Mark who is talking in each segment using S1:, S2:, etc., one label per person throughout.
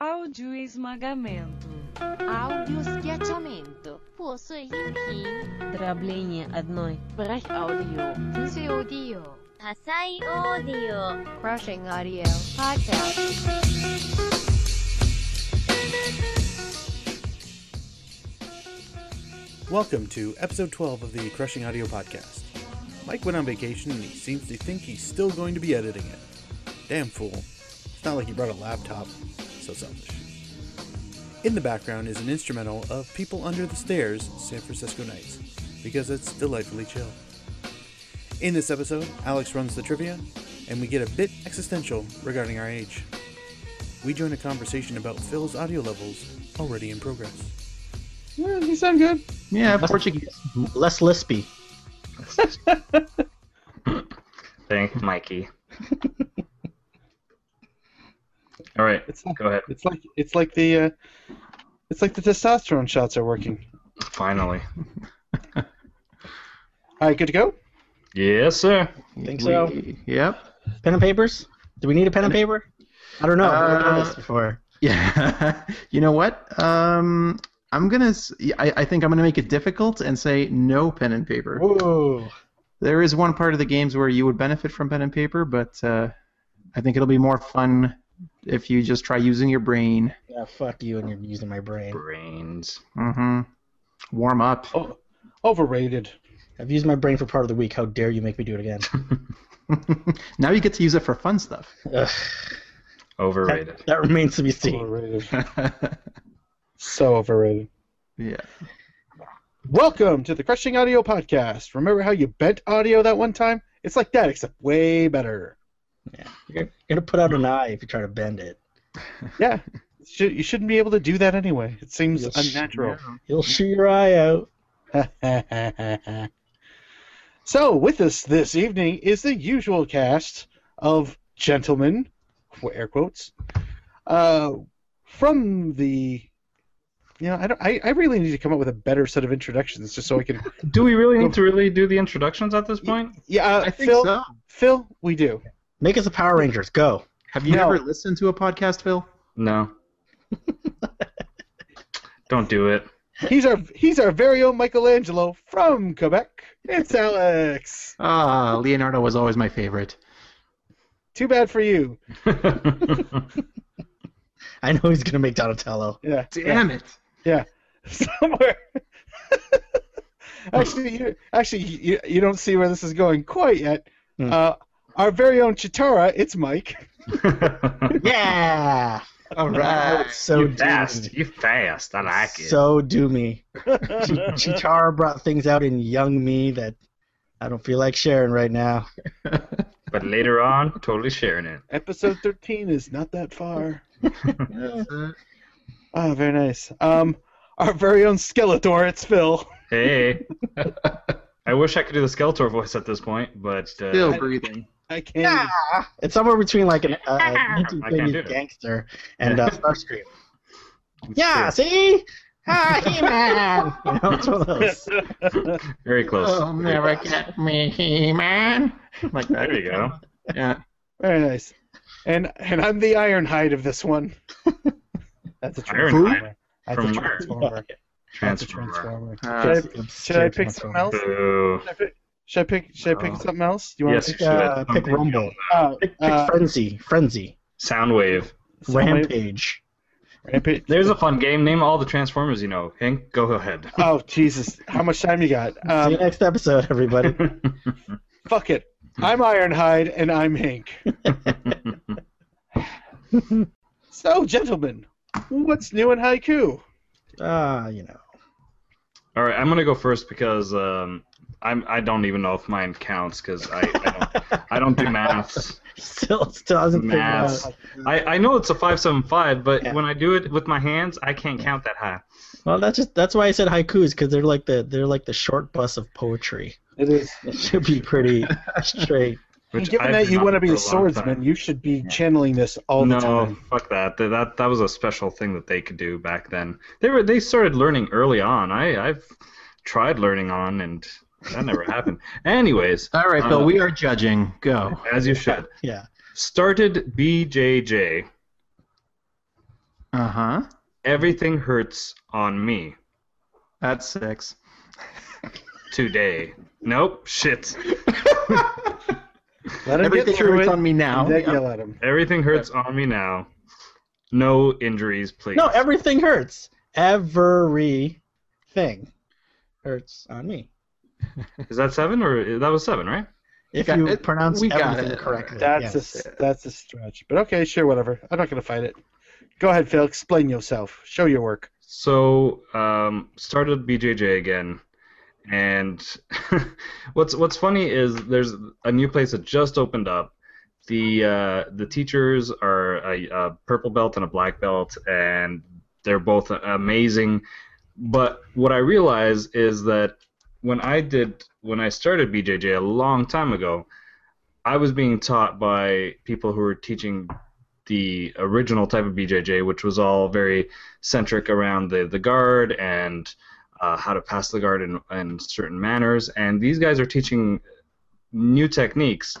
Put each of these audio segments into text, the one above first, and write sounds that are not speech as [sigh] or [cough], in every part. S1: áudio esmagamento,
S2: Audio schiacciamento. Posso in pin.
S3: Дробление одной.
S2: Brech audio. Fuse audio.
S4: 多彩オーディ
S2: Crushing audio. Podcast.
S5: Welcome to episode 12 of the Crushing Audio Podcast. Mike went on vacation and he seems to think he's still going to be editing it. Damn fool. It's not like he brought a laptop. So selfish. In the background is an instrumental of People Under the Stairs San Francisco Nights, because it's delightfully chill. In this episode, Alex runs the trivia, and we get a bit existential regarding our age. We join a conversation about Phil's audio levels already in progress.
S6: Yeah, you sound good.
S7: Yeah,
S6: That's-
S7: Portuguese. Less lispy.
S8: Thank Mikey. All right,
S6: It's like
S8: go ahead.
S6: it's like it's like the uh, it's like the testosterone shots are working.
S8: Finally.
S6: All right, good to go.
S8: Yes, sir.
S7: Think so?
S9: Yep. [laughs]
S7: Pen and papers? Do we need a pen and paper? I don't know. I've never done
S9: Uh,
S7: this before.
S9: Yeah. [laughs] you know what? Um, I'm gonna. s- I, I think I'm gonna make it difficult and say no pen and paper.
S7: Oh. Whoa.
S9: There is one part of the games where you would benefit from pen and paper, but uh, I think it'll be more fun if you just try using your brain.
S7: Yeah, fuck you, and you're using my brain.
S8: Brains.
S9: Mm-hmm. Warm up. [laughs]
S6: Oh, overrated.
S7: I've used my brain for part of the week. How dare you make me do it [laughs] again?
S9: now you get to use it for fun stuff. [laughs]
S7: Ugh,
S8: Overrated.
S7: that remains to be seen.
S6: Overrated.
S9: yeah.
S7: Uh,
S6: So overrated. Welcome to the Crushing Audio Podcast. Remember how you bent audio that one time? It's like that, except way better.
S7: You're gonna put out an eye if you try to bend it.
S6: Yeah, should, you shouldn't be able to do that anyway. It seems
S7: Yes.
S6: unnatural.
S7: You'll shoot your eye out.
S6: [laughs] so, with us this evening is the usual cast of gentlemen, qu- air quotes, uh, from the. You know, I don't. I, I really need to come up with a better set of introductions just so
S9: [laughs]
S6: I can.
S8: Do we really need to really do the introductions at this point?
S6: Yeah, uh,
S9: I think
S6: Phil.
S9: so.
S6: Phil, we do.
S7: Make us a Power Rangers. Go.
S9: Have you
S6: No.
S9: ever listened to a podcast, Phil?
S8: No. Don't do it.
S6: He's our he's our very own Michelangelo from Quebec. It's Alex.
S9: Ah, Leonardo was always my favorite.
S6: Too bad for you.
S7: I know he's gonna make Donatello.
S6: Yeah.
S9: Damn it.
S6: somewhere. actually, you, actually, you, you don't see where this is going quite yet.
S7: Hmm.
S6: Uh, our very own Chitara, it's
S8: [laughs]
S6: Mike.
S7: Yeah.
S9: [laughs] All
S7: Now
S9: right.
S7: it's so
S8: Uh, you fast.
S7: doomy.
S8: You fast. I like it.
S7: So doomy.
S8: [laughs]
S7: Chitara brought things out in young me that I don't feel like sharing right now.
S8: But later on, totally sharing it.
S6: Episode 13 is not that far.
S9: That's it.
S6: Ah, very nice. Um, our very own Skeletor, it's Phil.
S8: Hey. I wish I could do the Skeletor voice at this point, but uh,
S9: Still breathing.
S6: I can't.
S7: It's somewhere between like an uh,
S4: I can't
S7: 1930s
S8: do it.
S7: gangster and uh, Starscream.
S8: it's
S7: Yeah,
S8: true.
S7: see? Ah, He-Man! You know, it's one of those.
S8: very close.
S9: never get me, man. [laughs] Like that.
S8: There you go.
S9: Yeah.
S6: Very nice. And and I'm the Ironhide of this one. That's a transformer.
S8: Ironhide?
S6: That's
S8: From
S6: a
S8: where?
S6: transformer. That's a
S8: Transformer.
S6: transformer.
S9: Uh,
S6: Should I pick something else?
S8: Boo.
S6: Should I pick? Should I pick, should I pick
S8: No.
S6: something else? Do you want
S8: Oh. Yes,
S6: to
S8: you
S6: pick?
S7: pick,
S8: should.
S7: uh, pick
S8: Something
S7: Rumble.
S8: beyond that.
S6: Uh,
S7: Pick, pick
S6: uh,
S7: Frenzy. Frenzy.
S8: Soundwave.
S6: somebody-
S7: Rampage.
S6: Rampage.
S8: There's a fun game. Name all the Transformers you know. Hank, go ahead.
S6: Oh Jesus! How much time you got?
S7: See you
S6: Um,
S7: next episode,
S6: [laughs]
S7: everybody.
S6: fuck it. I'm Ironhide and I'm Hank. So, gentlemen, what's new in haiku?
S7: Ah, you know. [laughs]
S8: all right, I'm gonna go first because um, I'm I don't even know if mine counts because I, I don't I don't
S6: [laughs]
S8: do maths.
S7: Still, still hasn't figured
S8: Maths.
S7: out.
S8: I, I know it's a five seven five, but
S7: Yeah.
S8: when I do it with my hands, I can't count that high.
S7: Well, that's just that's why I said haikus because they're like the they're like the short bus of poetry.
S6: It is.
S7: It should be pretty straight.
S8: Which
S6: given
S8: I've
S6: that you
S8: not
S6: want to be
S8: for
S6: a
S8: long
S6: swordsman,
S8: time.
S6: you should be channeling this all
S8: no,
S6: the time.
S8: fuck that. Th- That that was a special thing that they could do back then. They were they started learning early on. I I've tried learning on and
S6: [laughs]
S8: that never happened. Anyways,
S9: all right,
S6: Um,
S9: Phil.
S8: Uh,
S9: we are judging. Go.
S8: as you should.
S7: Yeah.
S8: Started BJJ.
S9: Uh, huh.
S8: Everything hurts on me
S9: That's six.
S8: today. Nope, shit.
S6: Let him
S9: Everything
S6: get through
S9: hurts
S6: it.
S9: on me now.
S6: and then yell at him.
S8: Everything hurts on me now. No injuries, please.
S7: No, everything hurts. Everything hurts on me.
S8: Is that seven or that was seven, right?
S7: If
S9: Got
S7: you
S9: it.
S7: pronounce
S9: We got
S7: everything
S9: it.
S7: correctly.
S6: That's
S7: yes.
S6: a that's a stretch, but okay, sure, whatever. I'm not gonna fight it. Go ahead, Phil. Explain yourself. Show your work.
S8: So um, started BJJ again, and [laughs] what's what's funny is there's a new place that just opened up. The uh, the teachers are a, a purple belt and a black belt, and they're both amazing. But what I realize is that when I did when I started BJJ a long time ago, I was being taught by people who were teaching the original type of BJJ, which was all very centric around the, the guard and uh, how to pass the guard in, in certain manners. And these guys are teaching new techniques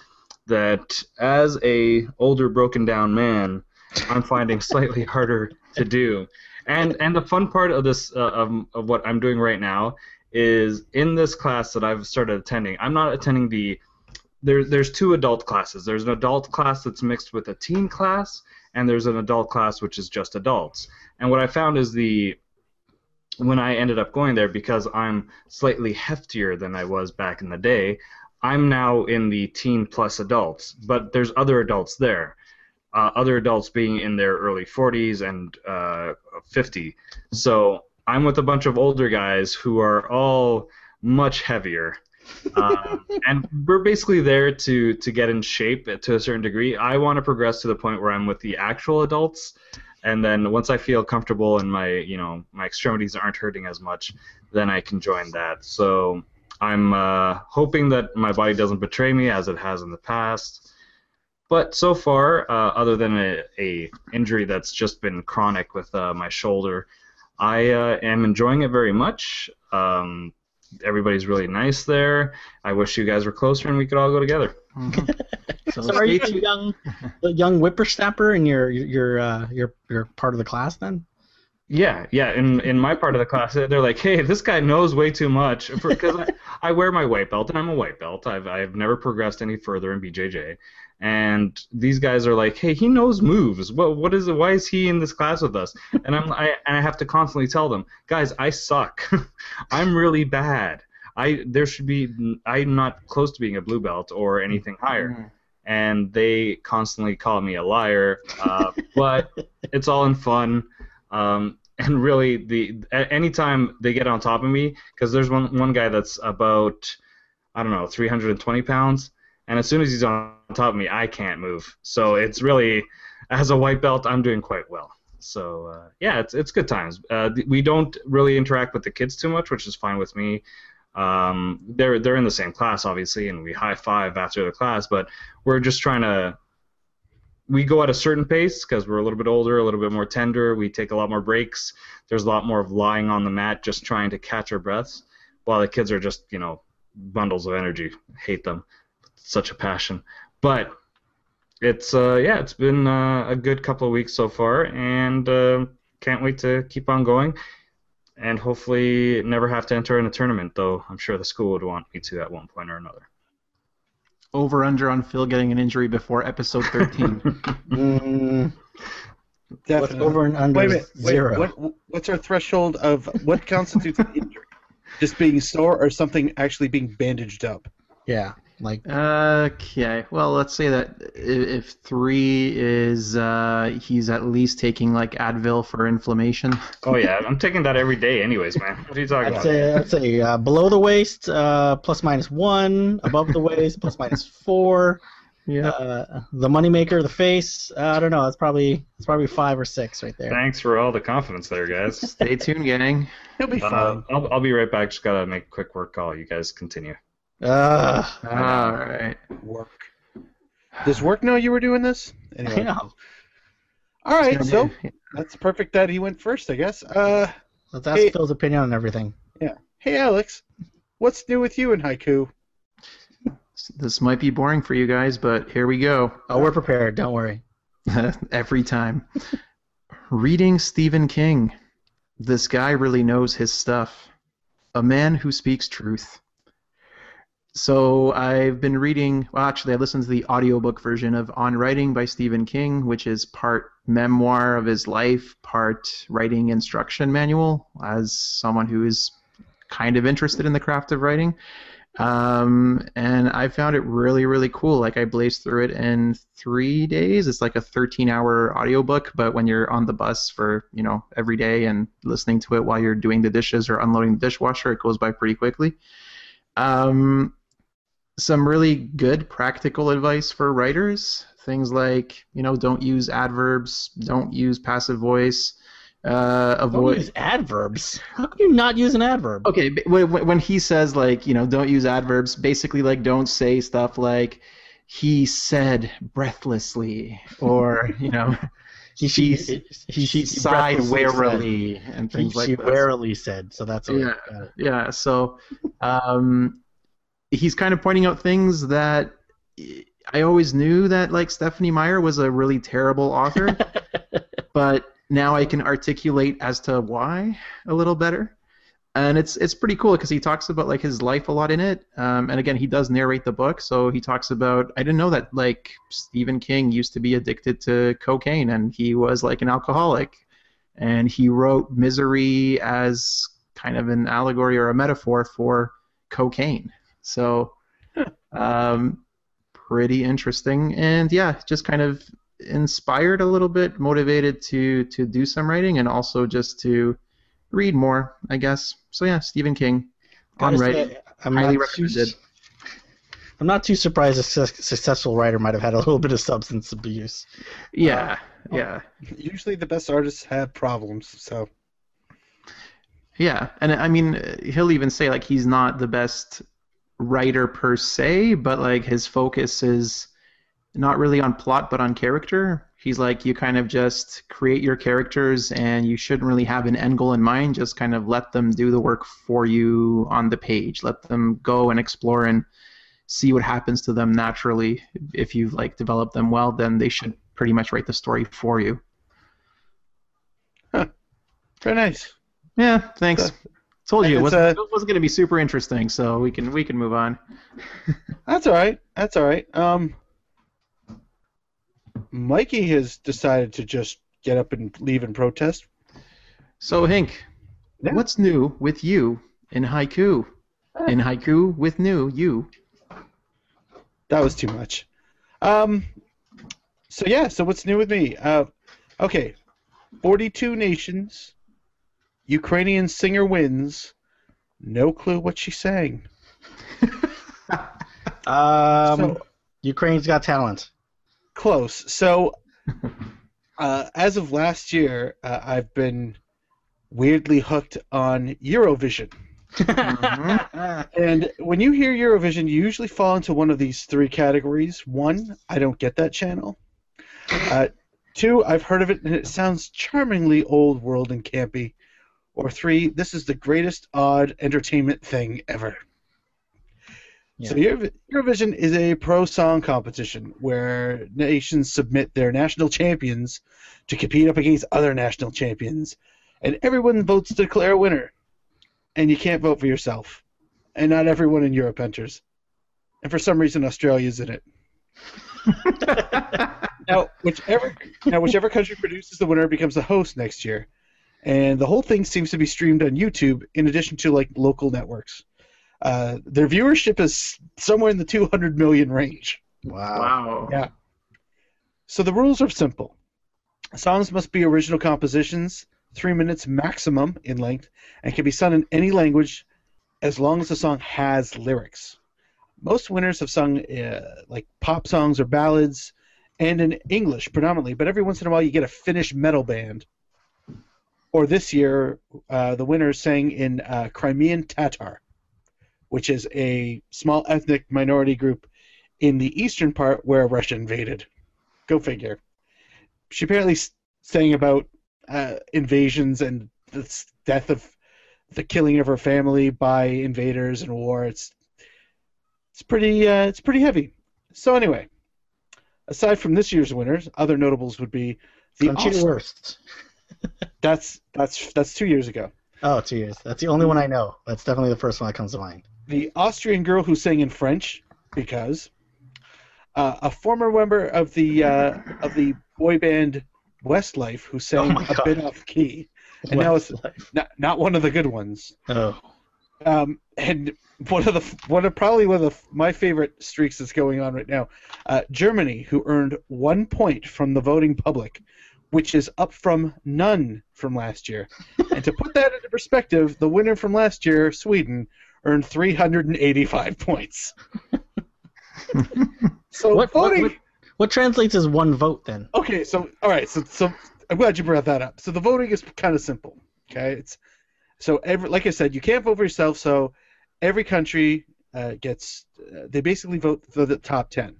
S8: that, as a older, broken down man, I'm finding [laughs] slightly harder to do. And and the fun part of this uh, of, of what I'm doing right now is in this class that I've started attending. I'm not attending the there, there's two adult classes. There's an adult class that's mixed with a teen class, and there's an adult class which is just adults. And what I found is the when I ended up going there because I'm slightly heftier than I was back in the day, I'm now in the teen plus adults, but there's other adults there. Uh, other adults being in their early 40s and uh, 50. So I'm with a bunch of older guys who are all much heavier. uh, and we're basically there to to get in shape to a certain degree. I want to progress to the point where I'm with the actual adults and then once I feel comfortable and my you know my extremities aren't hurting as much, then I can join that. So I'm uh, hoping that my body doesn't betray me as it has in the past. But so far, uh, other than a, a injury that's just been chronic with uh, my shoulder, I uh, am enjoying it very much. Um, everybody's really nice there. I wish you guys were closer and we could all go together.
S9: Mm-hmm.
S6: [laughs]
S9: so
S7: So are you
S9: stay
S7: a
S9: tuned.
S7: young, a young whippersnapper and you're you're uh, you're you're part of the class then?
S8: Yeah, yeah. In in my part of the class, they're like, "Hey, this guy knows way too much." Because I, I wear my white belt, and I'm a white belt. I've I've never progressed any further in BJJ, and these guys are like, "Hey, he knows moves. What what is it? Why is he in this class with us?" And I'm I and I have to constantly tell them, "Guys, I suck. [laughs] I'm really bad. I there should be I'm not close to being a blue belt or anything higher." and they constantly call me a liar. Uh, but it's all in fun, um, and really, the a- anytime they get on top of me, because there's one one guy that's about I don't know 320 pounds, and as soon as he's on top of me, I can't move. So it's really, as a white belt, I'm doing quite well. So uh, yeah, it's it's good times. Uh, th- we don't really interact with the kids too much, which is fine with me. Um, they're they're in the same class obviously, and we high five after the class, but we're just trying to we go at a certain pace because we're a little bit older, a little bit more tender. We take a lot more breaks. There's a lot more of lying on the mat, just trying to catch our breaths, while the kids are just you know bundles of energy. Hate them, such a passion. But it's uh, yeah, it's been uh, a good couple of weeks so far, and uh, can't wait to keep on going. And hopefully, never have to enter in a tournament, though I'm sure the school would want me to at one point or another.
S9: Over under on Phil getting an injury before episode
S6: [laughs]
S9: 13.
S7: Mm, what's
S6: Definitely.
S7: over and under
S6: Wait a
S7: is
S6: minute. Wait,
S7: zero.
S6: What, what's our threshold of what constitutes an injury? Just being sore or something actually being bandaged up?
S7: Yeah, like
S9: Okay. Well, let's say that i- if three is, uh, he's at least taking like Advil for inflammation.
S8: Oh yeah, I'm taking that every day, anyways, man. What are you talking
S7: I'd
S8: about?
S7: say I'd say uh, below the waist, uh, plus minus one. Above the waist, plus minus four.
S9: Yeah.
S7: Uh, the moneymaker, the face. Uh, I don't know. It's probably it's probably five or six right there.
S8: Thanks for all the confidence
S7: [laughs]
S8: there, guys.
S9: Stay tuned, gang.
S6: He'll be
S8: Uh,
S6: fine.
S8: I'll, I'll be right back. Just gotta make a quick work call. You
S7: [laughs]
S8: guys continue.
S7: Ugh.
S9: All right.
S6: Work. Does work know you were doing this? [laughs]
S7: I
S6: Anyway.
S7: know.
S6: All right, so that's perfect that he went first, I guess. Uh,
S7: Let's ask
S6: Hey.
S7: Phil's opinion on everything.
S6: hey, Alex, what's new with you in haiku?
S9: this might be boring for you guys, but here we go. [laughs]
S7: Oh, we're prepared. Don't worry.
S9: every time. Reading Stephen King. This guy really knows his stuff. A man who speaks truth. So I've been reading, well, actually, I listened to the audiobook version of On Writing by Stephen King, which is part memoir of his life, part writing instruction manual, as someone who is kind of interested in the craft of writing. Um, and I found it really, really cool. Like, I blazed through it in three days. It's like a 13 hour audiobook, but when you're on the bus for, you know, every day and listening to it while you're doing the dishes or unloading the dishwasher, it goes by pretty quickly. Um, some really good practical advice for writers. Things like, you know, don't use adverbs, don't use passive voice, uh,
S7: Don't
S9: avoid.
S7: use adverbs. How can you not use an adverb?
S9: Okay, but when, when when he says like you know don't use adverbs, basically like don't say stuff like he said breathlessly or you know
S7: [laughs] He,
S9: She-
S7: he-
S9: she
S7: he
S9: sighed
S7: breathlessly said-
S9: warily and
S7: He,
S9: things like
S7: she
S9: that.
S7: warily said, so that's all.
S9: Yeah. yeah so um, he's kind of pointing out things that i always knew that like stephanie meyer was a really terrible author but now i can articulate as to why a little better and it's it's pretty cool because he talks about like his life a lot in it um, and again he does narrate the book so he talks about i didn't know that like stephen king used to be addicted to cocaine and he was like an alcoholic and he wrote misery as kind of an allegory or a metaphor for cocaine.
S7: [laughs]
S9: So, um, pretty interesting, and yeah, just kind of inspired a little bit, motivated to to do some writing, and also just to read more, I guess. So yeah, Stephen King on
S7: Gotta
S9: writing.
S7: say, I'm
S9: Highly
S7: not too,
S9: recommended.
S7: I'm not too surprised a suc- successful writer might have had a little bit of substance abuse.
S9: Yeah,
S7: Oh.
S9: yeah.
S6: Usually the best artists have problems, so
S9: Yeah, and I mean, uh, he'll even say like he's not the best writer per se, but like his focus is not really on plot but on character. He's like you kind of just create your characters and you shouldn't really have an end goal in mind, just kind of let them do the work for you on the page. Let them go and explore and see what happens to them naturally. If you've like developed them well, then they should pretty much write the story for you.
S6: very nice.
S9: Yeah, thanks. Told you it
S6: It's,
S9: wasn't, it wasn't going to be super interesting, so we can we can move on.
S6: That's all right. That's all right. Um, Mikey has decided to just get up and leave and protest.
S9: So Hink,
S6: Yeah.
S9: what's new with you in haiku? In haiku with new you.
S6: That was too much. Um, so yeah. So what's new with me? Uh, okay, forty-two nations. Ukrainian singer wins. No clue what she sang.
S7: Um,
S6: So-
S7: Ukraine's Got Talent. [laughs]
S6: close. So, uh, as of last year, uh, I've been weirdly hooked on Eurovision.
S7: Mm-hmm.
S6: And when you hear Eurovision, you usually fall into one of these three categories. One, I don't get that channel. Uh, two, I've heard of it and it sounds charmingly old world and campy. Or three, this is the greatest odd entertainment thing ever. So Euro- Eurovision is a pro song competition where nations submit their national champions to compete up against other national champions, and everyone votes to declare a winner. And you can't vote for yourself. And not everyone in Europe enters. And for some reason, Australia's in it. now, whichever now whichever country produces the winner becomes the host next year, and the whole thing seems to be streamed on YouTube in addition to like local networks. Uh, their viewership is somewhere in the 200 million range.
S7: [laughs] Wow.
S9: Wow.
S6: Yeah. So the rules are simple. Songs must be original compositions, three minutes maximum in length, and can be sung in any language as long as the song has lyrics. Most winners have sung uh, like pop songs or ballads, and in English predominantly, but every once in a while you get a Finnish metal band. Or this year, uh, the winner sang in uh, Crimean Tatar, which is a small ethnic minority group in the eastern part where Russia invaded. Go figure. She apparently s- sang about uh, invasions and the s- death of the killing of her family by invaders and war. It's it's pretty uh, it's pretty heavy. So anyway, aside from this year's winners, other notables would be The
S7: Punch it
S6: All-
S7: worth.
S6: that's that's that's two years ago.
S7: Oh, two years. That's the only one I know. That's definitely the first one that comes to mind.
S6: the Austrian girl who sang in French because uh, a former member of the uh, of the boy band Westlife who
S7: Oh
S6: sang
S7: my
S6: a
S7: God.
S6: bit off key And now it's-
S7: Westlife.
S6: not, not one of the good ones
S7: Oh,
S6: um, and one of the one of probably one of the, my favorite streaks that's going on right now uh, Germany who earned one point from the voting public which is up from none from last year and to put that into perspective the winner from last year Sweden earned 385 points so
S7: What- what-
S6: voting
S7: what- what translates as one
S6: [laughs]
S7: vote then?
S6: Okay, so all right, so so I'm glad you brought that up. So the voting is kind of simple. Okay, it's so every like I said, you can't vote for yourself. So every country uh, gets uh, they basically vote for the top ten.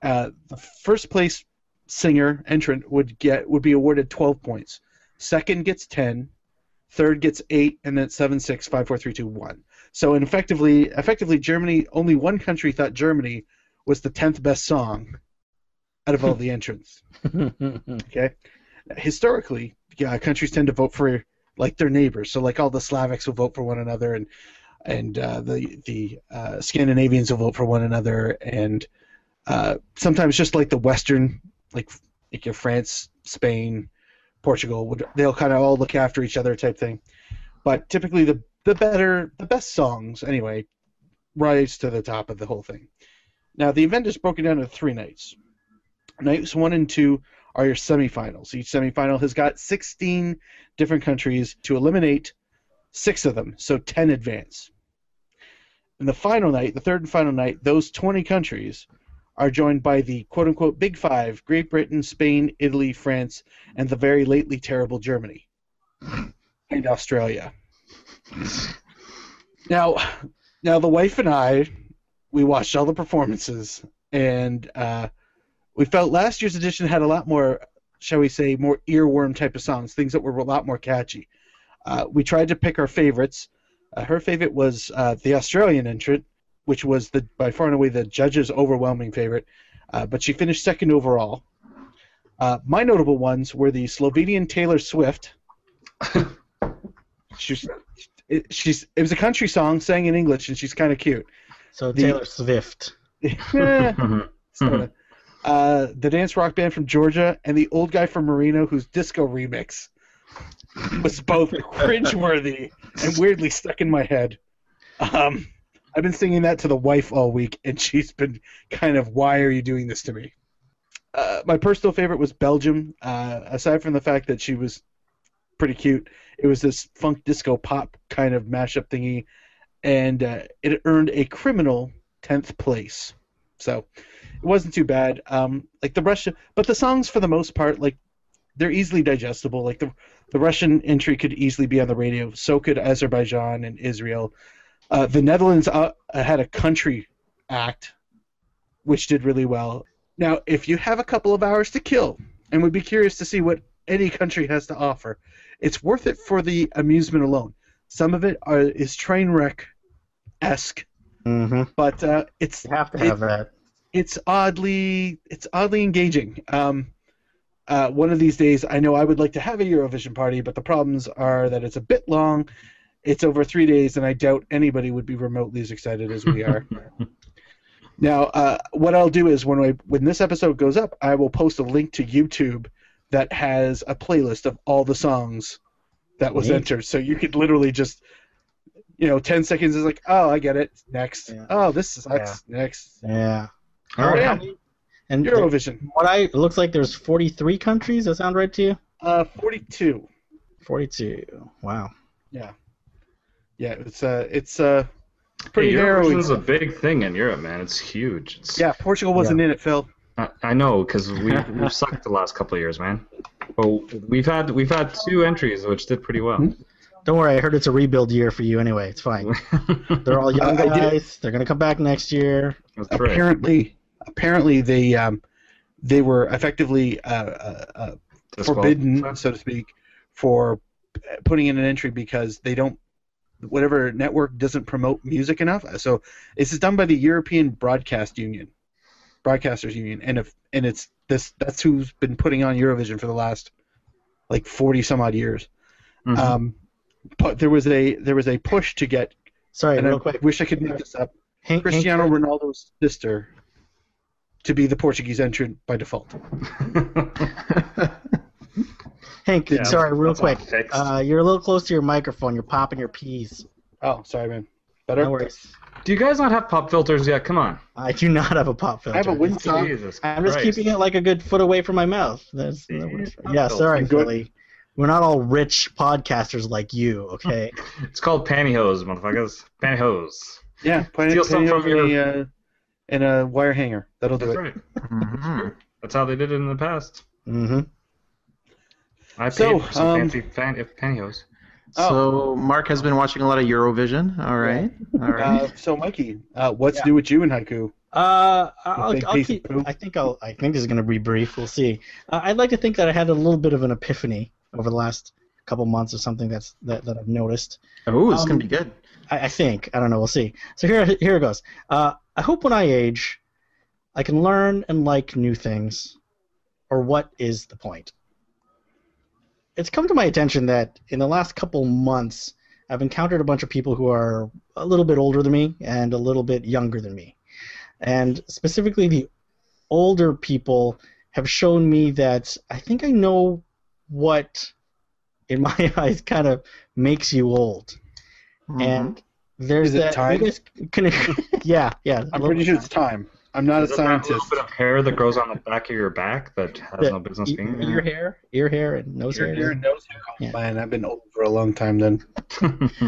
S6: Uh, the first place singer entrant would get would be awarded 12 points. Second gets 10, third gets eight, and then it's seven, six, five, four, three, two, one. So and effectively, effectively, Germany only one country thought Germany was the tenth best song out of all the entrants okay historically yeah, countries tend to vote for like their neighbors so like all the slavics will vote for one another and and uh, the the uh, scandinavians will vote for one another and uh, sometimes just like the western like like your france spain portugal would they'll kind of all look after each other type thing but typically the the better the best songs anyway rise to the top of the whole thing now the event is broken down into three nights nights one and two are your semifinals. Each semifinal has got 16 different countries to eliminate six of them, so 10 advance. And the final night, the third and final night, those 20 countries are joined by the quote unquote Big Five Great Britain, Spain, Italy, France, and the very lately terrible Germany and Australia. Now, now the wife and I, we watched all the performances, and uh, we felt last year's edition had a lot more, shall we say, more earworm type of songs, things that were a lot more catchy. Uh, we tried to pick our favorites. Uh, her favorite was uh, the Australian entrant, which was the by far and away the judge's overwhelming favorite, uh, but she finished second overall. Uh, my notable ones were the Slovenian Taylor Swift. she's, it, she's it was a country song sang in English, and she's kind of cute. [laughs]
S7: So
S6: The-
S7: Taylor Swift.
S6: Eh, sorta. Uh, the dance rock band from Georgia and the old guy from Marino whose disco remix was both cringeworthy and weirdly stuck in my head. Um, I've been singing that to the wife all week, and she's been kind of, why are you doing this to me? Uh, my personal favorite was Belgium. Uh, aside from the fact that she was pretty cute, it was this funk disco pop kind of mashup thingy, and uh, it earned a criminal 10th place. So it wasn't too bad. Um, like the Russian, but the songs for the most part, like they're easily digestible. Like the the Russian entry could easily be on the radio. So could Azerbaijan and Israel. Uh, the Netherlands uh, had a country act, which did really well. Now, if you have a couple of hours to kill and would be curious to see what any country has to offer, it's worth it for the amusement alone. Some of it are, is train wreck esque,
S7: Mm-hmm.
S6: but uh, it's
S7: You have to have that.
S6: it's oddly it's oddly engaging. Um, uh, one of these days, I know I would like to have a Eurovision party, but the problems are that it's a bit long, it's over three days, and I doubt anybody would be remotely as excited as we
S7: [laughs]
S6: are. now, uh, what I'll do is when I, when this episode goes up, I will post a link to YouTube that has a playlist of all the songs that was
S7: Neat.
S6: entered, so you could literally just you know, ten seconds is like, oh, I get it, next.
S7: Yeah.
S6: Oh, this sucks, next.
S7: Yeah.
S8: All right.
S6: Oh, yeah.
S7: And there-
S6: Eurovision.
S7: what I it looks like there's 43 countries. Does that sound right to you?
S6: Uh, 42.
S7: 42. Wow.
S6: Yeah, it's uh, it's uh,
S8: Hey,
S6: pretty narrow.
S8: Eurovision's a big thing in Europe, man. It's huge. It's,
S6: Yeah, Portugal wasn't in it, Phil.
S8: I, I know, because we
S7: [laughs]
S8: we've sucked the last couple of years, man. But we've had we've had two entries which did pretty
S7: Hmm.
S8: [laughs] well.
S7: Don't worry. I heard it's a rebuild year for you anyway.
S6: [laughs]
S7: It's fine. They're all young
S6: I- I did-
S7: guys. They're gonna come back next year.
S8: That's right.
S6: Apparently, apparently they um, they were effectively uh, uh, uh,
S8: [laughs]
S6: forbidden, so to speak, for uh, putting in an entry because they don't whatever network doesn't promote music enough. So this is done by the European Broadcast Union. Broadcasters Union, and if and it's this that's who's been putting on Eurovision for the last like forty some odd years.
S8: Mhm.
S6: Um, but there was a there was a push to get,
S7: Sorry,
S6: and I
S7: real quick.
S6: wish I could make this up.
S7: Hank, Hank-
S6: Cristiano Ronaldo's sister to be the Portuguese entrant by default.
S7: Hank,
S8: Yeah,
S7: sorry, real
S8: that's all
S7: quick.
S8: fixed.
S7: Uh, you're a little close to your microphone. You're popping your peas.
S6: Oh, sorry, man. Better.
S7: No worries.
S8: Do you guys not have pop filters yet? Come on.
S7: I do not have a pop filter.
S6: I have a windsock.
S8: Jesus
S7: I'm just
S8: Christ.
S7: keeping it like a good foot away from my mouth. That's
S8: See?
S7: yeah. Sorry,
S6: I'm good.
S7: Philly. We're not all rich podcasters like you, okay?
S8: It's called pantyhose, motherfuckers. Pantyhose.
S6: Yeah, put
S8: Steal
S6: it
S8: some
S6: in
S8: from
S6: a, uh, in a wire hanger. That'll do
S8: That's
S6: it.
S8: right.
S9: Mhm.
S8: That's how they did it in the past.
S7: Mm-hmm.
S8: I paid
S6: So,
S8: for some
S6: um,
S8: fancy fan- pantyhose.
S6: Oh.
S9: So Mark has been watching a lot of Eurovision. All right. All right.
S6: Uh, so, Mikey, uh, what's
S7: Yeah.
S6: new with you in haiku?
S7: Uh, I'll,
S6: big
S7: I'll
S6: piece of
S7: keep,
S6: poop.
S7: I think I'll. I think this is going to be brief. We'll see. Uh, I'd like to think that I had a little bit of an epiphany over the last couple months of something that's that, that I've noticed.
S9: Oh, it's
S7: um,
S9: gonna be good.
S7: I, I think. I don't know. We'll see. So here, here it goes. Uh, I hope when I age, I can learn and like new things, or what is the point? It's come to my attention that in the last couple months, I've encountered a bunch of people who are a little bit older than me and a little bit younger than me, and specifically the older people have shown me that I think I know what, in my [laughs] eyes, kind of makes you old
S9: Mhm.
S7: and there's
S6: Is it
S7: that
S6: time?
S7: you guys can- [laughs] yeah yeah
S6: I'm pretty sure it's time. I'm not a
S8: Is it that little
S6: scientist.
S8: bit of hair that grows on the back of your back that has
S7: Yeah.
S8: no business
S7: E-
S8: being
S7: ear
S8: there?
S7: hair ear hair and nose
S6: Your-
S7: hair
S6: your nose hair? Oh,
S7: Yeah.
S6: Man, I've been old for a long time then.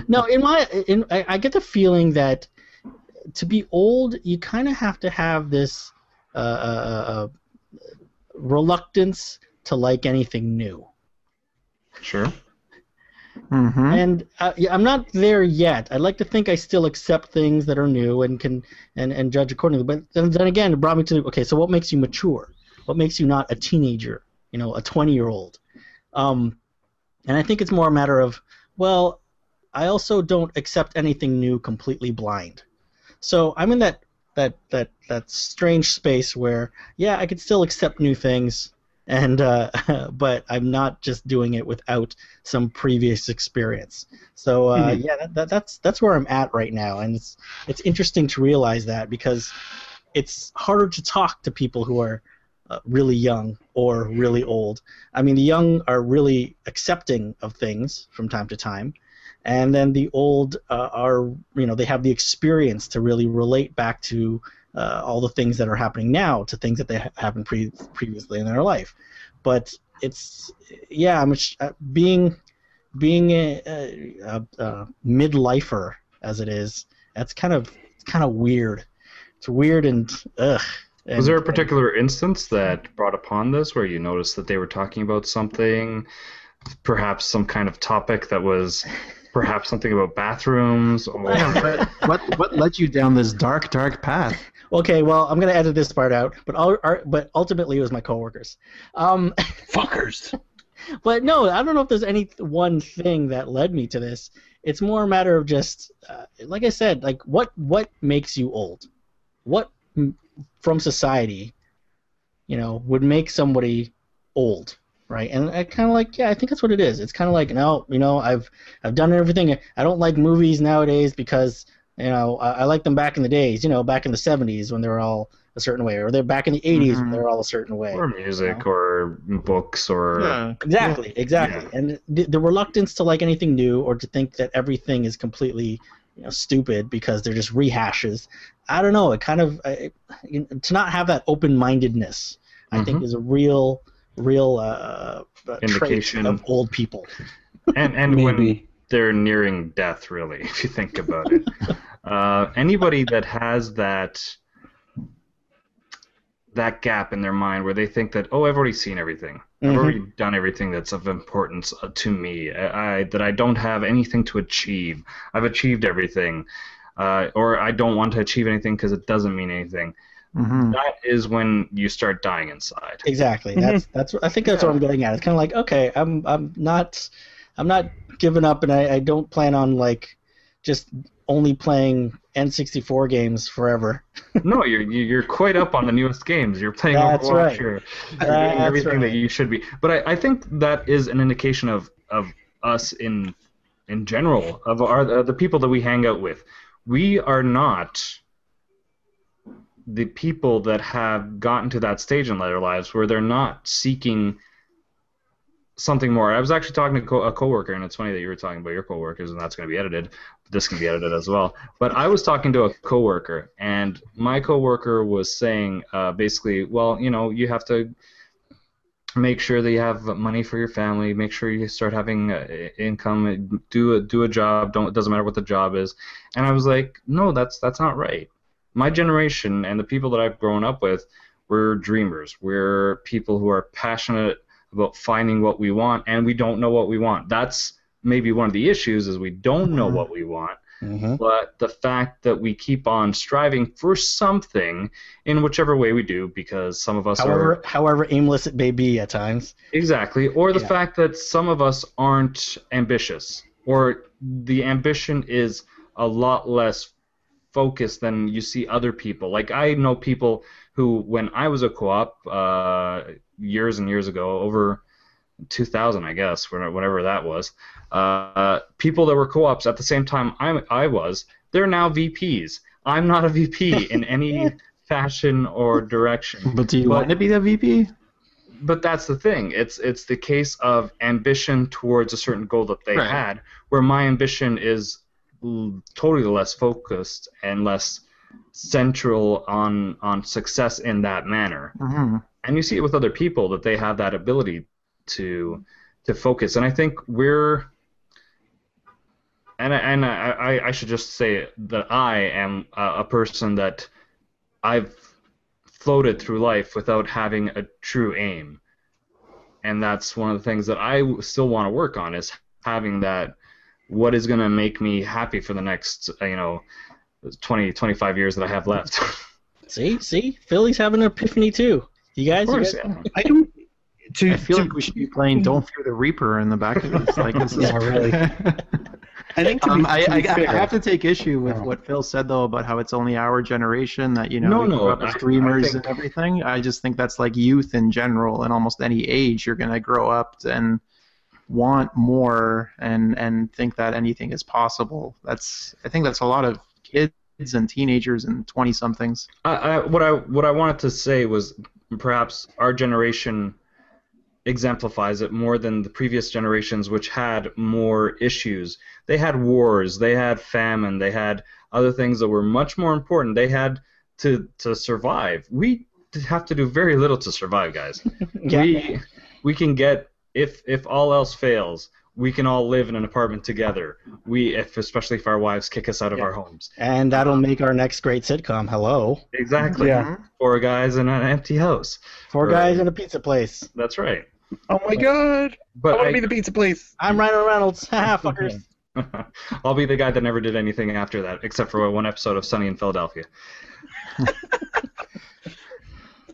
S7: no in my in I, I get the feeling that to be old you kind of have to have this uh, uh, uh, reluctance to like anything new
S8: sure.
S9: Mhm.
S7: and uh, yeah, I'm not there yet. I'd like to think I still accept things that are new and can and, and judge accordingly. But then, then again, it brought me to okay. So what makes you mature? What makes you not a teenager? You know, a 20 year old. Um, and I think it's more a matter of well, I also don't accept anything new completely blind. So I'm in that that that that strange space where yeah, I could still accept new things. And uh, [laughs] but I'm not just doing it without some previous experience. So uh, yeah, that, that, that's that's where I'm at right now, and it's it's interesting to realize that because it's harder to talk to people who are uh, really young or really old. I mean, the young are really accepting of things from time to time, and then the old uh, are you know they have the experience to really relate back to. Uh, all the things that are happening now to things that they ha- happened pre- previously in their life, but it's yeah, I'm sh- uh, being being a, a, a, a midlifer as it is. That's kind of it's kind of weird. It's weird and ugh. And,
S8: Was there a particular instance that brought upon this where you noticed that they were talking about something, perhaps some kind of topic that was perhaps something about
S6: [laughs]
S8: bathrooms or [laughs]
S9: Yeah, but Mm-hmm. what what led you down this dark dark path?
S7: Okay, well, I'm gonna edit this part out, but all, our, but ultimately it was my coworkers. Um,
S6: Fuckers.
S7: but no, I don't know if there's any th- one thing that led me to this. It's more a matter of just, uh, like I said, like what what makes you old? What m- from society, you know, would make somebody old, right? And I kind of like, yeah, I think that's what it is. It's kind of like, no, you know, I've I've done everything. I don't like movies nowadays because you know I, I like them back in the days, you know, back in the '70s when they were all a certain way, or they're back in the '80s when
S9: Mhm.
S7: they were all a certain way.
S8: or music or books or
S7: Exactly, exactly. And the, the reluctance to like anything new or to think that everything is completely you know, stupid because they're just rehashes. I don't know. It kind of uh, it, you know, to not have that open mindedness. I think is a real, real uh, uh, trait
S8: Indication.
S7: of old people.
S8: and and when they're nearing death, really, [laughs] if you think about it. uh, anybody that has that that gap in their mind where they think that, oh, I've already seen everything, I've
S7: Mhm.
S8: already done everything that's of importance uh, to me, I, I that I don't have anything to achieve. I've achieved everything, uh, or I don't want to achieve anything because it doesn't mean anything.
S9: Mhm.
S8: That is when you start dying
S7: [laughs]
S8: inside.
S7: Exactly. That's that's. what- I think that's what I'm getting at. It's kind of like okay, I'm I'm not, I'm not giving up, and I, I don't plan on like just only playing N64 games forever.
S8: no, you're you- you're quite up on the newest games. You're playing
S7: That's
S8: Overwatch.
S7: right.
S8: You're, you're
S7: That's
S8: doing everything
S7: right.
S8: that you should be. But I, I think that is an indication of of us in in general of our uh, the, the people that we hang out with. We are not the people that have gotten to that stage in their lives where they're not seeking something more. I was actually talking to co- a coworker, and it's funny that you were talking about your coworkers, and that's going to be edited. This can be edited as well. But I was talking to a coworker, and my coworker was saying uh, basically, well, you know, you have to make sure that you have money for your family. Make sure you start having uh, i- income. Do a do a job. Don't it doesn't matter what the job is. And I was like, no, that's that's not right. My generation and the people that I've grown up with, we're dreamers. We're people who are passionate about finding what we want, and we don't know what we want. That's maybe one of the issues is we don't know what we want
S6: Mm-hmm.
S8: but the fact that we keep on striving for something in whichever way we do because some of us are
S7: However, however aimless it may be at times.
S8: exactly or the
S7: Yeah.
S8: fact that some of us aren't ambitious or the ambition is a lot less focused than you see other people like i know people who when i was a co-op uh, years and years ago over 2000 i guess when- whenever that was uh, people that were co-ops at the same time I, I was they're now vps i'm not a vp in any fashion or direction
S9: But do you
S8: Well-
S9: want to be the VP?
S8: but that's the thing. It's it's the case of ambition towards a certain goal that they
S9: Right.
S8: had, where my ambition is l- totally less focused and less central on on success in that manner.
S9: hmm
S8: And you see it with other people that they have that ability to to focus. And I think we're and I, and I, I- I should just say that I am a, a person that I've floated through life without having a true aim. And that's one of the things that I w- still want to work on is having that what is going to make me happy for the next, uh, you know, 20 25 years that I have left. [laughs]
S7: See, see, Philly's having an epiphany too. You guys,
S8: of course,
S7: you guys
S8: yeah.
S6: I don't. To,
S9: I feel
S6: to-
S9: like we should be playing "Don't Fear the Reaper" in the back of this. Like this is
S7: Yeah,
S9: [laughs]
S7: really.
S6: I think to be,
S9: Um, I,
S6: to
S9: I,
S6: be
S9: I
S6: fair,
S9: have to take issue with
S6: Oh.
S9: what Phil said though about how it's only our generation that you know
S8: No,
S9: we grew
S8: no,
S9: up as
S8: I- I
S9: dreamers
S8: think-
S9: and everything. I just think that's like youth in general, and almost any age you're gonna grow up and want more and and think that anything is possible. That's I think that's a lot of kids and teenagers and twenty somethings.
S8: I, I, what I what I wanted to say was perhaps our generation exemplifies it more than the previous generations, which had more issues. They had wars, they had famine, they had other things that were much more important. They had to to survive. We have to do very little to survive, guys.
S7: Yeah.
S8: We we can get if if all else fails, we can all live in an apartment together. We if especially if our wives kick us out of
S7: Yeah.
S8: our homes.
S7: and that'll make our next great sitcom. Hello,
S8: Exactly.
S6: Yeah.
S8: Four guys in an empty house.
S7: four
S8: Right.
S7: guys in a pizza place.
S8: That's right.
S6: Oh my god! I
S8: But
S6: want to
S8: I,
S6: be the pizza place.
S7: I'm Ryan Reynolds. [laughs] Haha, fuckers.
S8: [laughs] will be the guy that never did anything after that, except for one episode of Sunny
S6: [laughs]
S8: in Philadelphia.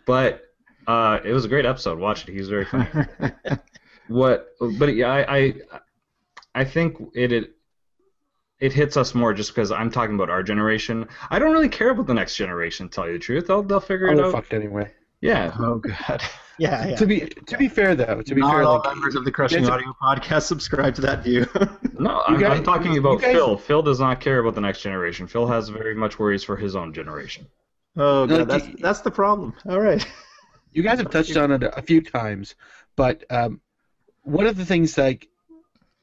S8: but uh, it was a great episode. Watch it. He's very funny. what? But yeah, I, I, I think it, it it hits us more just because I'm talking about our generation. I don't really care about the next generation. To tell you the truth, they'll they'll figure
S6: Oh,
S8: it
S6: they're
S8: out.
S6: fucked anyway.
S8: Yeah.
S9: oh god.
S7: Yeah, yeah.
S6: To be to be fair though, to be
S9: Not
S6: fair,
S9: all
S6: like
S9: members of the Crushing
S6: There's a-
S9: Audio podcast subscribe to that view. [laughs]
S8: No, I'm,
S6: guys-
S8: I'm talking
S6: you
S8: about
S6: guys-
S8: Phil. Phil does not care about the next generation. Phil has very much worries for his own generation.
S9: oh
S6: No,
S9: god, that's
S6: do-
S9: that's the problem. All right.
S6: you guys have touched on it a few times, but um, one of the things like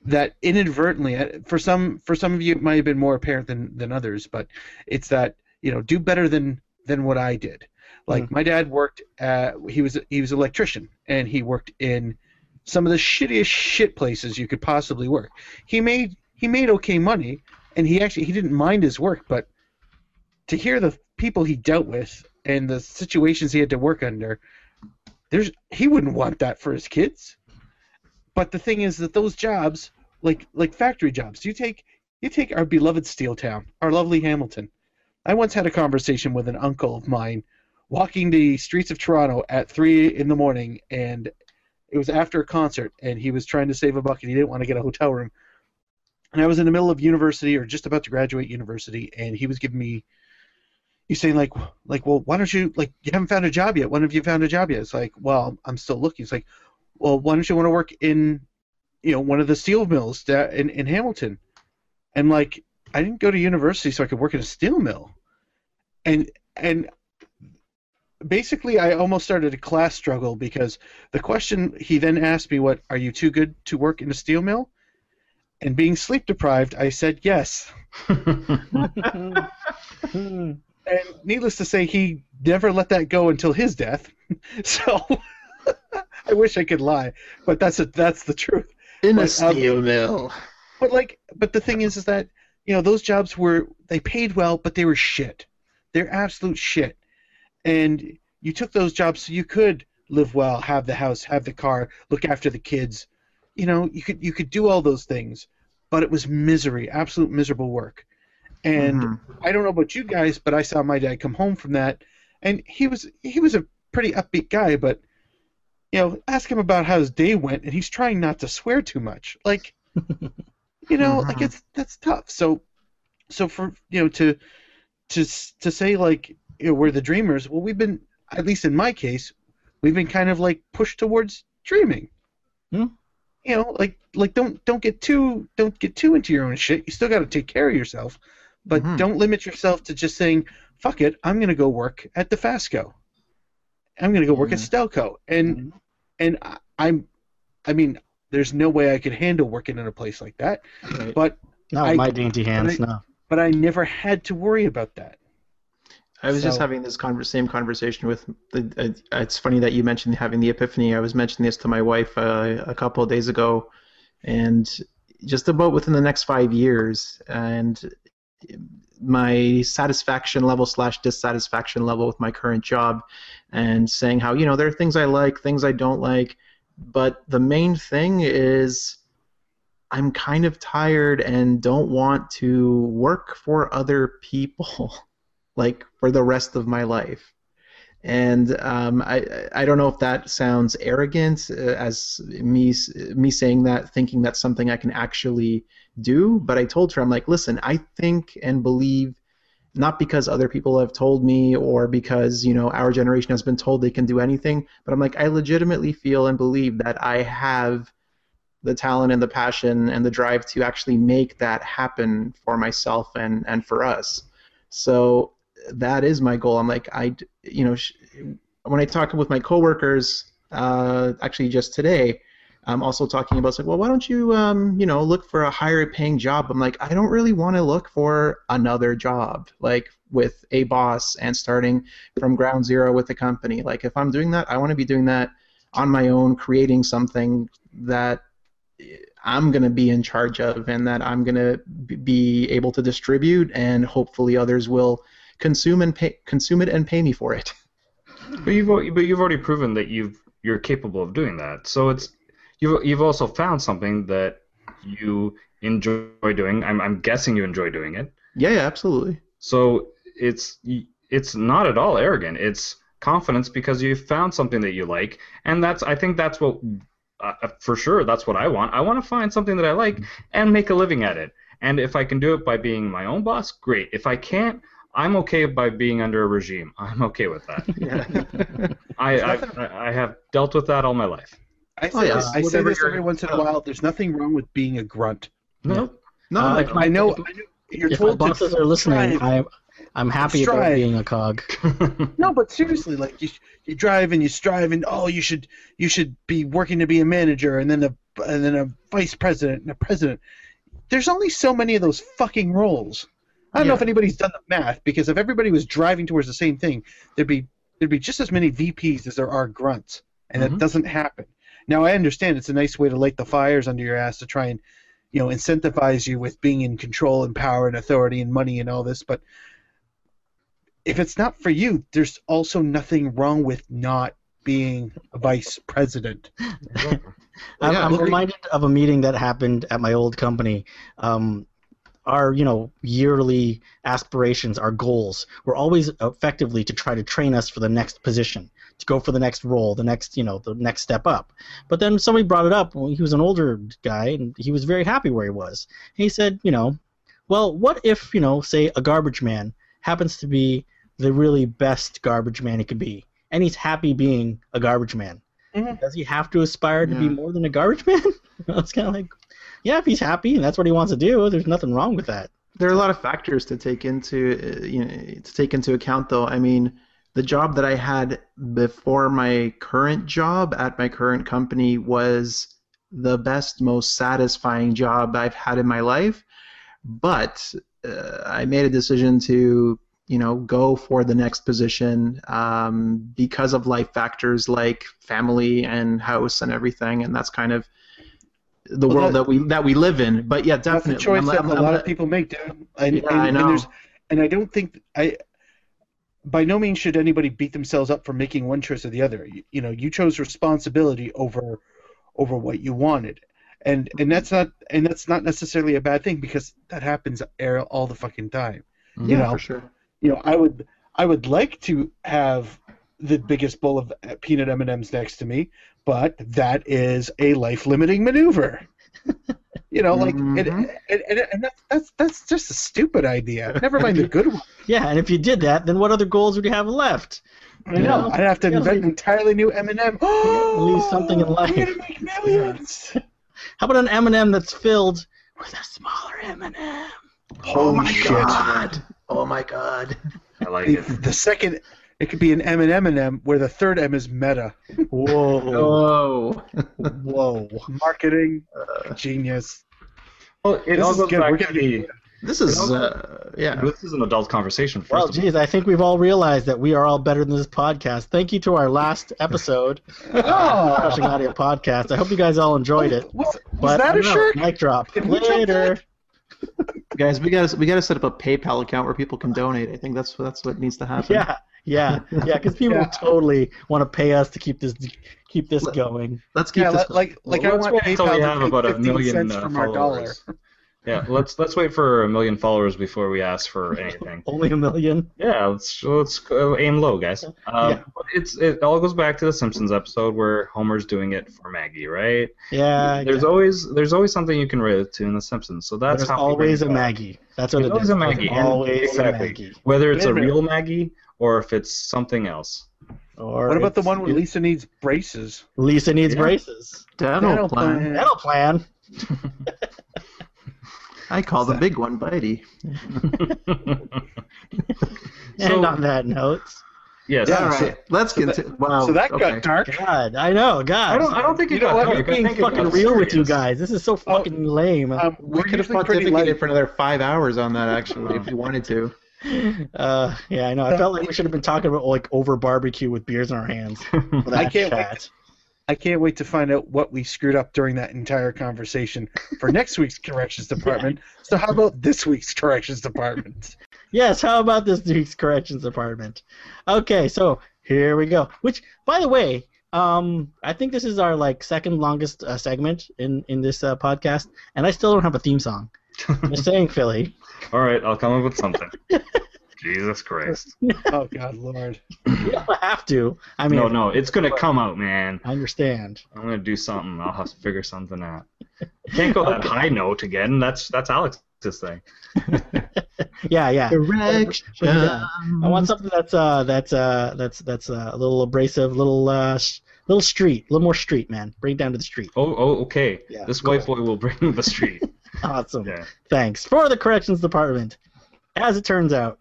S6: that inadvertently uh, for some for some of you it might have been more apparent than than others, but it's that you know do better than than what I did. Like my dad worked, uh, he was he was an electrician and he worked in some of the shittiest shit places you could possibly work. He made he made okay money and he actually he didn't mind his work, but to hear the people he dealt with and the situations he had to work under there's he wouldn't want that for his kids. But the thing is that those jobs, like like factory jobs, you take you take our beloved steel town, our lovely Hamilton. I once had a conversation with an uncle of mine walking the streets of Toronto at three in the morning and it was after a concert and he was trying to save a buck and he didn't want to get a hotel room. and I was in the middle of university or just about to graduate university, and he was giving me, he's saying like, like, well, why don't you like you haven't found a job yet? When have you found a job yet? It's like, well, I'm still looking. It's like, well, why don't you want to work in, you know, one of the steel mills that in in Hamilton? And like, I didn't go to university so I could work in a steel mill, and and basically I almost started a class struggle because the question he then asked me, what are you too good to work in a steel mill? and being sleep deprived, I said yes. And needless to say, he never let that go until his death. [laughs] so I wish I could lie, but that's a, that's the truth.
S9: In a
S6: But, um,
S9: steel mill.
S6: But like, but the thing is, is that you know those jobs were they paid well, but they were shit. They're absolute shit. And you took those jobs so you could live well, have the house, have the car, look after the kids. You know, you could you could do all those things, but it was misery, absolute miserable work. And
S9: Mhm.
S6: I don't know about you guys, but I saw my dad come home from that, and he was he was a pretty upbeat guy. But you know, ask him about how his day went, and he's trying not to swear too much. Like, you know, like
S9: Mhm.
S6: it's that's tough. So, so for you know to to s- to say like you know, we're the dreamers. Well, we've been at least in my case, we've been kind of like pushed towards dreaming.
S7: Hmm.
S6: You know, like like don't don't get too don't get too into your own shit. You still got to take care of yourself but
S9: Mhm.
S6: don't limit yourself to just saying fuck it i'm going to go work at the fasco i'm going to go work
S9: Hmm.
S6: at stelco and and I, i'm i mean there's no way i could handle working in a place like that
S7: Right.
S6: but
S7: Not
S6: I-
S7: with my dainty hands,
S6: I-
S7: no.
S6: but i never had to worry about that
S9: I was just
S6: So-
S9: having this conver- same conversation with. The, uh, it's funny that you mentioned having the epiphany. I was mentioning this to my wife uh, a couple of days ago, and just about within the next five years, and my satisfaction level slash dissatisfaction level with my current job, and saying how you know there are things I like, things I don't like, but the main thing is. I'm kind of tired and don't want to work for other people. [laughs] like for the rest of my life. And um, I I- I don't know if that sounds arrogant uh, as me s- me saying that, thinking that's something I can actually do. But I told her I'm like, listen, I think and believe. Not because other people have told me, or because you know our generation has been told they can do anything, but I'm like I legitimately feel and believe that I have the talent and the passion and the drive to actually make that happen for myself and and for us. So that is my goal. I'm like, I, d- you know, sh- when I talk with my coworkers, uh, actually just today, I'm also talking about it's like, well, why don't you, um, you know, look for a higher paying job? I'm like, I don't really want to look for another job, like with a boss and starting from ground zero with the company. Like, if I'm doing that, I want to be doing that on my own, creating something that eh, I'm going to be in charge of and that I'm going to be able to distribute and hopefully others will consume and pay, consume it and pay me for it.
S8: But you've al- but you've already proven that you've you're capable of doing that. So it's you've you've also found something that you enjoy doing. I'm I'm guessing you enjoy doing it.
S9: Yeah, yeah, absolutely.
S8: So it's it's not at all arrogant. It's confidence because you found something that you like, and that's I think that's what uh, uh, for sure that's what I want. I want to find something that I like and make a living at it. And if I can do it by being my own boss, great. If I can't, I'm okay by being under a regime. I'm okay with that.
S9: Yeah.
S8: I
S6: There's nothing-
S8: I, I have dealt with that all my life.
S6: i say,
S9: Oh, yeah.
S6: this, I say
S9: Whatever
S6: this
S9: your-
S6: every once in a while there's nothing wrong with being a grunt
S8: No,
S9: no,
S7: Uh,
S9: like
S7: if
S6: i
S7: my-
S6: know, I
S7: if-
S6: know you're
S7: If my
S6: told to
S7: bosses are listening,
S6: strive.
S7: I, I'm happy about
S6: Strive.
S7: being a cog.
S6: No, but seriously, like you, you drive and you strive and oh, you should you should be working to be a manager and then a and then a vice president and a president. There's only so many of those fucking roles. I don't know
S9: Yeah.
S6: if anybody's done the math because if everybody was driving towards the same thing, there'd be there'd be just as many VPs as there are grunts, and
S8: Mhm.
S7: Mm-hmm.
S6: that doesn't happen. Now I understand it's a nice way to light the fires under your ass to try and you know incentivize you with being in control and power and authority and money and all this, but if it's not for you, there's also nothing wrong with not being a vice president.
S7: I'm,
S9: Yeah,
S7: I'm
S9: look-
S7: reminded of a meeting that happened at my old company. Um, our, you know, yearly aspirations, our goals, were always effectively to try to train us for the next position, to go for the next role, the next you know the next step up. But then somebody brought it up. Well, he was an older guy and he was very happy where he was. He said, you know, well, what if you know, say a garbage man happens to be the really best garbage man he could be, and he's happy being a garbage man.
S6: Mhm.
S7: Does he have to aspire to be
S9: Yeah.
S7: more than a garbage [laughs] man? it's kind of like, yeah, if he's happy and that's what he wants to do, there's nothing wrong with that.
S9: There are a lot of factors to take into uh, you know, to take into account, though. I mean, the job that I had before my current job at my current company was the best, most satisfying job I've had in my life. But uh, I made a decision to you know go for the next position um, because of life factors like family and house and everything, and that's kind of the
S6: Well,
S9: world
S6: that-
S9: that, we that we live in. But yeah,
S6: That's
S9: definitely,
S6: a
S9: I'm-
S6: choice that
S9: I'm-
S6: a
S9: I'm
S6: lot
S9: not-
S6: of people make, dude. And,
S9: Yeah,
S6: and,
S9: I
S6: And,
S9: know.
S6: there's, and I don't think I. By no means should anybody beat themselves up for making one choice or the other. You, you know, you chose responsibility over over what you wanted, and and that's not and that's not necessarily a bad thing because that happens air- all the fucking time. you
S9: yeah,
S6: know.
S9: for sure.
S6: you know, I would I would like to have the biggest bowl of peanut M and M's next to me, but that is a life limiting maneuver.
S7: [laughs]
S6: You know, like and,
S9: Mhm.
S6: and, and, and that's, that's that's just a stupid idea. Never mind [laughs] the good one.
S7: Yeah, and if you did that, then what other goals would you have left?
S6: I know.
S7: Yeah.
S6: I'd have to
S7: Yeah,
S6: invent
S7: leave-
S6: an entirely new M and M. [gasps] Oh,
S7: leave something in life.
S6: We're gonna make millions.
S7: How about an M&M that's filled with a smaller M&M?
S9: Oh
S6: Holy
S9: my
S6: shit!
S9: god! Oh my god! [laughs]
S8: I like
S6: The,
S8: it.
S6: the second, it could be an M and M and M where the third M is meta
S9: Whoa!
S6: [laughs]
S9: Whoa!
S7: Oh, Whoa.
S6: marketing genius.
S8: Well, it
S6: This
S8: all
S6: is
S8: goes
S6: good. We're
S8: back
S6: gonna
S8: to
S6: be-
S8: the,
S9: This is
S8: also-
S9: uh, yeah.
S8: This is an adult conversation. First
S7: Well,
S8: of all.
S7: geez, I think we've all realized that we are all better than this podcast. Thank you to our last episode,
S6: Oh,
S7: Crushing Audio Podcast. I hope you guys all enjoyed it.
S6: was, was
S7: But
S6: Oh, that
S7: I
S6: a
S7: don't know,
S6: shirt?
S7: Mic drop.
S6: Did we drop
S7: Later.
S9: Guys, we gotta we gotta set up a PayPal account where people can donate. I think that's that's what needs to happen.
S7: [laughs] Yeah, yeah, yeah. Because people
S6: Yeah.
S7: totally want to pay us to keep this keep this
S9: Let-
S7: going.
S9: Let's keep
S6: Yeah,
S9: this.
S6: like like, like
S8: Well,
S6: I
S8: let's
S6: want
S8: wait until
S6: PayPal
S8: we
S6: to
S8: have
S6: take
S8: about a
S6: 15
S8: million
S6: cents
S8: uh,
S6: from our dollar.
S8: followers. Yeah, let's let's wait for a million followers before we ask for anything.
S7: Only a million.
S8: Yeah, let's let's uh, aim low, guys. Um,
S7: Yeah.
S8: but It's it all goes back to the Simpsons episode where Homer's doing it for Maggie, right?
S7: Yeah.
S8: there's always there's always something you can relate to in the Simpsons, so that's
S7: there's
S8: how we
S7: always a
S8: bring it up.
S7: Maggie. That's what
S8: There's
S7: it
S8: always
S7: is.
S8: a
S7: There's
S8: Maggie, and-
S7: Always
S8: exactly.
S7: a Maggie.
S8: Whether it's a
S6: Wait a minute.
S8: real Maggie or if it's something else.
S7: Or
S6: What about the
S7: it's-
S6: one where Lisa needs braces?
S7: Lisa needs
S8: Yeah.
S7: braces?
S9: dental,
S6: Dental
S9: plan.
S6: plan.
S7: That'll plan.
S9: I call the big one Bitey.
S7: [laughs]
S8: So-
S7: and uh, on that note,
S8: Yes.
S6: Yeah,
S9: All right,
S6: so-
S9: Oh, let's
S6: so that-
S9: continue. wow.
S6: so that
S9: okay.
S6: got dark.
S7: God, I know, God.
S8: I don't I don't think
S6: You
S8: it
S6: know
S8: got
S6: what?
S8: dark.
S7: I'm
S8: I
S7: being
S8: think it got
S7: fucking real with you
S8: serious. Oh,
S7: guys. This is so fucking lame.
S6: Um,
S9: We
S6: we're
S9: could have
S6: usually pretty
S9: pontificated
S6: light.
S9: for another five hours on that actually, if you
S6: [laughs]
S9: wanted to.
S7: [laughs] uh, yeah, I know. I felt like we should have been talking about like over barbecue with beers in our
S8: [laughs]
S7: hands. For that
S6: I can't wait.
S7: chat.
S6: I can't wait to find out what we screwed up during that entire conversation
S7: [laughs]
S6: for next week's corrections department. So how about this week's corrections
S7: [laughs]
S6: department?
S7: Yes, how about this Duke's Corrections Department? Okay, so here we go. Which, by the way, um, I think this is our like second longest uh, segment in in this uh, podcast, and I still don't have a theme song. Just saying, Philly. [laughs]
S8: All right, I'll come up with something. Jesus Christ.
S6: Oh God, Lord!
S7: You don't have to. I mean,
S8: no, no, it's gonna come out, man.
S7: I understand.
S8: I'm gonna do something. I'll have to figure something out. Can't go that high note again. That's that's Alex's
S7: [laughs]
S8: thing.
S7: Yeah,
S9: [laughs]
S7: yeah.
S9: Direction.
S7: I
S9: [laughs]
S6: Mm-hmm.
S7: want something that's uh that's uh that's that's uh, a little abrasive, little uh sh- little street, a little more street, man. Bring it down to the street.
S8: Oh, oh, okay.
S7: Yeah,
S8: this white boy will bring the street.
S7: Awesome.
S8: yeah.
S7: Thanks for the corrections department. As it turns out,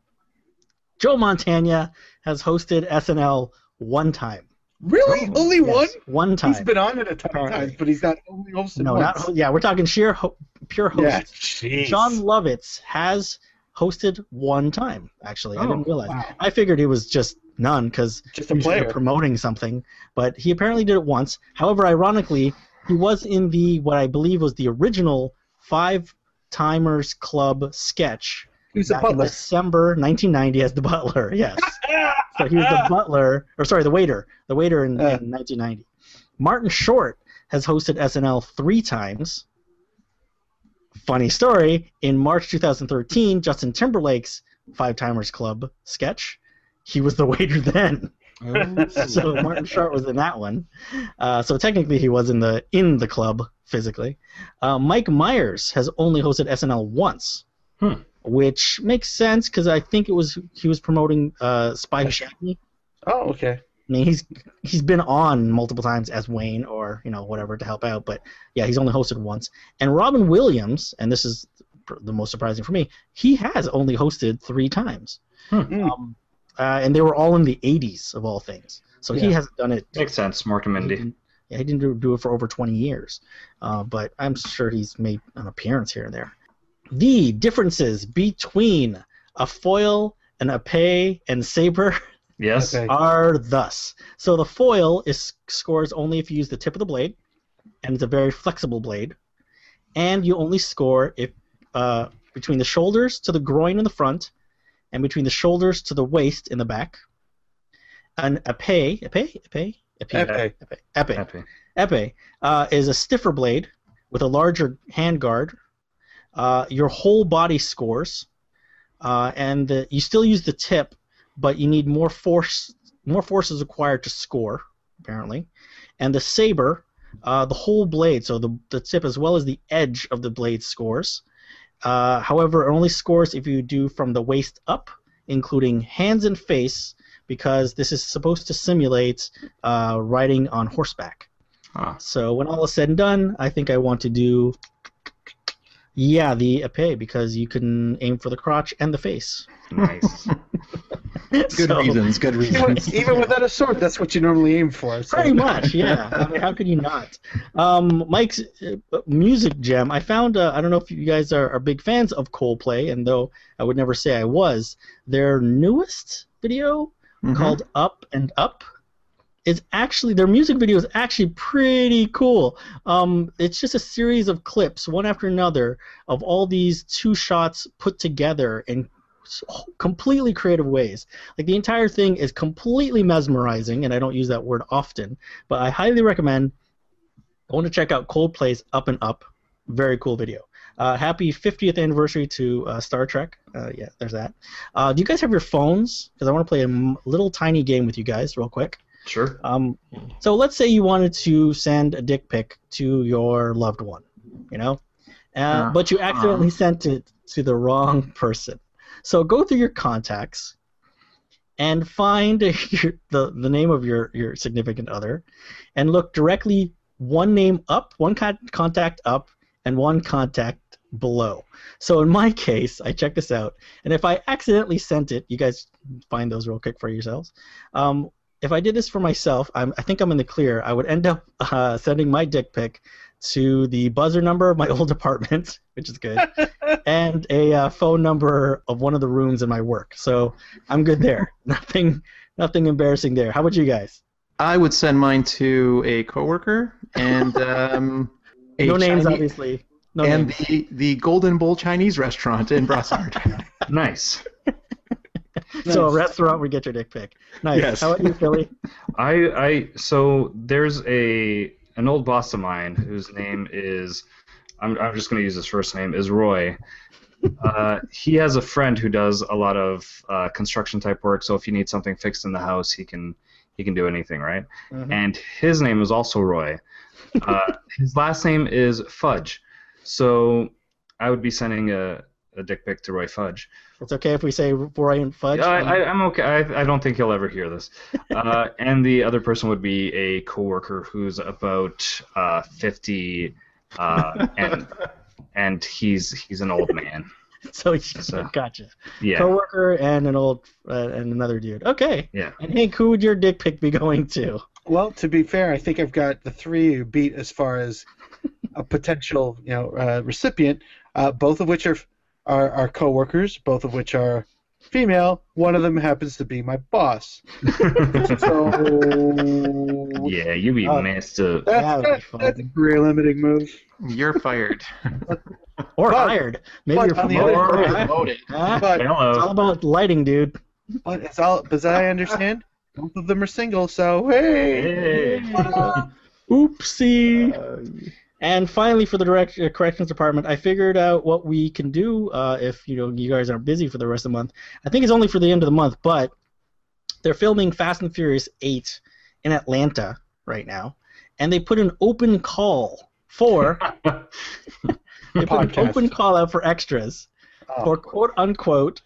S7: Joe Montana has hosted SNL one time.
S6: Really? Only one?
S7: Oh, Yes, one time.
S6: He's been on it a ton of times, but he's not only hosted
S7: no, not
S6: once.
S7: ho- yeah. We're talking sheer ho- pure host.
S6: yeah, jeez.
S7: John Lovitz has hosted one time. Actually, I
S8: Oh,
S7: didn't realize.
S6: wow.
S7: I figured it was just none because
S6: just a
S7: usually
S6: player.
S7: they're promoting something, but he apparently did it once. However, ironically, he was in the what I believe was the original Five Timers Club sketch
S6: Who's a
S7: back in
S6: butler?
S7: December 1990 as the butler. [laughs] Yes, so he was the butler, or sorry, the waiter, the waiter in,
S6: Uh.
S7: in 1990. Martin Short has hosted SNL three times. Funny story: in March 2013, Justin Timberlake's Five Timers Club sketch, he was the waiter [laughs] then. [laughs] so Martin Short was in that one. Uh, so technically, he was in the in the club physically. Uh, Mike Myers has only hosted SNL once,
S8: Hmm.
S7: which makes sense because I think it was he was promoting uh, Spy Who Shagged Me.
S6: Oh, okay.
S7: I mean, he's he's been on multiple times as Wayne or you know whatever to help out, but yeah, he's only hosted once. And Robin Williams, and this is pr- the most surprising for me, he has only hosted three times,
S8: Hmm.
S7: um, uh, and they were all in the '80s of all things. So he
S6: Yeah.
S7: hasn't done it.
S8: Makes sense, Mork and
S7: He
S8: Mindy.
S7: didn't, yeah, he didn't do, do it for over 20 years, uh, but I'm sure he's made an appearance here and there. The differences between a foil and a pay and saber
S8: Yes. Oh,
S6: Okay.
S7: are thus. So the foil is scores only if you use the tip of the blade, and it's a very flexible blade, and you only score if uh, between the shoulders to the groin in the front, and between the shoulders to the waist in the back. An epee, epee, epee, epee,
S6: Okay.
S7: epee, epee,
S8: Happy.
S7: epee uh, is a stiffer blade with a larger handguard. Uh, your whole body scores, uh, and the, you still use the tip, but you need more force. More force is required to score, apparently. And the saber, uh, the whole blade, so the, the tip as well as the edge of the blade scores. Uh, however, it only scores if you do from the waist up, including hands and face, because this is supposed to simulate uh, riding on horseback.
S8: Ah,
S7: So when all is said and done, I think I want to do yeah the epee because you can aim for the crotch and the face. [laughs]
S8: nice.
S7: Good
S9: Good reasons. [laughs] Good
S6: Even,
S9: reasons.
S6: [laughs] even without a sword, that's what you normally aim for. so-
S7: Pretty much, yeah. I mean, how could you not? Um, Mike's uh, music gem. I found. Uh, I don't know if you guys are, are big fans of Coldplay, and though I would never say I was, their newest video
S9: [laughs] Mhm.
S7: called Up and Up. It's actually their music video is actually pretty cool. Um, it's just a series of clips, one after another, of all these two shots put together in s- completely creative ways. Like the entire thing is completely mesmerizing, and I don't use that word often, but I highly recommend. I want to check out Coldplay's Up and Up. Very cool video. Uh, happy 50th anniversary to uh, Star Trek. Uh, yeah, there's that. Uh, do you guys have your phones? Because I want to play a m- little tiny game with you guys real quick.
S8: Sure.
S7: Um, so let's say you wanted to send a dick pic to your loved one, you know, uh,
S9: Uh,
S7: but you accidentally sent it to the wrong person. So go through your contacts and find [laughs] your, the the name of your your significant other, and look directly one name up, one con- contact up, and one contact below. So in my case, I checked this out, and if I accidentally sent it, you guys find those real quick for yourselves. Um, if I did this for myself, I'm, I think I'm in the clear. I would end up [laughs] uh, sending my dick pic to the buzzer number of my [laughs] old apartment, which is
S8: [laughs]
S7: good, and a uh, phone number of one of the rooms in my work. So I'm good
S8: [laughs]
S7: there. [laughs] nothing, nothing embarrassing there. How about you guys?
S9: I would send mine to a coworker and
S7: [laughs]
S9: um, a
S7: no names,
S9: Chinese-
S7: obviously. No
S9: and
S7: names.
S9: the the Golden Bowl Chinese restaurant in
S7: [laughs]
S9: Brassard.
S8: Nice.
S7: So a restaurant would get your dick pic. Nice.
S9: Yes.
S7: How about you,
S8: [laughs]
S7: Philly?
S8: I I so there's a an old boss of mine whose name is I'm I'm just gonna use his first name is Roy. Uh, he has a friend who does a lot of uh, construction type work. So if you need something fixed in the house, he can he can do anything, right?
S6: Mhm.
S8: And his name is also Roy. Uh, his last name is Fudge. So I would be sending a, a dick pic to Roy Fudge.
S7: It's okay if we say Roy and Fudge.
S8: Yeah, I, I, I'm okay. I, I don't think he'll ever hear
S6: [laughs]
S8: this. Uh, and the other person would be a coworker who's about uh, 50,
S6: [laughs]
S8: uh, and and he's he's an old man.
S7: [laughs] so,
S8: So-
S7: [laughs] gotcha.
S8: Yeah,
S7: Coworker and an old uh, and another dude. Okay.
S8: yeah.
S7: And Hank, who would your dick pic be [laughs] going to?
S6: Well, to be fair, I think I've got the three you beat as far as a potential, you know, uh, recipient. Uh, both of which are, are are coworkers. Both of which are female. One of them happens to be my
S8: [laughs]
S6: boss. So
S8: yeah, you be
S6: Uh,
S8: messed up.
S7: That
S6: that's,
S7: would be
S6: that's,
S7: fun.
S6: that's a career limiting move.
S9: You're fired.
S7: Or
S6: But-
S7: hired. Maybe
S6: but
S7: you're
S6: on
S7: from
S6: the other
S8: Or-
S9: You're
S6: [laughs]
S8: hand-
S9: promoted.
S7: Ah,
S6: But
S7: It's
S8: Hello.
S7: all about lighting, dude.
S6: But as all as I understand, both of them are single, so hey.
S8: Hey.
S7: Oopsie.
S9: Uh,
S7: And finally, for the direct, uh, corrections department, I figured out what we can do uh, if you know you guys aren't busy for the rest of the month. I think it's only for the end of the month, but they're filming Fast and Furious 8 in Atlanta right now, and they put an open call
S6: [laughs]
S7: for [laughs] they put an
S6: Podcast.
S7: open call out for extras
S6: [laughs] Oh.
S7: for quote unquote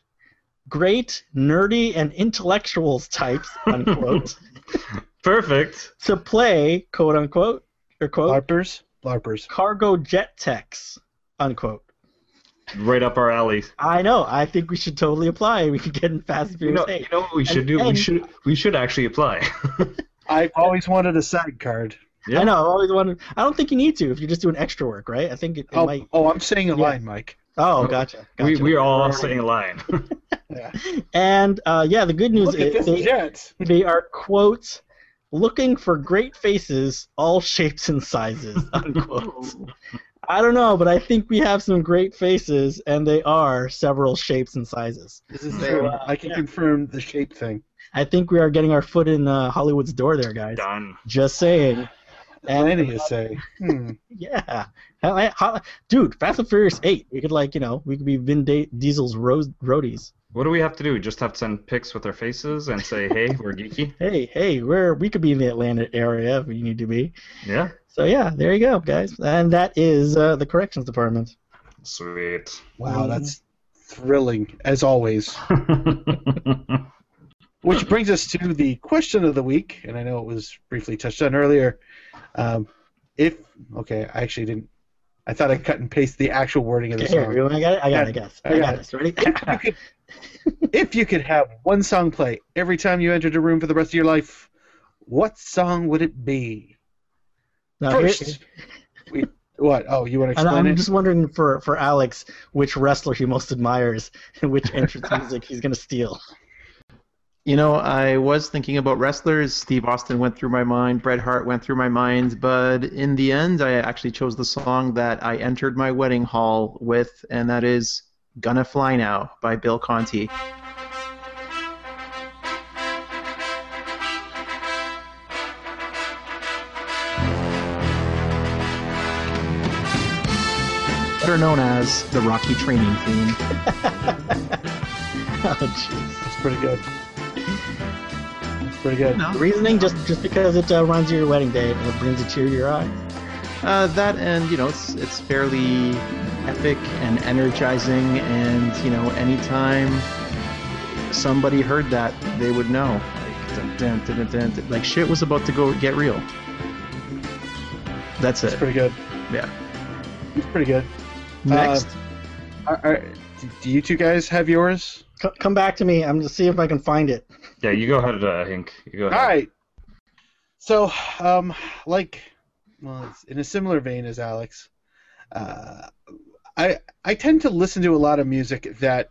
S7: great nerdy and intellectuals
S8: [laughs]
S7: types unquote
S8: Perfect.
S7: to play quote unquote or quote
S6: LARPers? LARPers.
S7: cargo jet techs unquote.
S8: Right up our alley.
S7: I know. I think we should totally apply. [laughs] We could get in Fast and
S8: You
S7: Furious
S8: know,
S7: 8.
S8: you know what we should do? we
S7: and-
S8: should we should actually apply. [laughs]
S6: I've always wanted a side card.
S8: Yeah.
S7: I know. I always wanted. I don't think you need to if you're just doing extra work, right? I think it, it
S6: Oh,
S7: might.
S6: oh, I'm saying a
S7: Yeah.
S6: line, Mike.
S7: Oh, gotcha.
S8: we
S7: gotcha.
S8: we are all saying a line. [laughs]
S7: And uh, yeah, the good news
S6: Look at
S7: is
S6: this
S7: they,
S6: jet.
S7: they are quote looking for great faces, all shapes and sizes. Unquote. I don't know, but I think we have some great faces, and they are several shapes and sizes.
S6: This is
S7: So,
S6: true.
S7: uh,
S6: I can
S7: yeah.
S6: confirm the shape thing.
S7: I think we are getting our foot in uh, Hollywood's door, there, guys.
S8: Done.
S7: Just saying. And-
S6: Lanny is say. Hmm.
S7: Yeah, Hell, I- how- dude, Fast and Furious Eight. We could like you know we could be Vin Da- Diesel's ro- roadies.
S8: What do we have to do? Just have to send pics with our faces and say, "Hey, we're
S6: [laughs]
S8: geeky."
S7: Hey, hey, we're we could be in the Atlanta area if we need to be.
S8: Yeah.
S7: So yeah, there you go, guys. And that is uh, the corrections department.
S8: Sweet.
S6: Wow, that's thrilling, as always. Which brings us to the question of the week, and I know it was briefly touched on earlier. Um, if okay, I actually didn't. I thought I cut and paste the actual wording of the
S7: Okay, here,
S6: song.
S7: everyone, I got it. I got it. I guess. I got this. Ready? [laughs]
S6: If you could- if you could have one song play every time you entered a room for the rest of your life, what song would it be?
S7: Now, here-
S6: First, we, what? Oh, you want to
S7: and
S6: explain
S7: I'm
S6: it?
S7: just wondering for, for Alex which wrestler he most admires [laughs] and which entrance music he's gonna steal. [laughs]
S9: You know, I was thinking about wrestlers. Steve Austin went through my mind. Bret Hart went through my mind. But in the end, I actually chose the song that I entered my wedding hall with, and that is Gonna Fly Now by Bill Conti. Better known as the Rocky Training Theme.
S7: oh,
S6: That's pretty good. That's pretty good.
S9: No.
S7: jeez. Reasoning just just because it uh, rhymes with your wedding day and it brings a tear to your eye.
S9: Uh, that and you know it's it's fairly epic and energizing, and you know anytime somebody heard that, they would know. Like, dun, dun, dun, dun, dun, like shit was about to go get real. That's
S6: That's
S7: Uh,
S9: it.
S6: pretty good.
S9: Yeah.
S6: It's pretty good.
S9: Next,
S6: Are, are, do you two guys have yours?
S7: C- come back to me. I'm gonna see if I can find it.
S8: yeah, you go ahead, uh, Hink. You go
S6: All
S8: ahead.
S6: right. So, um, like, well, it's in a similar vein as Alex, uh, I I tend to listen to a lot of music that,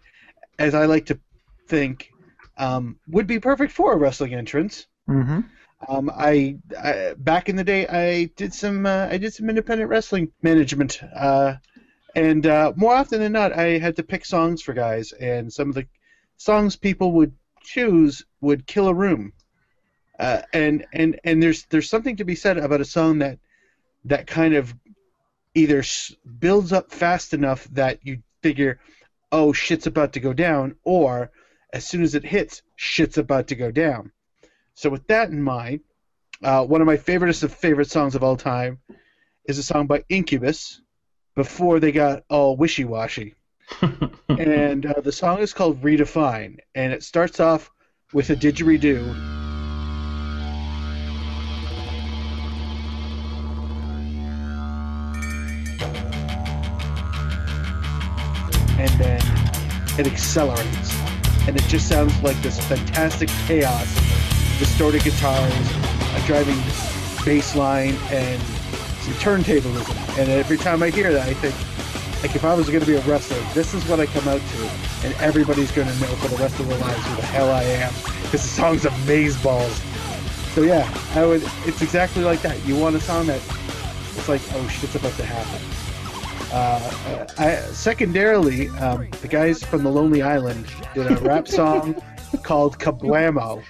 S6: as I like to think, um, would be perfect for a wrestling entrance.
S9: hmm
S6: Um, I, I back in the day, I did some uh, I did some independent wrestling management, uh, and uh, more often than not, I had to pick songs for guys, and some of the songs people would choose would kill a room. Uh, and and and there's there's something to be said about a song that that kind of either s- builds up fast enough that you figure, oh shit's about to go down, or as soon as it hits, shit's about to go down. So with that in mind, uh, one of my favoriteest of favorite songs of all time is a song by Incubus before they got all wishy-washy. and uh, the song is called Redefine, and it starts off with a didgeridoo. And then it accelerates, and it just sounds like this fantastic chaos distorted guitars, a driving bass line, and some turntablism. And every time I hear that, I think, like, if I was going to be a wrestler, this is what I come out to, and everybody's going to know for the rest of their lives who the hell I am, because the song's amazeballs. So yeah, I would. It's exactly like that. You want a song that it's like, oh shit's about to happen. Uh, I, secondarily, um, the guys from the Lonely Island did a rap song called Kablamo.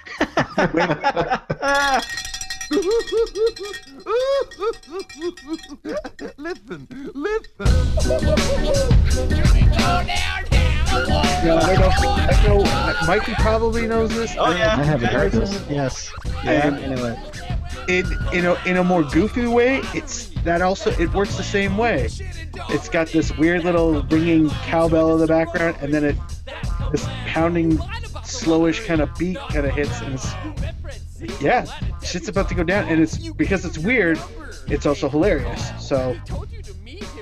S6: No, I don't know. I don't know. I, Mikey probably knows this.
S3: Oh, yeah.
S7: I haven't heard
S3: Yeah.
S7: this. Yes.
S6: Yeah.
S7: Anyway.
S6: in in a, in a more goofy way, it's that also it works the same way. It's got this weird little ringing cowbell in the background, and then it this pounding, slowish kind of beat kind of hits, and it's yeah, shit's about to go down, and it's because it's weird, it's also hilarious. So,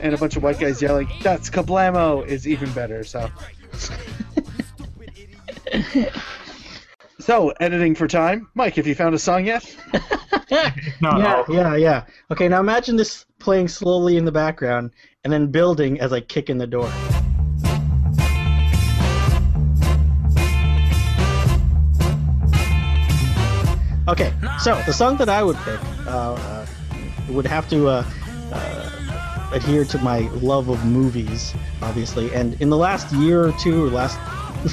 S6: and a bunch of white guys yelling, "That's kablamo!" is even better. So. So, editing for time. Mike, have you found a song yet?
S8: [laughs] No, Oh.
S7: yeah, yeah, yeah. Okay, now imagine this playing slowly in the background and then building as I kick in the door. Okay, so the song that I would pick uh, uh, would have to uh, uh, adhere to my love of movies, obviously. And in the last year or two, or last,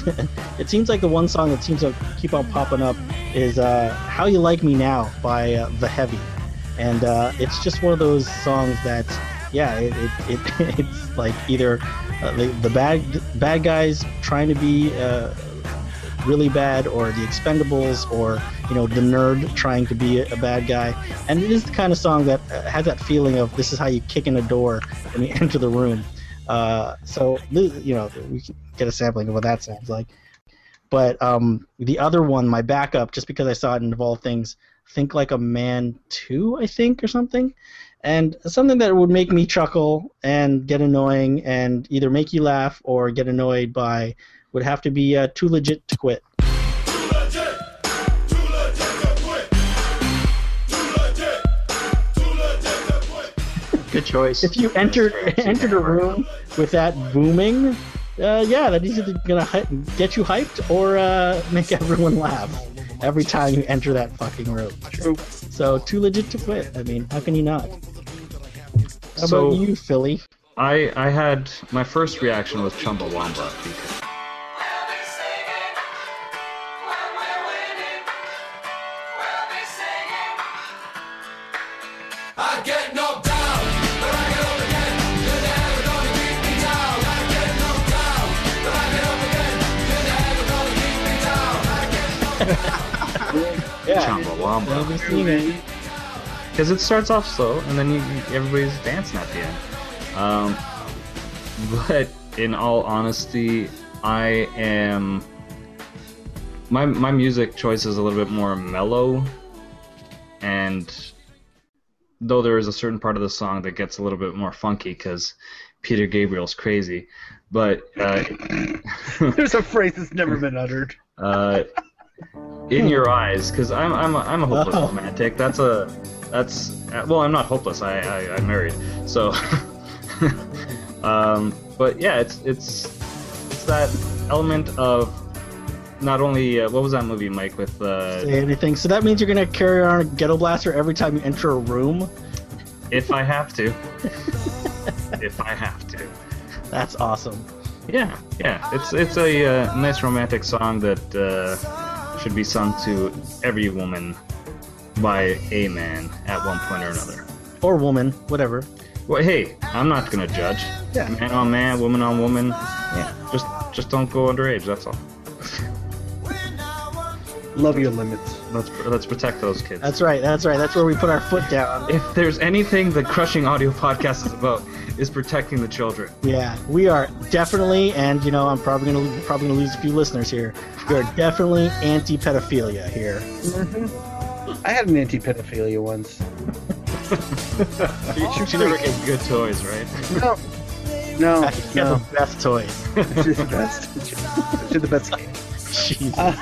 S7: [laughs] it seems like the one song that seems to keep on popping up is uh, "How You Like Me Now" by uh, The Heavy, and uh, it's just one of those songs that, yeah, it, it, it [laughs] it's like either uh, the, the bad bad guys trying to be uh, really bad, or the Expendables, or you know the nerd trying to be a, a bad guy, and it is the kind of song that uh, has that feeling of this is how you kick in a door when you [laughs] enter the room. Uh, so you know we can get a sampling of what that sounds like. But um, the other one, my backup, just because I saw it in all Things, Think Like a Man 2, I think, or something. And something that would make me chuckle and get annoying and either make you laugh or get annoyed by would have to be uh, Too Legit to Quit.
S9: Good choice.
S7: If you entered entered a room with that booming, uh, yeah, that is either gonna hy- get you hyped or uh, [laughs] make everyone laugh every time you enter that fucking room.
S6: True.
S7: So too legit to quit. I mean, how can you not? How
S8: So-
S7: about you, Philly?
S8: I I had my first reaction was Chumbawamba. Because, Chumbawamba.
S7: Never seen it.
S8: Because it starts off slow, and then you, you- everybody's dancing at the end. Um, but in all honesty, I am my my music choice is a little bit more mellow, and though there is a certain part of the song that gets a little bit more funky because Peter Gabriel's crazy, but uh, [laughs]
S6: There's a phrase that's never been uttered.
S8: uh, in your eyes because I'm I'm a, I'm a hopeless
S7: Oh.
S8: romantic. That's a that's uh, well, I'm not hopeless. I, I I'm married. So, [laughs] um, but yeah, it's it's it's that element of not only uh, what was that movie, Mike, with uh,
S7: Say anything. So that means you're gonna carry on a ghetto blaster every time you enter a room.
S8: if I have to, if I have to.
S7: That's awesome.
S8: Yeah, yeah. It's it's a uh, nice romantic song that uh, should be sung to every woman by a man at one point or another.
S7: Or woman, whatever.
S8: Well, hey, I'm not gonna judge.
S7: Yeah.
S8: Man on man, woman on woman. Yeah. Just just don't go underage. That's all.
S6: Love your limits.
S8: Let's let's protect those kids.
S7: That's right. That's right. That's where we put our foot down.
S8: if there's anything the crushing audio podcast is about, is protecting the children.
S7: Yeah, we are definitely, and you know, I'm probably gonna probably gonna lose a few listeners here. We are definitely anti-pedophilia here. [laughs]
S6: I had an anti-pedophilia once.
S8: She never gets good toys, right?
S6: No, no, [laughs]
S7: I got
S6: no.
S7: the best toys.
S6: I did the best. I did the best.
S7: Jeez,
S6: Uh,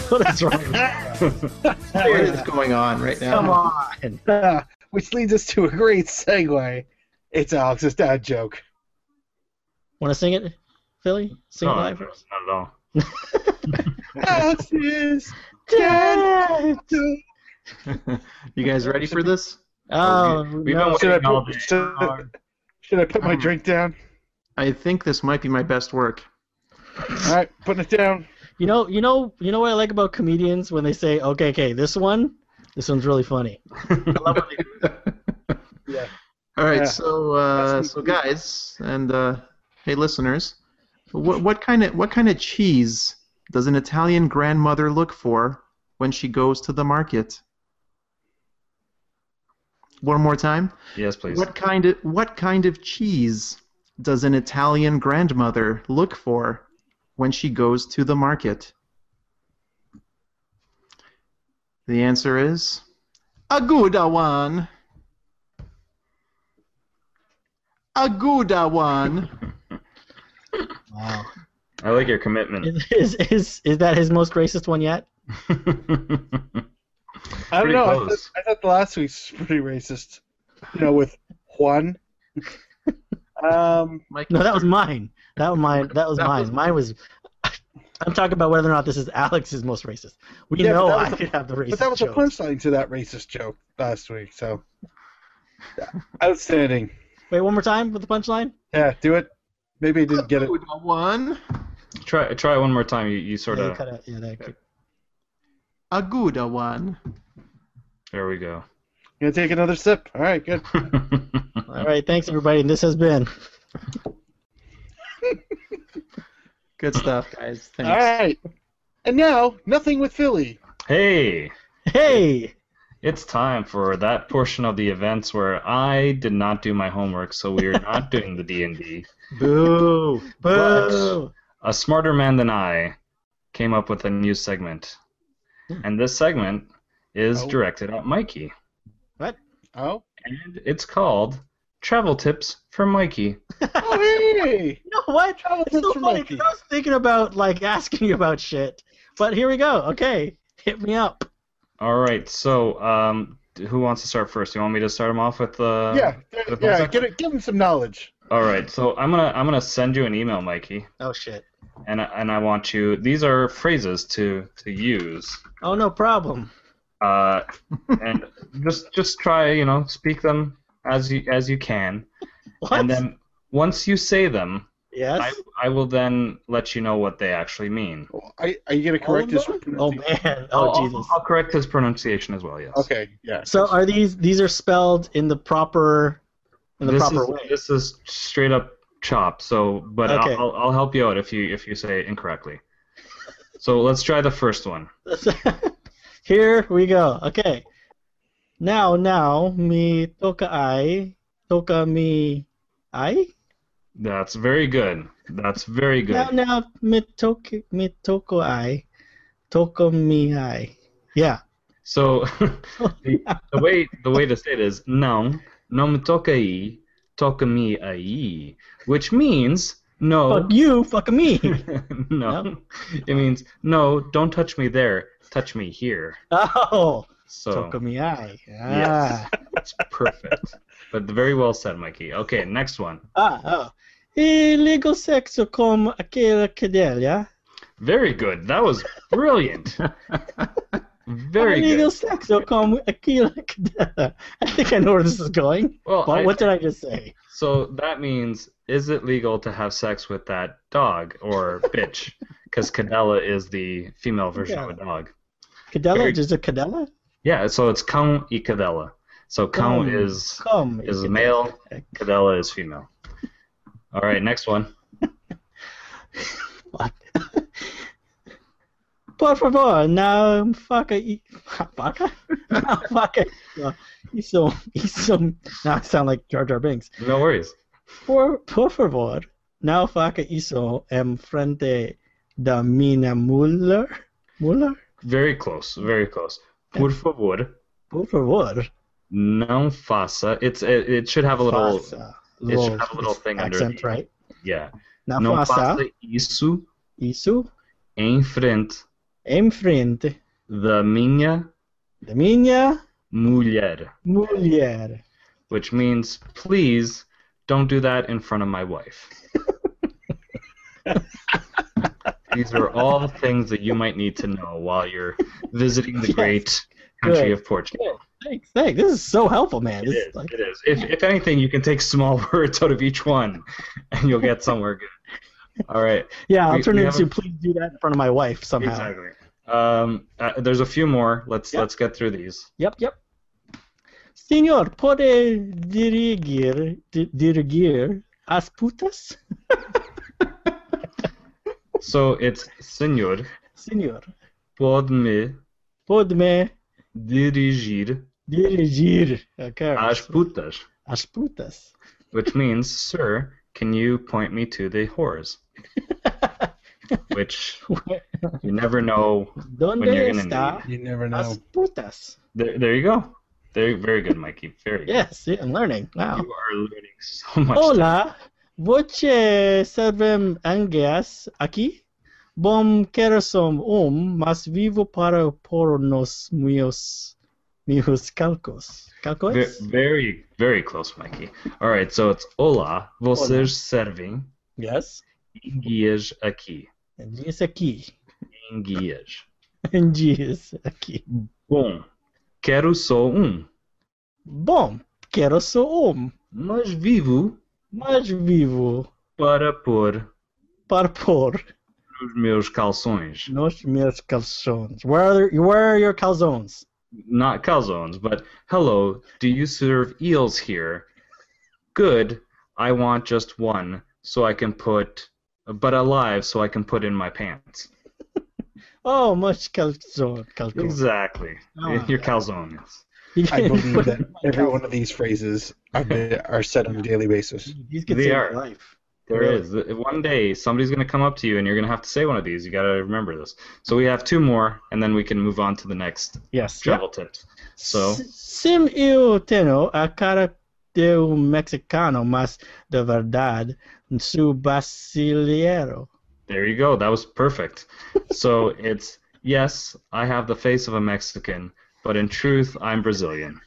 S7: [laughs] what is wrong?
S6: [laughs]
S7: with you?
S9: what is going on right now?
S7: Come on.
S6: uh, which leads us to a great segue. It's Alex's dad joke.
S7: Want to sing it, Philly? Sing
S6: Oh,
S8: no,
S7: it
S8: not
S7: live.
S8: Oh, at all.
S6: Alex's dad. joke.
S9: [laughs] you guys ready for this?
S7: Oh,
S8: We've
S7: no.
S8: been
S6: Should I
S8: waiting all
S6: put,
S8: day.
S6: should, should I put my
S8: Hmm.
S6: drink down?
S9: I think this might be my best work.
S6: All right, putting it down.
S7: You know, you know, you know what I like about comedians when they say, "Okay, okay, this one, this one's really funny." [laughs]
S6: Yeah.
S9: All right,
S6: Yeah.
S9: so uh,
S6: That's-
S9: so guys and uh, hey listeners, what what kind of what kind of cheese does an Italian grandmother look for when she goes to the market? One more time.
S8: Yes, please.
S9: What kind of what kind of cheese does an Italian grandmother look for when she goes to the market? The answer is a good one. A good one.
S7: Wow.
S8: I like your commitment.
S7: Is, is, is, is that his most racist one yet?
S6: I don't
S8: Pretty
S6: know. I thought,
S8: close.
S6: I thought the last week's was pretty racist. You know, with [laughs] Juan. um,
S9: Mike,
S7: No, that was mine. That was mine. That was
S9: That
S7: mine.
S9: was-
S7: Mine was. [laughs] I'm talking about whether or not this is Alex's most racist. We
S6: Yeah, but
S7: know
S6: that was
S7: I
S6: the-
S7: could have the racist.
S6: but that was
S7: joke.
S6: a punchline to that racist joke last week. So outstanding.
S7: Wait, one more time with the punchline.
S6: Yeah, do it. Maybe I didn't get
S9: a
S6: it.
S9: good one.
S8: [laughs] try try one more time. You, you sort
S7: Yeah, you
S8: of.
S7: cut out- yeah, that-
S9: A good one.
S8: There we go. [laughs]
S6: Gonna take another sip. All right, good.
S7: All right, thanks everybody. And this has been.
S9: Good stuff, guys. Thanks.
S6: All right. And now, nothing with Philly.
S8: hey,
S7: Hey,
S8: it's time for that portion of the events where I did not do my homework, so we are not doing the D and D.
S9: Boo.
S7: [laughs] boo!
S8: a smarter man than I came up with a new segment.
S7: Hmm.
S8: And this segment is
S6: Oh.
S8: directed at Mikey.
S6: Oh.
S8: And it's called Travel Tips for Mikey.
S6: Oh, hey!
S7: You know what?
S6: Travel
S7: It's
S6: tips
S7: so
S6: for
S7: funny
S6: Mikey.
S7: 'cause I was thinking about like asking you about shit, but here we go. Okay, hit me up.
S8: All right, so um, who wants to start first? You want me to start him off with uh...
S6: yeah,
S8: the
S6: yeah.
S8: buzzer?
S6: Get it. Give him some knowledge.
S8: All right, so I'm gonna I'm gonna send you an email, Mikey,
S7: Oh shit.
S8: and I, and I want you. These are phrases to to use.
S7: Oh no problem. [laughs]
S8: uh, and just just try you know speak them as you as you can
S7: What?
S8: and then once you say them
S7: yes.
S8: I, I will then let you know what they actually mean
S6: Oh, Are, are you gonna correct his?
S7: oh man.
S8: I'll-
S7: Oh
S8: I'll-
S7: Jesus.
S8: I'll, correct his pronunciation as well yes
S6: Okay. Yeah.
S7: So are these these are spelled in the proper in the
S8: this
S7: proper
S8: is,
S7: way?
S8: this is straight up chop so but I'll-
S7: Okay.
S8: I'll, I'll help you out if you if you say it incorrectly so let's try the first one
S7: [laughs] Here we go. Okay. Now, now, me toka ai, toka mi ai.
S8: that's very good that's very good
S7: Now, now, me toka me toko ai, toko mi ai. Yeah.
S8: So [laughs] the, the way the way to say it is no, no me toca i, toca mi ai, which means no,
S7: Fuck you, fuck
S8: [laughs]
S7: me.
S8: no. It means no, don't touch me there, touch me here.
S7: oh,
S8: So
S7: toka mi ai. Ah.
S8: Yes. it's perfect. But very well said, Mikey. Okay, next one.
S7: ah, oh. Illegal sexo com aquela cadelia.
S8: Very good. That was
S7: [laughs]
S8: brilliant. Very
S7: Illegal
S8: good.
S7: sexo com aquela cadelia. I think I know where this is going.
S8: [laughs] Well,
S7: But
S8: I-
S7: what did I just say?
S8: So that means, is it legal to have sex with that dog
S7: [laughs]
S8: or bitch? Because Cadella is the female version of a dog. Very-
S7: Cadella? Is it Cadella?
S8: Yeah, so it's Cão e Cadella. So Cão
S7: Cão.
S8: is
S7: Come.
S8: is male, Cadella is female. All right, next one.
S7: Por favor, now fuck a [laughs] fuck a now fuck a. He's so he's so. Now I sound like Jar Jar Binks.
S8: No worries.
S7: Por por favor, now fuck a iso em frente da mina Muller Muller.
S8: Very close, very close. Por favor,
S7: Por favor,
S8: não faça. It's it, it should have a little
S7: faça.
S8: it should have a little thing under
S7: accent,
S8: the-
S7: right?
S8: yeah.
S7: Now
S8: Não
S7: faça
S8: faça isso
S7: isso
S8: em frente
S7: em frente
S8: da minha
S7: da minha
S8: mulher.
S7: mulher.
S8: which means please don't do that in front of my wife. These are all things that you might need to know while you're visiting the
S7: Yes.
S8: great country
S7: Good.
S8: of Portugal.
S7: Thanks, thanks. This is so helpful, man.
S8: It
S7: This is
S8: is.
S7: like
S8: It is. If, if anything, you can take small [laughs] words out of each one, and you'll get somewhere good. All right.
S7: Yeah, I'll
S8: We-
S7: turn
S8: we
S7: it
S8: have
S7: into
S8: a-
S7: please do that in front of my wife somehow.
S8: Exactly. Um, uh, there's a few more. Let's
S7: Yeah.
S8: let's get through these.
S7: Yep, yep. Senhor, pode dirigir, di- dirigir as putas?
S8: So it's Senhor,
S7: Senhor,
S8: pode me
S7: pode me
S8: dirigir
S7: dirigir a carro?
S8: as putas,
S7: As putas. [laughs]
S8: which means, sir, can you point me to the
S7: [laughs]
S8: whores? Which you never know. When you're
S7: Donde
S8: gonna
S7: está
S6: You never
S7: as putas?
S8: There, there you go. There, very good, Mikey. Very good.
S7: Yes, yeah, I'm learning. Wow.
S8: You are learning so much.
S7: Hola, voce servem angeas aqui? Bom queresom um, mas vivo para por nos meus, meus calcos.
S8: Ve-
S7: Calcos?
S8: very, very close, Mikey. All right, so it's Olá,
S7: Olá.
S8: vocês servem
S7: yes.
S8: em guias aqui.
S7: Dias aqui. [laughs]
S8: Em guias.
S7: Dias aqui.
S8: Bom, quero só um,
S7: Bom, quero só um,
S8: mas vivo
S7: mas vivo
S8: para pôr
S7: para por
S8: os meus calções.
S7: nos meus calções. Where are, where are your calzones?
S8: Not calzones, but hello, do you serve eels here? Good, I want just one so I can put, but alive so I can put in my pants.
S7: Oh, much calzone. calzone.
S8: Exactly.
S7: Ah.
S8: Your calzones.
S6: I
S7: [laughs]
S6: believe that every one of these phrases are, are said on a daily
S7: [laughs]
S6: basis.
S7: These get
S8: They
S7: saved
S8: are.
S7: life.
S8: There
S7: Really?
S8: is. Uh, One day somebody's going to come up to you and you're going to have to say one of these. You got to remember this. So we have two more and then we can move on to the next
S7: Yes.
S8: travel tip. So,
S7: S- Sim eu tenho a cara de um mexicano, mas de verdade sou brasileiro.
S8: there you go. That was
S7: [laughs]
S8: perfect. So it's yes, I have the face of a Mexican, but in truth, I'm Brazilian.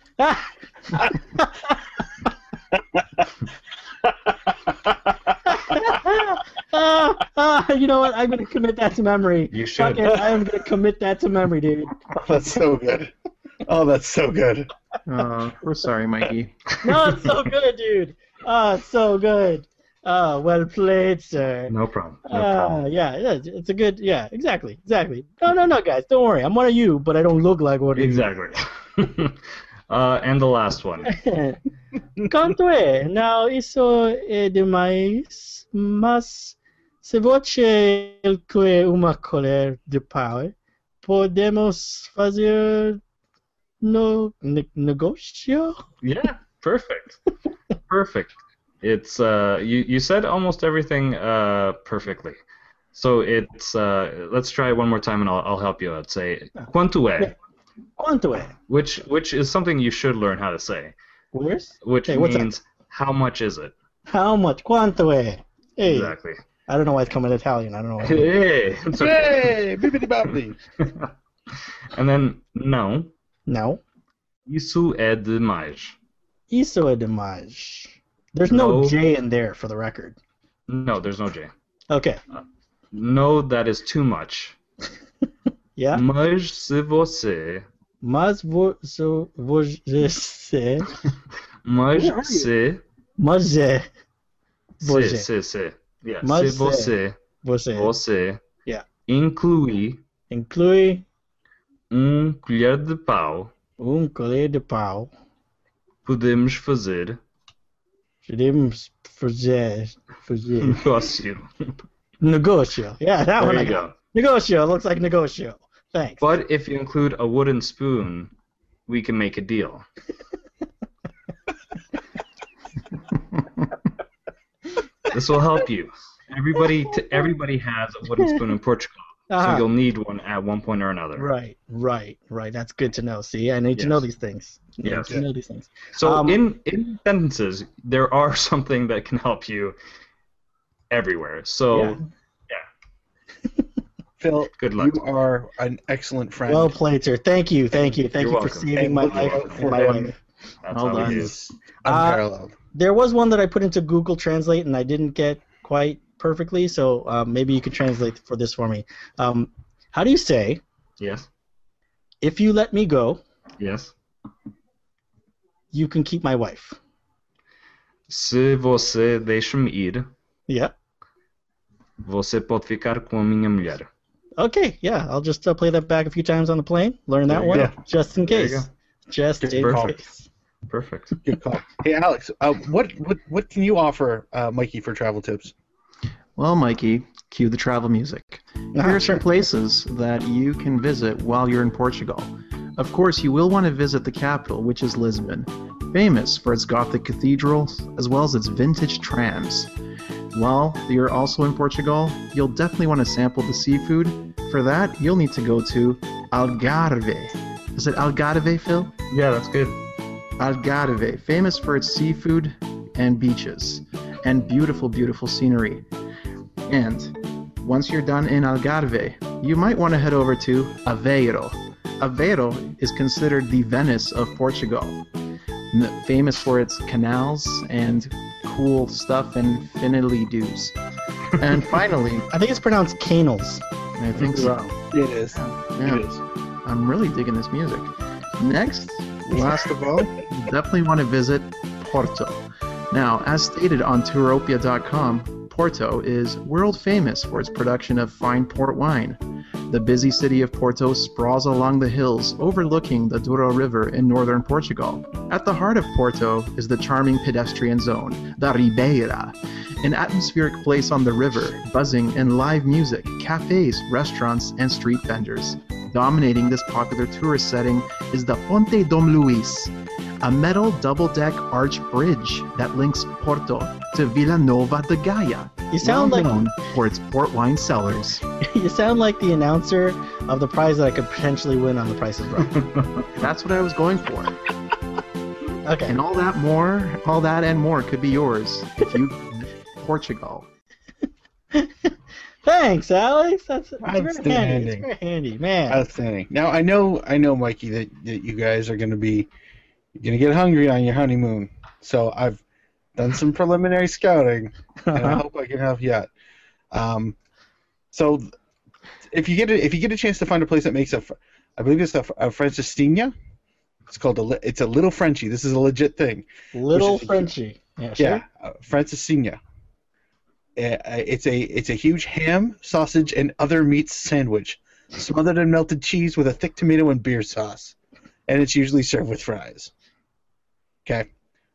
S7: Ah, ah, [laughs] you know what? I'm gonna commit that to memory.
S8: You
S7: Fuck
S8: should.
S7: it, I am gonna commit that to memory, dude.
S6: Oh, that's so good. Oh, that's so good.
S9: Uh, we're sorry, Mikey.
S7: No, it's so good, dude. Ah, so good. Ah, well played, sir.
S8: No problem. No
S7: Uh,
S8: problem.
S7: yeah, yeah, it's a good. Yeah, exactly, exactly. No, no, no, guys, don't worry. I'm one of you, but I don't look like one of you.
S8: Exactly. [laughs] uh, and the last
S7: [laughs]
S8: one.
S7: Quanto é? Não, isso é demais, mas se você quer uma colher de pau, eh. podemos fazer no ne- negócio?
S8: Yeah, perfect. perfect. It's uh you, you said almost everything uh perfectly. So it's uh let's try it one more time and I'll, I'll help you out. Say quanto é,
S7: Quanto é?
S8: which which is something you should learn how to say,
S7: Where's?
S8: which
S7: Okay, what's that?
S8: means how much is it?
S7: How much? Quanto é? Hey,
S8: Exactly.
S7: I don't know why it's coming in Italian. I don't know. Why.
S8: [laughs] Hey, it's okay.
S6: Yay! Bibbidi bobbidi.
S8: And then não,
S7: Não.
S8: isso é demais.
S7: Isso é demais. There's no,
S8: No.
S7: J in there for the record.
S8: No, there's no J.
S7: Okay.
S8: No, that is too much.
S7: Yeah.
S8: Mas se você
S7: Mas vo, so, você,
S8: Mas
S7: Where are you?
S8: se
S7: mas é, Você.
S8: se se se yeah,
S7: Mas
S8: se você
S7: você
S8: você
S7: Yeah.
S8: inclui
S7: inclui
S8: um colher de pau
S7: um colher de pau.
S8: podemos fazer
S7: Podemos fazer, [laughs]
S8: [laughs]
S7: fazer
S8: um negócio.
S7: negócio. Yeah, that one.
S8: There
S7: I
S8: you
S7: got.
S8: go.
S7: Negócio looks like negócio. Thanks.
S8: But if you include a wooden spoon, we can make a deal. this will help you. Everybody t- everybody has a wooden spoon in Portugal, so
S7: Ah,
S8: you'll need one at one point or another.
S7: right, right, right. That's good to know. See, I need to
S8: Yes.
S7: know these things. I need
S8: Yes.
S7: to know these things.
S8: So
S7: Um,
S8: in in sentences, there are [laughs] something that can help you everywhere. So
S7: Yeah.
S6: Phil,
S8: good luck.
S6: you are an excellent friend.
S7: Well played, sir. Thank you, thank you, thank
S8: You're
S7: you for
S8: welcome.
S7: saving my
S6: You're
S7: life
S6: welcome.
S7: and my wife.
S8: That's
S9: Hold
S8: how
S9: on.
S8: it is.
S6: He's Um, unparalleled.
S7: There was one that I put into Google Translate and I didn't get quite perfectly, so um, maybe you could translate for this for me. Um, how do you say,
S8: Yes.
S7: if you let me go,
S8: Yes.
S7: you can keep my wife?
S8: Se você deixa-me ir,
S7: Yeah.
S8: você pode ficar com a minha mulher.
S7: Okay, yeah. I'll just uh, play that back a few times on the plane, learn
S8: There
S7: that
S8: you
S7: one,
S8: go.
S7: just in
S8: There you
S7: case. Just
S6: Good
S7: in
S8: call.
S7: case.
S8: Perfect.
S6: Good call. Hey, Alex, uh, what, what what can you offer uh, Mikey for travel tips?
S9: Well, Mikey, Cue the travel music. Here are some places that you can visit while you're in Portugal. Of course, you will want to visit the capital, which is Lisbon, famous for its Gothic cathedrals as well as its vintage trams. While you're also in Portugal, you'll definitely want to sample the seafood. For that, you'll need to go to Algarve. Is it Algarve, Phil?
S8: Yeah, that's good. [laughs]
S9: Algarve, famous for its seafood and beaches and beautiful, beautiful scenery. And once you're done in Algarve, you might want to head over to Aveiro. Aveiro is considered the Venice of Portugal, n- famous for its canals and cool stuff and finally do's. And finally,
S7: I think it's pronounced canals.
S9: I think so.
S6: It is.
S9: Yeah.
S6: It is.
S9: I'm really digging this music. Next, last of all, you definitely want to visit Porto. Now, as stated on Touropia.com, Porto is world famous for its production of fine port wine. The busy city of Porto sprawls along the hills overlooking the Douro River in northern Portugal. At the heart of Porto is the charming pedestrian zone, the Ribeira, an atmospheric place on the river, buzzing in live music, cafes, restaurants, and street vendors. Dominating this popular tourist setting is the Ponte Dom Luis, a metal double deck arch bridge that links Porto to Villanova de Gaia.
S7: You sound
S9: well
S7: like
S9: known for its port wine cellars.
S7: [laughs] you sound like the announcer of the prize that I could potentially win on The Price is
S8: [laughs]
S7: Right.
S9: That's what I was going for.
S7: Okay.
S9: And all that more, all that and more could be yours if you [laughs] Portugal.
S7: Thanks, Alex. That's it's very handy. It's
S6: Outstanding.
S7: very handy, man.
S6: Outstanding. Now I know, I know, Mikey, that, that you guys are going to be, you're going to get hungry on your honeymoon. So I've done some preliminary scouting, and I hope I can help you out. Um, so th- if you get a, if you get a chance to find a place that makes a, fr- I believe it's a, fr- a Francistinha. It's called a. li- It's a little Frenchy. This is a legit thing.
S7: Little
S6: Which is-
S7: Frenchie. Yeah. Sure.
S6: Yeah, uh, Francisina. Uh, It's a it's a huge ham, sausage, and other meats sandwich, smothered in melted cheese with a thick tomato and beer sauce, and it's usually served with fries. Okay,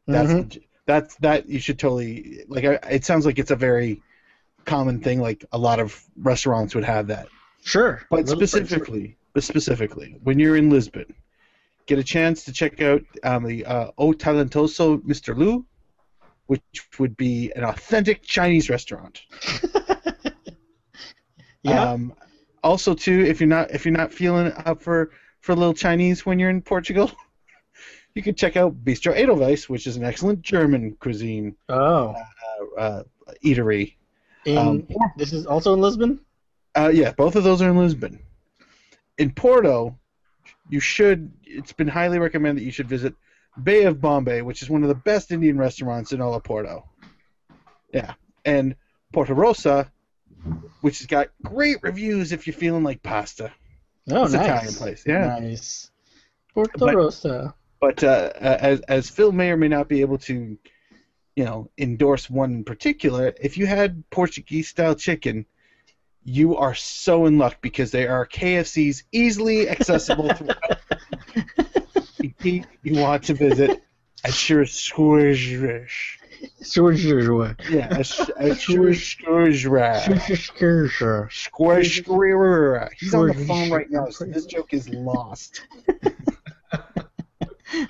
S6: that's
S7: Mhm.
S6: that's that you should totally like. I- It sounds like it's a very common thing. Like a lot of restaurants would have that.
S7: Sure.
S6: But
S7: Little Frenchie.
S6: specifically, but specifically, when you're in Lisbon, get a chance to check out um, the uh, O Talentoso Mr. Lu, which would be an authentic Chinese restaurant.
S7: Yeah.
S6: Um, also, too, if you're not if you're not feeling up for for a little Chinese when you're in Portugal, [laughs] you can check out Bistro Edelweiss, which is an excellent German cuisine
S7: oh.
S6: uh, uh, eatery.
S7: In,
S6: um,
S7: this is also in Lisbon.
S6: Uh, yeah, both of those are in Lisbon. In Porto, you should. It's been highly recommended that you should visit Bay of Bombay, which is one of the best Indian restaurants in all of Porto. Yeah, and Porto Rosa, which has got great reviews if you're feeling like pasta.
S7: Oh,
S6: it's an
S7: nice.
S6: Italian place. Yeah.
S7: Nice. Porto
S6: But-
S7: Rosa.
S6: But uh, as as Phil may or may not be able to, you know, endorse one in particular, if you had Portuguese style chicken, you are so in luck because they are KFCs easily accessible to [laughs] you want to visit. At Shirishuish.
S7: Sure.
S6: Yeah, at Shirishuish.
S7: Sure.
S6: Squish Guerrera. He's on the phone right now, so this joke is lost.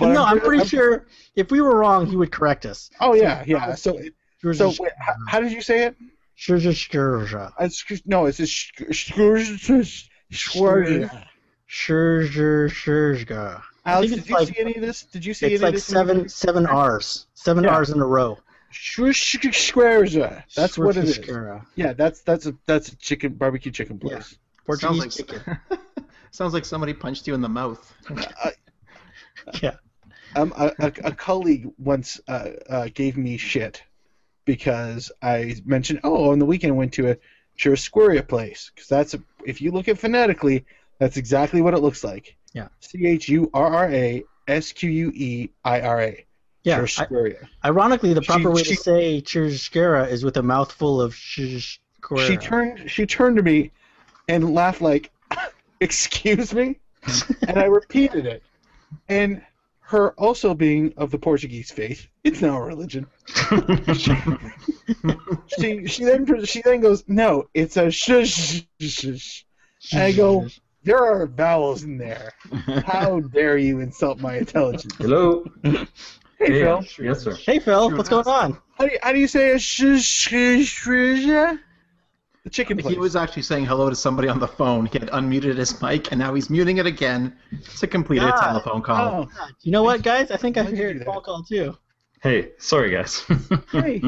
S6: But
S7: no,
S6: I'm-
S7: I'm pretty
S6: I'm-
S7: sure if we were wrong, he would correct us.
S6: Oh, yeah, yeah. So,
S7: Sure,
S6: so
S7: sure,
S6: wait, how, how did you say it?
S7: sure, sure, sure.
S6: It's, Uh, no, it's a [laughs] Schwarzer.
S7: Sure, sure, sure, sure.
S6: Alex,
S7: think it's
S6: did you
S7: like-
S6: see any of this? Did you see
S7: It's
S6: any
S7: like
S6: of this?
S7: seven seven R's, seven
S6: Yeah.
S7: R's in a row.
S6: Schwarzer. That's what it is.
S7: Schwarzkopf.
S6: Yeah, that's that's a that's a chicken barbecue chicken
S7: Yeah.
S6: place.
S7: Portuguese
S9: sounds like
S7: chicken.
S9: [laughs] sounds like somebody punched you in the mouth.
S7: [laughs] Yeah.
S6: Um, a, a, a colleague once uh, uh, gave me shit because I mentioned, oh, on the weekend I went to a Churrasqueria place because that's a, if you look at phonetically, that's exactly what it looks like.
S7: Yeah.
S6: C H U R R A S Q U E I R A.
S7: Yeah. I-
S6: Churrasqueria.
S7: ironically, the
S6: She-
S7: proper way
S6: she-
S7: to say churrascara is with a mouthful of shh.
S6: she turned she turned to me and [laughs] laughed like excuse me and i repeated it and her also being of the Portuguese faith, it's now a religion. She she then she then goes, no, it's a shush. shush, shush. I go- There are vowels in there.
S9: [laughs]
S6: How dare you insult my intelligence?
S8: Hello.
S6: Hey,
S8: Hey,
S6: Phil,
S8: Yes,
S7: [laughs]
S8: sir.
S7: Hey, Phil, what's going on?
S6: how do you, how do you say a shush? shush, shush? The chicken place.
S9: He was actually saying hello to somebody on the phone. He had unmuted his mic, and now he's muting it again to complete a
S7: God.
S9: telephone call.
S6: oh,
S7: You know what, guys? I think I
S6: Why'd you
S7: heard
S6: do
S7: a
S6: that?
S7: phone call too.
S8: Hey, sorry guys. [laughs]
S6: hey.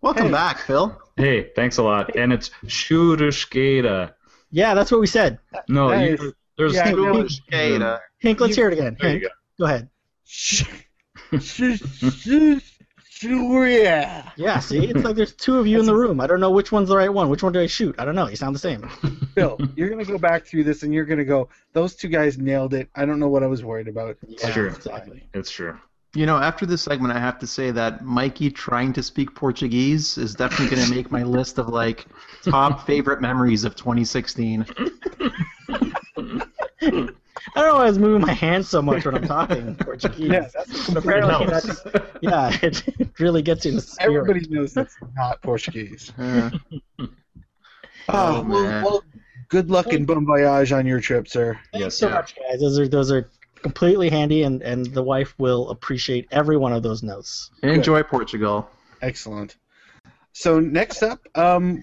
S9: Welcome
S6: Hey.
S9: back, Phil.
S8: hey, thanks a lot. And it's Shurushkeda.
S7: Yeah, that's what we said.
S8: No,
S6: That
S8: you,
S6: is-
S8: there's
S6: yeah, I know.
S9: Shkeda.
S7: Hank, let's
S6: You-
S7: hear it again.
S8: There you
S7: Hank, go
S8: go.
S7: ahead.
S6: [laughs] Sh- sh- sh- Shuria.
S7: Yeah,
S6: [laughs]
S7: see, it's like there's two of you in the room. I don't know which one's the right one. Which one do I shoot? I don't know. You sound
S6: [laughs]
S7: the same.
S6: Phil, you're gonna go back through this and you're gonna go, those two guys nailed it. I don't know what I was worried about.
S7: Yeah,
S8: Sure.
S7: Exactly.
S8: It's true.
S9: You know, after this segment, I have to say that Mikey trying to speak Portuguese is definitely going to make my list of like
S6: [laughs]
S9: top favorite memories of 2016.
S7: I don't know why I was moving my hands so much when I'm talking in
S6: [laughs]
S7: Portuguese.
S6: Yeah, that's
S7: But [laughs] apparently
S8: [laughs]
S7: that's, yeah, [laughs] it, it really gets you in the
S6: [laughs]
S7: spirit.
S6: everybody knows that's not Portuguese.
S9: Uh,
S6: Oh,
S9: [laughs] Oh,
S6: well,
S9: man.
S6: well, good luck and bon voyage on your trip, sir.
S7: Thanks
S8: Yes,
S7: so
S8: sir.
S7: much, guys. Those are those are completely handy, and and the wife will appreciate every one of those notes.
S9: enjoy
S6: [laughs]
S9: Portugal.
S6: Excellent. So next up, um,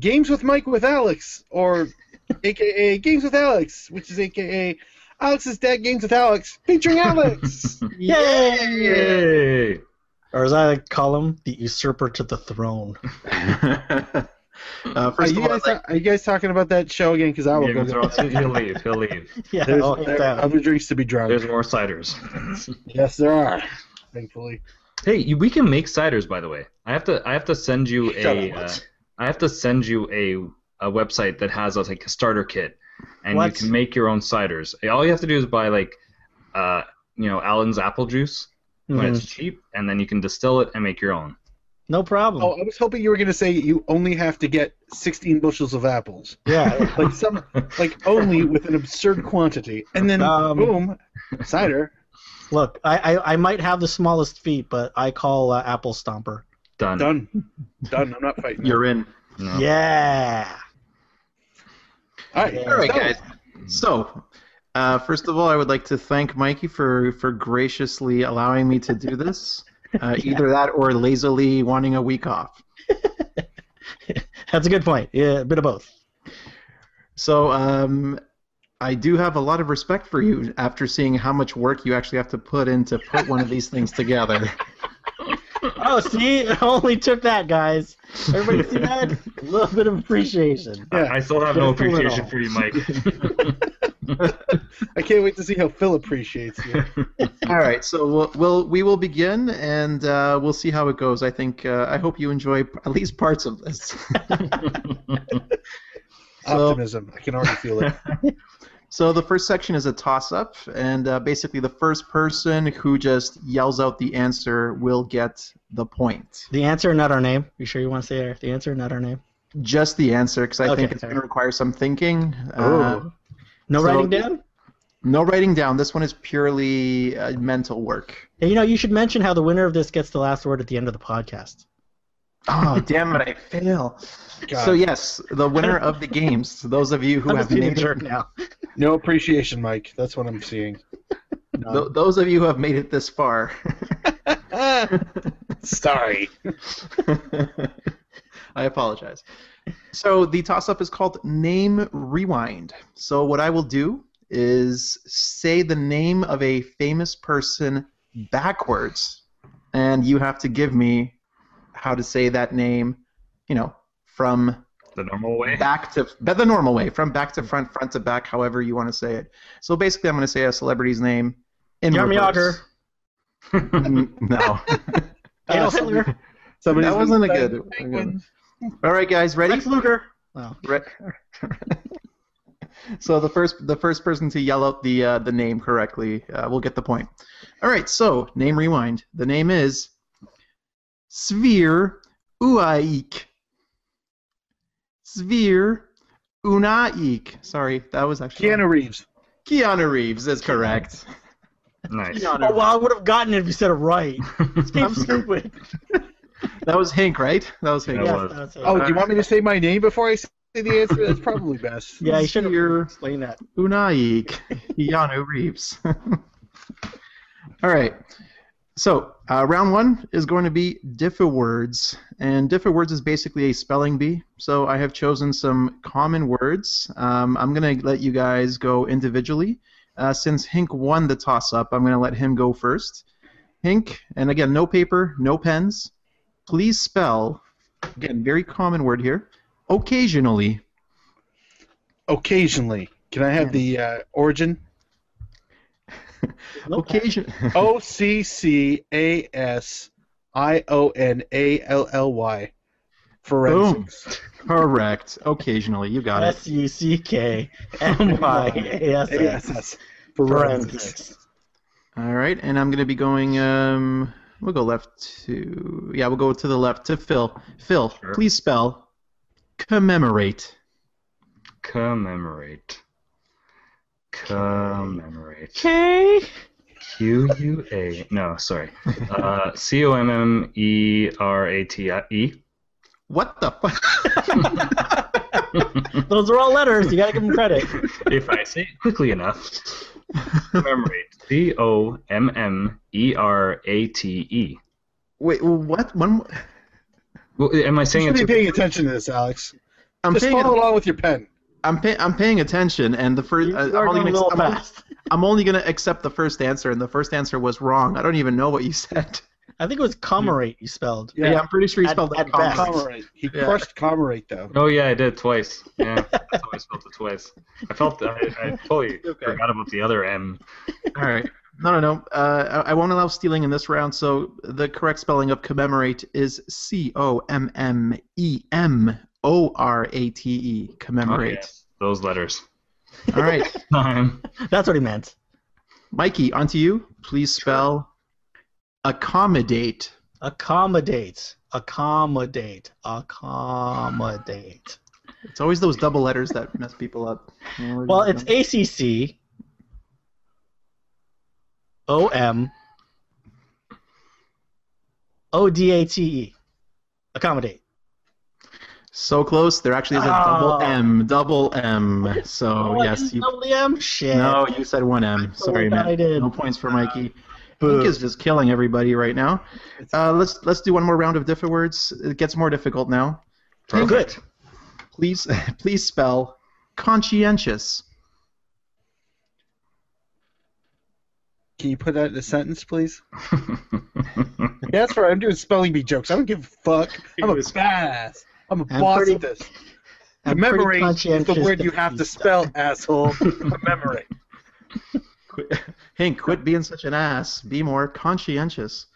S6: games with Mike with Alex, or AKA Games with Alex, which is AKA Alex's Dad Games with Alex,
S9: [laughs]
S6: featuring Alex.
S7: Yay!
S8: Yay!
S7: Or as I like to call him, the usurper to the throne. [laughs]
S9: uh,
S6: are,
S9: first of
S6: you
S9: all,
S6: guys ta- are you guys talking about that show again? Because I will
S8: Yeah,
S6: go.
S8: Mr.
S6: get-
S8: Austin, he'll leave. He'll leave.
S7: Yeah,
S6: There's
S7: oh,
S6: there are
S7: yeah.
S6: other drinks to be drunk.
S8: There's more ciders. [laughs]
S6: Yes, there are. Thankfully.
S8: hey, you, we can make ciders, by the way. I have to. I have to send you
S7: Shut
S8: a.
S7: up.
S8: Uh, I have to send you a a website that has a, like a starter kit, and you
S7: What?
S8: can make your own ciders. All you have to do is buy like, uh, you know, Allen's apple juice when
S7: Mhm.
S8: it's cheap, and then you can distill it and make your own.
S7: No problem.
S6: Oh, I was hoping you were going to say you only have to get 16 bushels of apples,
S7: Yeah.
S9: [laughs]
S6: like some, like only with an absurd quantity, and then
S7: Um,
S6: boom, cider.
S7: Look, I, I I might have the smallest feet, but I call uh, Apple Stomper.
S8: Done.
S6: Done. Done. I'm not fighting.
S9: you're in.
S8: No.
S7: Yeah.
S6: All right,
S9: All right,
S6: so-
S9: guys. So, uh, first of all, I would like to thank Mikey for for graciously allowing me to do this.
S6: [laughs]
S9: Uh, Either that or lazily wanting a week off.
S7: That's a good point. Yeah, a bit of both.
S9: So, um, I do have a lot of respect for you after seeing how much work you actually have to put in to put one of these things together.
S7: Oh, see, [laughs] it only took that, guys. Everybody see that? A little bit of appreciation.
S6: Yeah,
S8: I still have no
S7: Just a little.
S8: appreciation for you, Mike.
S6: I can't wait to see how Phil appreciates you.
S9: All right, so we'll, we'll we will begin and uh, we'll see how it goes. I think uh, I hope you enjoy p- at least parts of this. [laughs] [laughs] So-
S6: Optimism. I can already feel
S9: [laughs]
S6: it.
S9: So the first section is a toss-up, and uh, basically the first person who just yells out the answer will get the point.
S7: The answer, not our name. You sure you want to say our- the answer, not our name?
S9: Just the answer, because I
S7: Okay,
S9: think it's
S7: fair.
S9: going to require some thinking.
S6: Oh,
S9: Uh,
S7: No
S9: So-
S7: writing down?
S9: no writing down. This one is purely uh, mental work.
S7: Hey, you know, you should mention how the winner of this gets the last word at the end of the podcast.
S9: Oh, damn it! I fail.
S6: God,
S9: So yes, the winner of the games. So those of you who
S7: I'm
S9: have
S7: just being a
S9: made it,
S7: jerk now.
S6: no appreciation, Mike. That's what I'm seeing.
S9: th- those of you who have made it this far. [laughs]
S6: Ah. Sorry.
S9: I apologize. So the toss up is called Name Rewind. So what I will do is say the name of a famous person backwards, and you have to give me how to say that name, you know, from
S8: the normal way.
S9: back to but the normal way, from back to front, front to back, however you want to say it. So basically, I'm going to say a celebrity's name in
S7: Jeremy
S9: reverse.
S7: Otter.
S9: Mm, no,
S7: Adolf Hitler.
S6: Somebody
S9: that wasn't a good. All right, guys, ready?
S7: Lex Luger. Oh.
S9: Re- [laughs] so the first the first person to yell out the uh, the name correctly uh, will get the point. All right, so name rewind. The name is Svir Uaik. Svir Unaik. Sorry, that was actually
S6: Keanu Reeves.
S9: Keanu Reeves is correct.
S8: [laughs]
S7: [laughs]
S8: Nice.
S7: Oh, well, I would have gotten it if you said it [laughs] right.
S8: [laughs]
S7: I'm
S9: That
S7: stupid.
S9: was Hank, right? That was Hank.
S8: Yeah.
S7: Yes,
S8: was.
S7: that's it.
S6: Oh, do you want me to say my name before I say the answer? That's
S9: [laughs]
S6: probably best.
S7: yeah, you should
S9: Your-
S7: have explained that.
S9: Unai [laughs] Yano Reeves. [laughs] All right. So uh, round one is going to be Diffa words, and Diffa words is basically a spelling bee. So I have chosen some common words. Um, I'm going to let you guys go individually. Uh, since Hink won the toss-up, I'm going to let him go first. Hink, and again, no paper, no pens. Please spell. Again, very common word here. Occasionally.
S6: Occasionally. Can I have the uh, origin?
S7: No
S9: Occasion. [laughs]
S6: O C C A S I O N A L L Y. Forensics.
S9: Correct. Occasionally, you got it.
S7: S U C K M Y A
S6: [laughs]
S7: S S.
S6: ASS.
S7: Forensics.
S9: All right, and I'm gonna be going. Um, we'll go left to. Yeah, we'll go to the left to Phil. Phil,
S8: Sure.
S9: please spell commemorate.
S8: Commemorate. Commemorate.
S9: Okay.
S8: Q U A. No, sorry.
S9: [laughs]
S8: Uh, C O M M E R A T I E.
S9: What the fuck?
S7: Those are all letters. You gotta give them credit.
S8: If I say it quickly enough, commemorate. C O M M E R A T E.
S9: Wait, what? One.
S8: Well, Am I
S6: You
S8: saying
S6: should
S8: it
S6: be
S8: too
S6: paying attention to this, Alex.
S9: I'm
S6: Just
S9: paying.
S6: follow along with your pen.
S9: I'm, pay, I'm paying attention, and the first.
S7: You
S9: uh,
S7: are
S9: I'm,
S7: going
S9: only
S7: a little
S9: gonna, I'm,
S7: fast.
S9: I'm only gonna accept the first answer, and the first answer was wrong. I don't even know what you said.
S7: I think it was commerate you spelled.
S9: Yeah, I'm pretty sure you
S7: At-
S9: spelled
S7: at
S9: that wrong.
S7: best.
S6: Comrade. He
S9: Yeah.
S6: crushed Comrade, though.
S8: Oh yeah, I did twice. Yeah, that's how
S9: [laughs]
S8: I spelled it twice. I felt I, I totally
S9: Okay.
S8: forgot about the other M.
S9: All right. No, no, no. Uh, I I won't allow stealing in this round. So the correct spelling of commemorate is C O M M E M O R A T E. Commemorate.
S8: Oh, yes, those letters. [laughs]
S9: All right, [laughs]
S8: Time.
S7: That's what he meant.
S9: Mikey, onto you. Please spell accommodate.
S7: Accommodate. Accommodate. Accommodate.
S9: It's always those double letters that mess people up.
S7: Well, it's ACC. O M. O D A T E. Accommodate.
S9: so close. There actually is a
S7: Oh.
S9: double M. Double M. So
S7: I
S9: Oh, yes,
S7: didn't
S9: you.
S7: know the M? Shit.
S9: No, you said one M.
S7: so
S9: Sorry,
S7: glad
S9: man.
S7: I did.
S9: No points for Mikey.
S7: Boo.
S9: Pink is just killing everybody right now. Uh, let's let's do one more round of diffi words. It gets more difficult now.
S7: Oh, good.
S9: Please [laughs] please spell conscientious.
S6: Can you put that in a sentence, please? Yeah, that's right. I'm doing spelling bee jokes. I don't give a
S9: [laughs]
S6: fuck. I'm a badass. I'm a
S7: I'm
S6: boss
S7: pretty-
S6: at this.
S7: I'm pretty
S6: Commemorate is the
S7: conscientious
S6: word
S7: that
S6: you have to
S7: he's-
S6: spell,
S7: [laughs]
S6: asshole. Commemorate.
S9: Hank, quit being such an ass. Be more conscientious.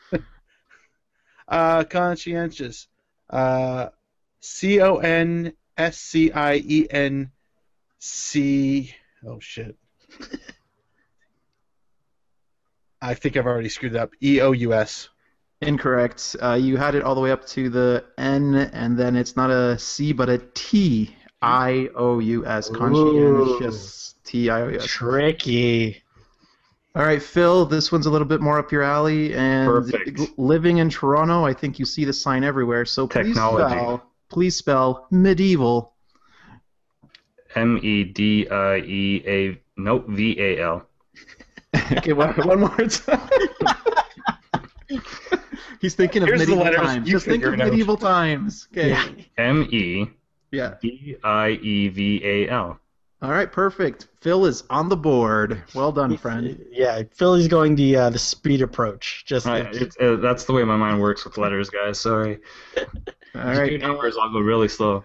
S6: Uh, conscientious. Uh, C O N S C I E N C. Oh shit. I think I've already screwed it up. E O U S.
S9: Incorrect. Uh, you had it all the way up to the N, and then it's not a C but a T. I O U S. Conscientious. T I O U S.
S7: Tricky.
S9: All right, Phil, this one's a little bit more up your alley. And
S8: Perfect.
S9: l- living in Toronto, I think you see the sign everywhere. So please
S8: Technology.
S9: spell, please spell medieval.
S8: M E D I E A. Nope. V A L.
S9: okay, one, one more time. [laughs] He's thinking of
S6: Here's the
S9: medieval
S6: letters.
S9: times.
S6: You
S9: Just think
S6: figure
S9: of
S6: it out.
S9: medieval times. Okay.
S7: Yeah.
S8: M E
S9: yeah.
S8: D I E V A L.
S9: All right, perfect. Phil is on the boiled Well done, friend.
S7: Yeah, Philly's going the uh, the speed approach. Just
S8: Uh, it's, uh, that's the way my mind works with letters, guys. Sorry.
S9: All
S8: All right.
S9: right.
S8: numbers, I'll go really slow.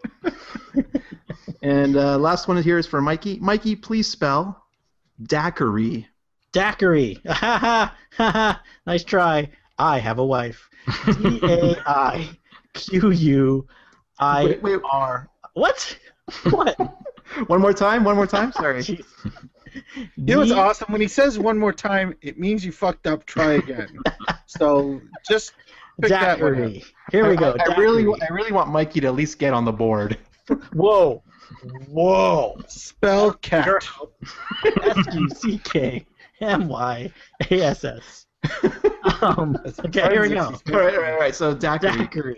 S9: And uh, last one here is for Mikey. Mikey, please spell daiquiri.
S7: Daiquiri. [laughs] Ha ha ha. Nice try. I have a wife. D A I Q U I
S9: Wait, wait,
S7: R. What? What?
S9: [laughs] one more time. One more time. [laughs] Sorry.
S7: Jeez.
S6: You know what's
S7: D-
S6: awesome? When he says one more time, it means you fucked up. Try again.
S7: [laughs]
S6: so just pick that one up.
S7: Daiquiri. Here we go.
S9: I, I really,
S7: daiquiri.
S9: I really want Mikey to at least get on the board.
S7: Whoa. Whoa.
S6: Spell cat.
S7: S U C K M Y A S
S9: [laughs]
S7: S. Um, okay, here we
S9: [laughs]
S7: go.
S9: All right, all right, all right. So Dockery.
S7: Daiquiri.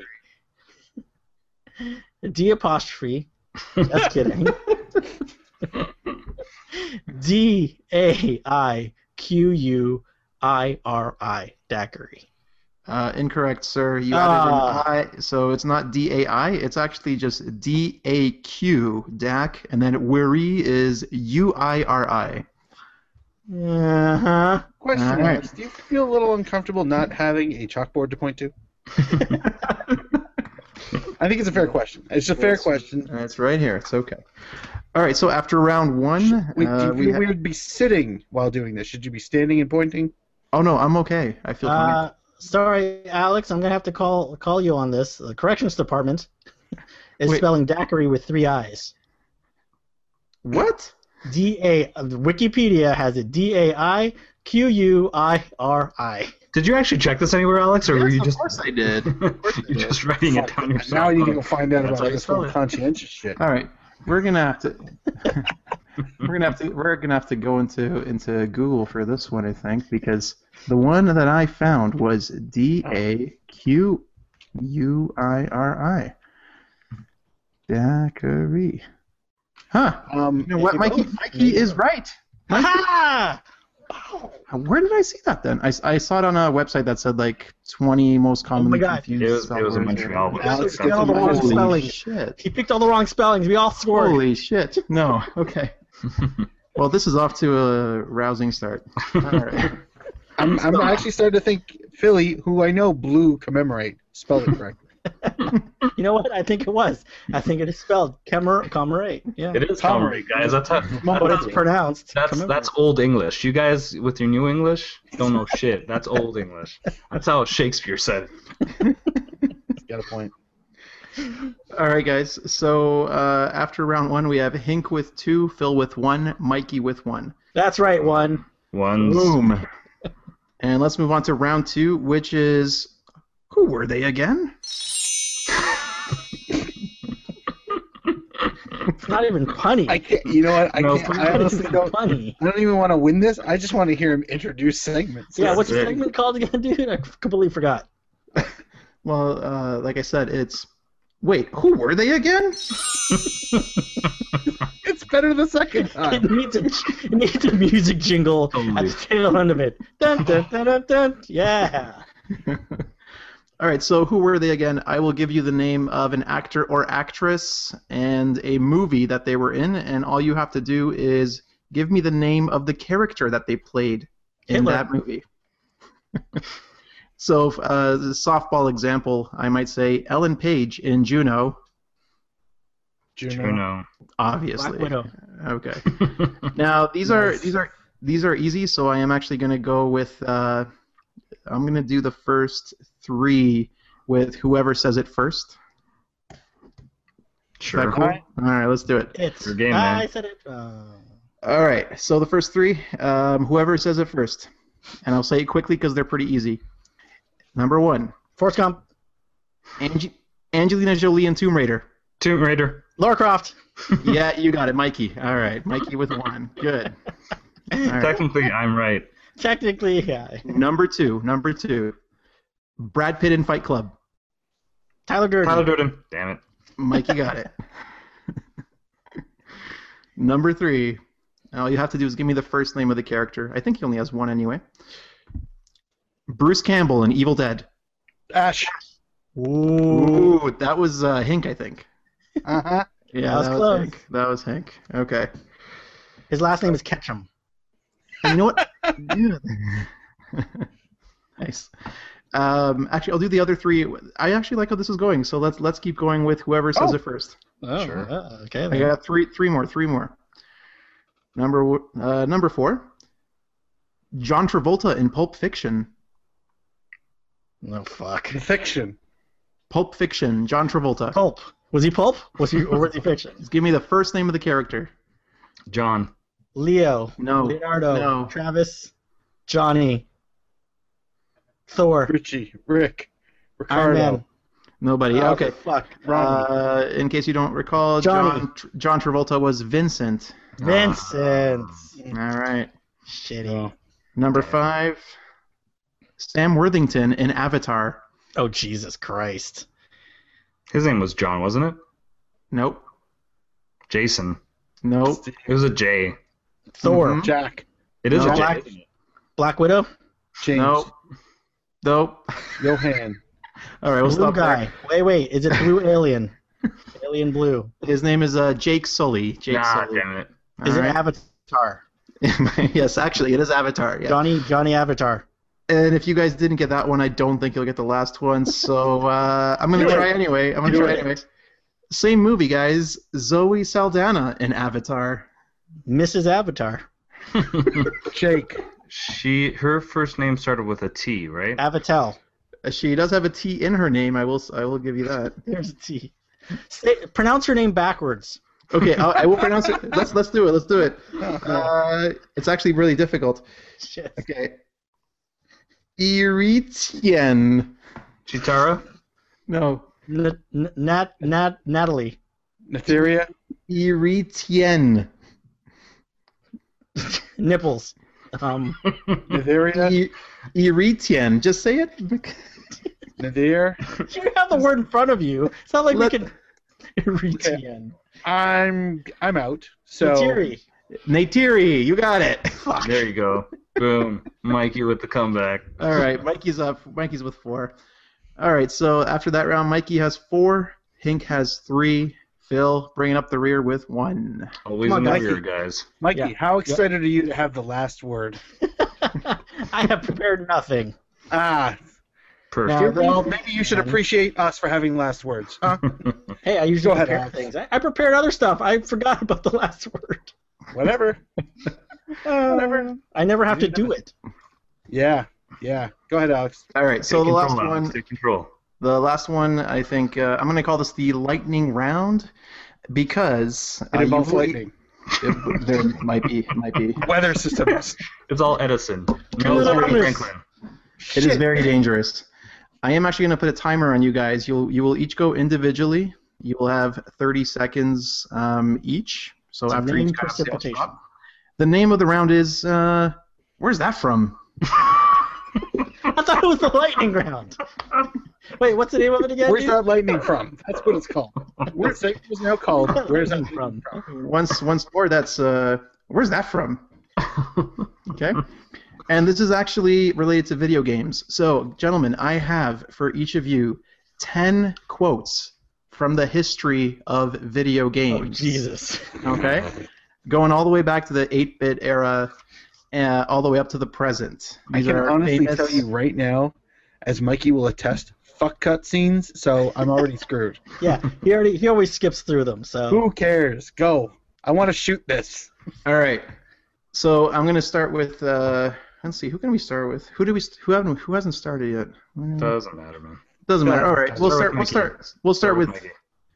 S7: D apostrophe. Just kidding. [laughs] D A I Q U I R I. Daiquiri.
S9: Uh, incorrect, sir. You
S7: Ah.
S9: added an I, so it's not D A I. It's actually just D A Q. DAC, and then weary is U I R I.
S7: Uh huh.
S6: Question:
S9: All right.
S6: is, Do you feel a little uncomfortable not having a chalkboard to point
S8: [laughs]
S6: to? I think it's a fair question. It's a fair
S9: Yes.
S6: question.
S9: And It's right here. It's okay. All right. So after round one,
S6: Wait,
S9: uh,
S6: do you
S9: we
S6: feel
S9: ha-
S6: we would be sitting while doing this? Should you be standing and pointing?
S9: oh no, I'm okay. I feel fine.
S7: Uh, sorry, Alex. I'm gonna have to call call you on this. The corrections department is
S9: Wait.
S7: spelling daiquiri with three I's.
S9: What?
S7: D A. Wikipedia has it. D A I Q U I R I.
S8: Did you actually check this anywhere, Alex, or were
S9: Yes,
S8: you
S9: of
S8: just
S9: course I
S8: [laughs]
S9: did.
S8: you're just writing it down yourself?
S6: now you need to go find out
S8: That's
S6: about
S8: how you
S6: this
S8: spell
S6: whole
S8: it.
S6: conscientious shit.
S9: All right, we're gonna have to. [laughs] we're gonna have to. We're gonna have to go into into Google for this one, I think, because the one that I found was D A Q U I R I. Daiquiri. Huh.
S6: Um,
S9: You know what? Mikey, Mikey is right.
S7: Ha!
S9: Where did I see that then? I, s- I saw it on a website that said like 20 most commonly
S7: God.
S9: confused.
S8: It was, it was in
S9: spellwords.
S8: Montreal. But
S6: Alex,
S8: that's
S6: get all the
S8: something-
S6: ones
S9: Holy
S6: spelling.
S9: shit.
S7: He picked all the wrong spellings. We all scored.
S9: Holy shit. No. Okay. well, this is off to a rousing start.
S8: [laughs]
S9: All right.
S6: I'm, I'm actually starting to think Philly, who I know blue commemorate, spelled it
S9: [laughs]
S6: correctly.
S7: You know what? I think it was. I think it is spelled Kemer Comrade. Yeah.
S8: It is Comrie,
S6: Comrie.
S8: guys. That's how,
S7: But it's
S8: that's,
S7: pronounced.
S8: that's
S7: Comrade.
S8: that's old English. You guys with your new English don't know shit. That's old English. That's how Shakespeare said. it.
S6: Got a point.
S9: All right, guys. So uh, after round one, we have Hink with two, Phil with one, Mikey with one.
S7: That's right, one.
S8: One's
S9: Boom. and let's move on to round two, which is who were they again?
S7: It's not even punny.
S6: I can't. You know what? I
S8: No,
S6: can't.
S8: please.
S6: I honestly
S7: It's
S6: don't.
S7: punny.
S6: I don't even want to win this. I just want to hear him introduce segments.
S7: Yeah, what's the
S8: good.
S7: segment called again, [laughs] dude? I completely forgot.
S9: Well, uh, like I said, it's wait, who were they again?
S6: It's better the second
S7: It
S8: [laughs]
S6: time.
S7: needs a, it needs a music jingle at
S8: Totally.
S7: the tail end of it. Dun, dun, dun, dun, dun.
S6: [laughs]
S7: Yeah.
S9: All right, so who were they again? I will give you the name of an actor or actress and a movie that they were in, and all you have to do is give me the name of the character that they played in
S7: Hitler.
S9: that movie. [laughs] so, uh, the softball example, I might say Ellen Page in Juno,
S6: Juno.
S8: Bruno.
S9: obviously.
S7: Black Widow.
S9: Okay. Now these are these are these are easy. So I am actually going to go with uh, I'm going to do the first three with whoever says it first. Is that
S8: sure.
S9: cool? All right, let's do it.
S7: It's.
S8: Your game,
S7: Ah,
S8: man.
S7: I said it. Uh,
S9: All right. So the first three, um, whoever says it first, and I'll say it quickly because they're pretty easy. Number one,
S7: Forrest Gump.
S9: Ange- Angelina Jolie and Tomb [laughs] Raider.
S8: Tomb Raider.
S7: Laura Croft.
S9: yeah, you got it, Mikey. All right, Mikey with one. [laughs] Good. All right.
S8: Technically, I'm right.
S7: Technically, yeah.
S9: Number two, number two, Brad Pitt in Fight Club.
S7: Tyler Durden.
S8: Tyler Durden. Damn it.
S9: Mikey got it. Number three. All you have to do is give me the first name of the character. I think he only has one anyway. Bruce Campbell in Evil Dead.
S6: Ash.
S7: Ooh.
S9: Ooh, that was uh, Hink, I think.
S6: Uh huh.
S9: Yeah,
S7: That was
S9: that was
S7: close.
S9: Hank. That was Hank. Okay.
S7: His last name is Ketchum.
S9: And you know what? Dude. [laughs] nice. Um, actually, I'll do the other three. I actually like how this is going, so let's let's keep going with whoever says
S6: Oh.
S9: it first.
S7: Oh,
S6: Sure.
S7: uh, okay.
S9: I
S7: then.
S9: got three, three more, three more. Number wo- uh, number four, John Travolta in Pulp Fiction.
S7: No fuck.
S6: Fiction.
S9: Pulp Fiction, John Travolta.
S7: Pulp. Was he pulp? Was he
S9: [laughs]
S7: or was he fiction?
S9: Just give me the first name of the character.
S8: John.
S7: Leo.
S9: No.
S7: Leonardo.
S9: No.
S7: Travis. Johnny. Thor.
S6: Richie. Rick.
S7: Iron
S6: Ricardo.
S7: Man.
S9: Nobody.
S6: Oh,
S9: okay.
S6: Fuck. Wrong.
S9: Uh, in case you don't recall,
S7: Uh, Johnny.
S9: John Tr- John Travolta was Vincent.
S7: Vincent.
S9: All right.
S7: Shitty.
S9: Number five, Sam Worthington in Avatar.
S7: Oh Jesus Christ!
S8: His name was John, wasn't it?
S9: Nope.
S8: Jason.
S9: Nope.
S8: It was a J.
S7: Thor,
S9: Mhm.
S6: Uh, Jack,
S8: It is
S9: No.
S8: a J.
S7: Black-
S8: isn't it?
S7: Black Widow,
S6: James,
S9: Nope. Nope.
S6: Johan,
S9: All right, we'll
S7: blue
S9: stop
S7: guy.
S9: there.
S7: Wait, wait, is it
S9: [laughs]
S7: blue alien? alien blue.
S9: His name is uh, Jake Sully. Jake
S8: Nah,
S9: Sully.
S8: damn it.
S9: All
S7: Is
S9: right.
S7: it Avatar?
S9: [laughs] yes, actually, it is Avatar. Yeah.
S7: Johnny Johnny Avatar.
S9: And if you guys didn't get that one, I don't think you'll get the last [laughs] one. So uh, I'm gonna
S6: Do it.
S9: try anyway. I'm gonna
S6: Do
S9: try
S6: it.
S9: anyway. Same movie, guys. Zoe Saldana in Avatar.
S7: Mrs. Avatar.
S6: Jake,
S8: she her first name started with a T, right?
S7: Avatel.
S9: Uh, She does have a T in her name. I will. s- I will give you that.
S7: There's a T. Say, pronounce her name backwards. [laughs]
S9: Okay, I, I will pronounce it. [laughs] Let's let's do it. Let's do it.
S6: Uh-huh.
S9: Uh, it's actually really difficult.
S7: Shit.
S9: Okay. Eritien.
S8: Chitara?
S9: No.
S7: N- N- Nat Nat Natalie.
S6: Natheria,
S9: Eritien.
S7: Nipples. [laughs] Um,
S6: [laughs] Natheria,
S9: E- Eritien. Just say it.
S6: Nathir.
S7: you have the word in front of you. It's not like
S9: Let-
S7: we [laughs] can. Eritrean.
S6: I'm I'm out. So
S7: Natiri.
S9: Neytiri. You got it. Fuck.
S8: There you go. Boom. Mikey with the comeback.
S9: All right, Mikey's up. Mikey's with four. All right, so after that round, Mikey has four. Hink has three. Phil bringing up the rear with one.
S8: Always
S6: Come
S8: in
S6: on,
S8: the
S6: Mikey.
S8: rear, guys.
S6: Mikey,
S7: Yeah.
S6: how excited are you to have the last word?
S7: [laughs] I have prepared nothing.
S6: Ah,
S8: Perfect.
S7: Now-
S6: dear- well, maybe you should
S7: Adam.
S6: appreciate us for having last words.
S9: [laughs]
S6: Huh?
S7: Hey, I usually
S6: Go ahead,
S7: prepare
S6: Alex.
S7: things. I, I prepared other stuff. I forgot about the last word. Uh,
S6: Whatever. Whatever.
S7: I never have to do it.
S6: Yeah, yeah. Go ahead, Alex.
S9: All right, so
S8: Take
S9: the last
S8: control, Alex.
S9: one,
S8: Take control.
S9: the last one, I think uh, I'm going to call this the lightning round because
S6: It
S9: uh,
S6: involves
S9: you really-
S6: lightning.
S9: it- [laughs] there might be, might be.
S6: Weather systems.
S8: It's all Edison. No, it's Aretha
S7: Thomas.
S8: Franklin.
S9: It is very dangerous. I am actually going to put a timer on you guys. You'll you will each go individually. You will have 30 seconds um, each. So
S7: It's
S9: after each
S7: name
S9: round, you'll
S7: precipitation.
S9: stop. the name of the round is uh, where's that from?
S7: [laughs] I thought it was the lightning [laughs] round. Wait, what's the name of it again?
S6: Where's
S7: dude?
S6: that lightning from? [laughs] That's what it's called. Where's that, it was now called.
S7: Where's that
S6: Where's that
S7: lightning
S6: from?
S9: Once once more, that's uh, where's that
S6: [laughs]
S9: from? Okay. And this is actually related to video games. So, gentlemen, I have for each of you 10 quotes from the history of video
S7: Oh,
S9: games.
S7: Jesus. [laughs]
S9: Okay. Going all the way back to the 8 bit era, uh, all the way up to the present.
S6: I
S9: These
S6: can
S9: are
S6: honestly
S9: famous-
S6: tell you right now, as Mikey will attest, fuck cutscenes. So I'm already [laughs] screwed.
S7: Yeah, he already he always skips through them. So
S6: Who cares? Go. I want to shoot this.
S9: All right. So, I'm going to start with. Uh, let's see. Who can we start with? Who do we? st- Who haven't? Who hasn't started yet? Mm,
S8: Doesn't matter, man.
S9: Doesn't matter. All right.
S8: Uh,
S9: We'll start.
S8: Start with
S9: We'll
S8: Mikey.
S9: start. We'll start with.
S8: Mikey.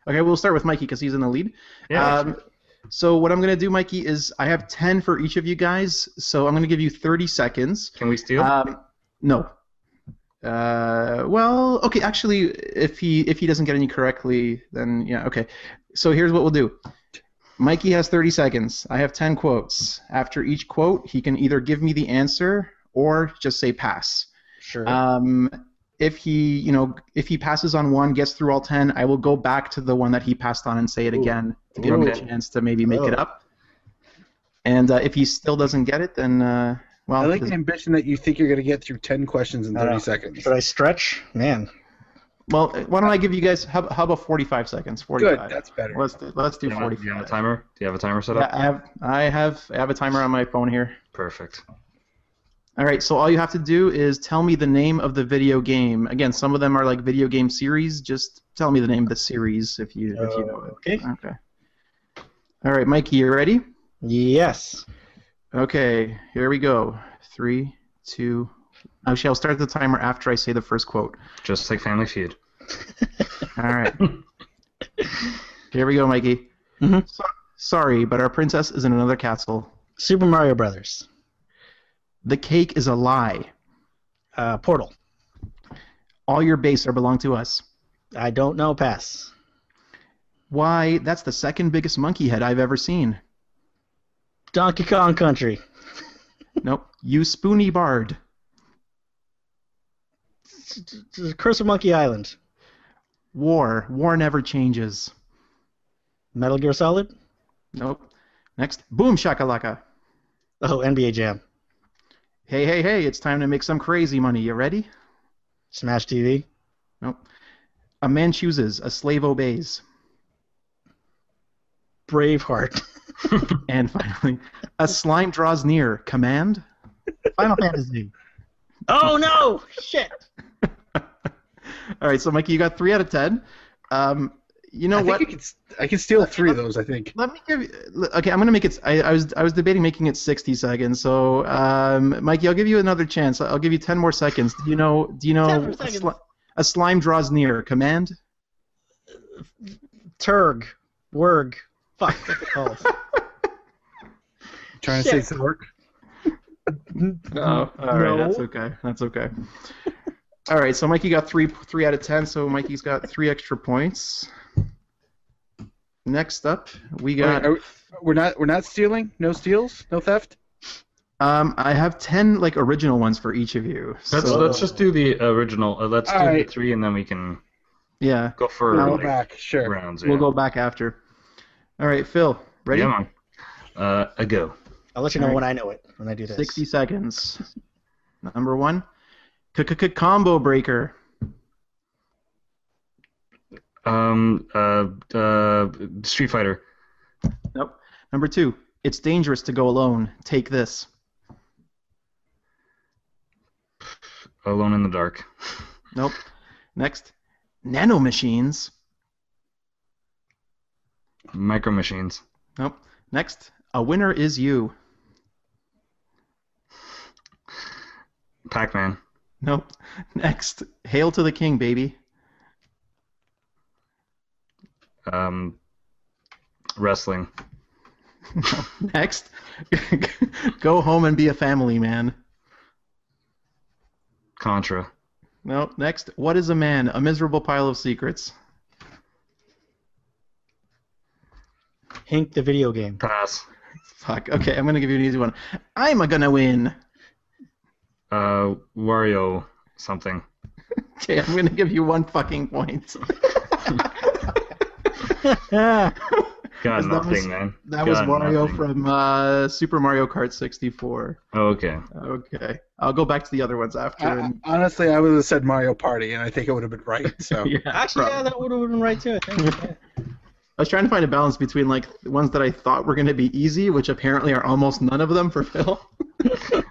S9: Okay. We'll start with Mikey because he's in the lead.
S8: Yeah.
S9: Um, so what I'm gonna do, Mikey, is I have ten for each of you guys. So I'm gonna give you 30 seconds.
S8: Can we steal?
S9: Um, no. Uh, well, okay. Actually, if he if he doesn't get any correctly, then yeah, okay. So here's what we'll do. Mikey has 30 seconds. I have 10 quotes. After each quote, he can either give me the answer or just say pass.
S7: sure.
S9: Um, if he, you know, if he passes on one, gets through all ten, I will go back to the one that he passed on and say it
S7: Ooh.
S9: again to give him a
S8: Ooh.
S9: chance to maybe make it
S7: Oh.
S9: up. And uh, if he still doesn't get it, then uh, well,
S6: I like the ambition that you think you're going to get through 10 questions in 30
S7: Uh,
S6: seconds.
S7: Should I stretch? Man,
S9: well, why don't I give you guys how, how about 45 seconds?
S6: Good.
S9: 45.
S6: That's better.
S9: Let's do, let's do
S8: do, you have, do you have a
S9: 45.
S8: timer? Do you have a timer set
S9: Yeah,
S8: up?
S9: I have I have I have a timer on my phone here.
S8: Perfect.
S9: All right, so all you have to do is tell me the name of the video game. Again, some of them are like video game series. Just tell me the name of the series if you if you know it.
S7: okay.
S9: Okay. All right, Mikey, you ready?
S7: Yes.
S9: Okay, here we go. Three, two. Actually, I'll start the timer after I say the first quote.
S8: Just like Family Feud.
S9: All right.
S7: [laughs]
S9: here we go, Mikey.
S7: Mhm.
S9: So- sorry, but our princess is in another castle.
S7: Super Mario Brothers.
S9: The cake is a lie.
S7: Uh, Portal.
S9: All your base are belong to us.
S7: I don't know. Pass.
S9: Why, that's the second biggest monkey head I've ever seen.
S7: Donkey Kong Country.
S9: Nope. You spoony bard.
S7: Curse of Monkey Island.
S9: War. War never changes.
S7: Metal Gear Solid.
S9: Nope. Next. Boom shakalaka.
S7: Oh, NBA Jam.
S9: Hey, hey, hey, it's time to make some crazy money. You ready?
S7: Smash TV.
S9: Nope. A man chooses, a slave obeys.
S7: Braveheart. [laughs]
S9: And [laughs] finally, a slime draws near. Command?
S7: Final Fantasy. Oh no! Shit.
S9: All right, so Mikey, you got three out of ten. Um, you know
S6: I
S9: what?
S6: think I can, s- I can steal three of those. I think.
S9: Let me give. you- Okay, I'm gonna make it. I, I was I was debating making it 60 seconds. So, um, Mikey, I'll give you another chance. I'll give you 10 more seconds. Do you know? Do you
S7: 10
S9: know?
S7: more
S9: A,
S7: seconds.
S9: sli- a slime draws near. Command.
S7: Turg. Werg. Fuck. Oh. What's it called?
S6: trying to
S7: Shit.
S6: say Zork.
S9: Oh, all right,
S7: No.
S9: that's okay. That's okay. [laughs] all right, so Mikey got three three out of ten. So Mikey's got three extra points. Next up, we
S6: Wait,
S9: got.
S6: are we, we're not we're not stealing. No steals. No theft.
S9: Um, I have ten like original ones for each of you.
S8: Let's,
S9: so,
S8: let's just do the original. Uh, let's do
S6: Alright.
S8: the three, and then we can
S9: yeah,
S8: go for
S6: We'll go
S8: like,
S6: back. Sure.
S8: rounds.
S9: we'll
S8: yeah.
S9: go back after. All right, Phil, ready?
S8: Yeah, man. Uh, a go.
S7: I'll let you know
S9: Alright.
S7: when I know it. When I do this.
S9: Sixty seconds. Number one, combo breaker.
S8: Um, uh, uh, Street Fighter.
S9: Nope. Number two, it's dangerous to go alone. Take this.
S8: Alone in the dark.
S9: Nope. Next, nano machines.
S8: Micro Machines.
S9: Nope. Next, a winner is you.
S8: Pac Man.
S9: Nope. [laughs] Next, hail to the king, baby.
S8: Um, wrestling.
S9: Next, [laughs] go home and be a family man.
S8: Contra.
S9: No, next. What is a man? A miserable pile of secrets.
S7: Hink the video game. [laughs]
S8: Pass.
S9: Fuck. Okay, I'm gonna give you an easy one. I'm a gonna win.
S8: Uh, Wario something.
S9: Okay, I'm gonna give you one fucking point. [laughs]
S8: Got
S9: Because that
S8: nothing,
S9: was-
S8: man.
S9: That was
S8: Got
S9: Wario
S8: nothing. Oh,
S9: from uh, Super Mario Kart 64.
S8: Okay.
S9: Okay, I'll go back to the other ones after.
S7: Uh,
S6: I, I-
S9: and-
S6: honestly, I would have said Mario Party, and I think it would have been right. [laughs] So
S9: [laughs] yeah,
S7: Actually, yeah, that would have been right too. I think. Yeah.
S9: I was trying to find a balance between like the ones that I thought were gonna be easy, which apparently are almost none of them for [laughs] Phil.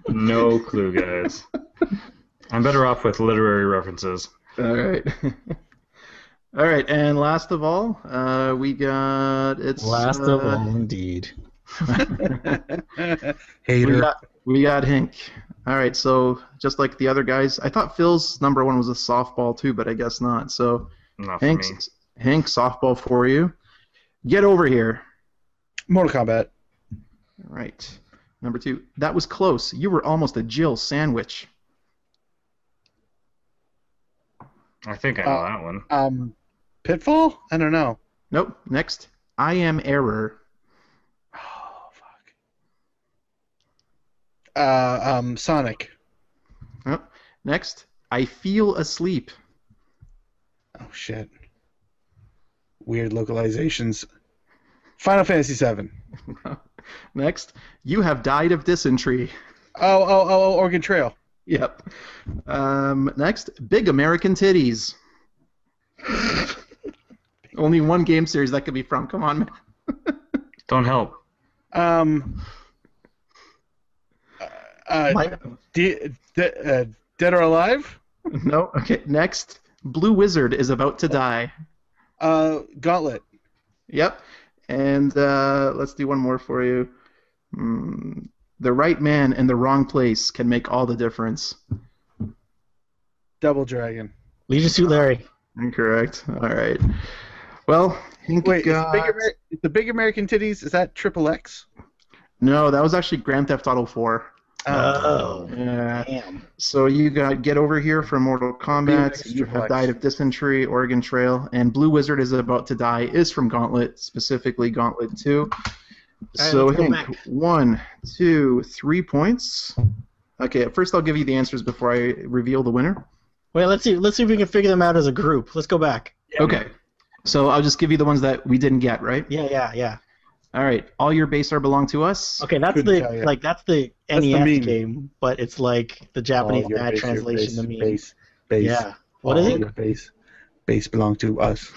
S8: No clue, guys. I'm better off with literary references.
S9: All right. [laughs] All right, and last of all, uh, we got it's
S7: Last
S9: uh,
S7: of all, indeed.
S9: We
S6: [laughs] hater.
S9: got, we got Hink. All right, so just like the other guys, I thought Phil's number one was a softball too, but I guess not. So
S8: Not for me.
S9: Hank's Hank softball for you. Get over here.
S6: Mortal Kombat.
S9: All right. Number two. That was close. You were almost a Jill sandwich.
S8: I think I know that one.
S6: Um, Pitfall. I don't know.
S9: Nope. Next. I am error.
S6: Oh fuck. Uh, um, Sonic.
S9: Nope. Next. I feel asleep.
S6: Oh shit. Weird localizations. Final Fantasy VII.
S9: Next. You have died of dysentery.
S6: Oh, oh, oh, oh Oregon Trail.
S9: Yep. Um, next, Big American Titties. Only one game series that could be from. Come on, man.
S8: Don't help.
S6: Um, uh,
S7: My-
S6: de- de- uh, Dead or Alive?
S9: No. Okay. Next, Blue Wizard is about to die.
S6: Uh, Gauntlet.
S9: Yep. And uh, let's do one more for you. Hmm, the right man in the wrong place can make all the difference.
S6: Double Dragon.
S7: Leisure Suit Larry.
S9: Incorrect. All right. Well, Hank
S6: Wait, is
S9: got-
S6: big Amer- is the Big American Titties, is that Triple X?
S9: no, that was actually Grand Theft Auto 4.
S7: Oh,
S9: Yeah.
S7: damn.
S9: So you got Get Over Here from Mortal Kombat,
S6: Extra
S9: You Have
S6: Flex.
S9: Died of Dysentery, Oregon Trail, and Blue Wizard is About to Die is from Gauntlet, specifically Gauntlet 2.
S7: right,
S9: so
S7: let's go
S9: Hank,
S7: back.
S9: one, two, three points. Okay, at first I'll give you the answers before I reveal the winner.
S7: Wait, let's see. Let's see if we can figure them out as a group. Let's go back.
S9: Okay. So I'll just give you the ones that we didn't get, right?
S7: Yeah, yeah, yeah.
S9: All right. All your base are belong to us.
S7: Okay, that's
S6: Couldn't tell
S7: the
S6: ya.
S7: like that's the
S6: That's the
S7: NES
S6: meme.
S7: game, but it's like the Japanese
S6: All your
S7: bad
S6: base, your
S7: translation to
S6: base,
S7: me.
S6: Base, base.
S7: Yeah. What is
S6: All
S7: it?
S6: your Base, base belong to us.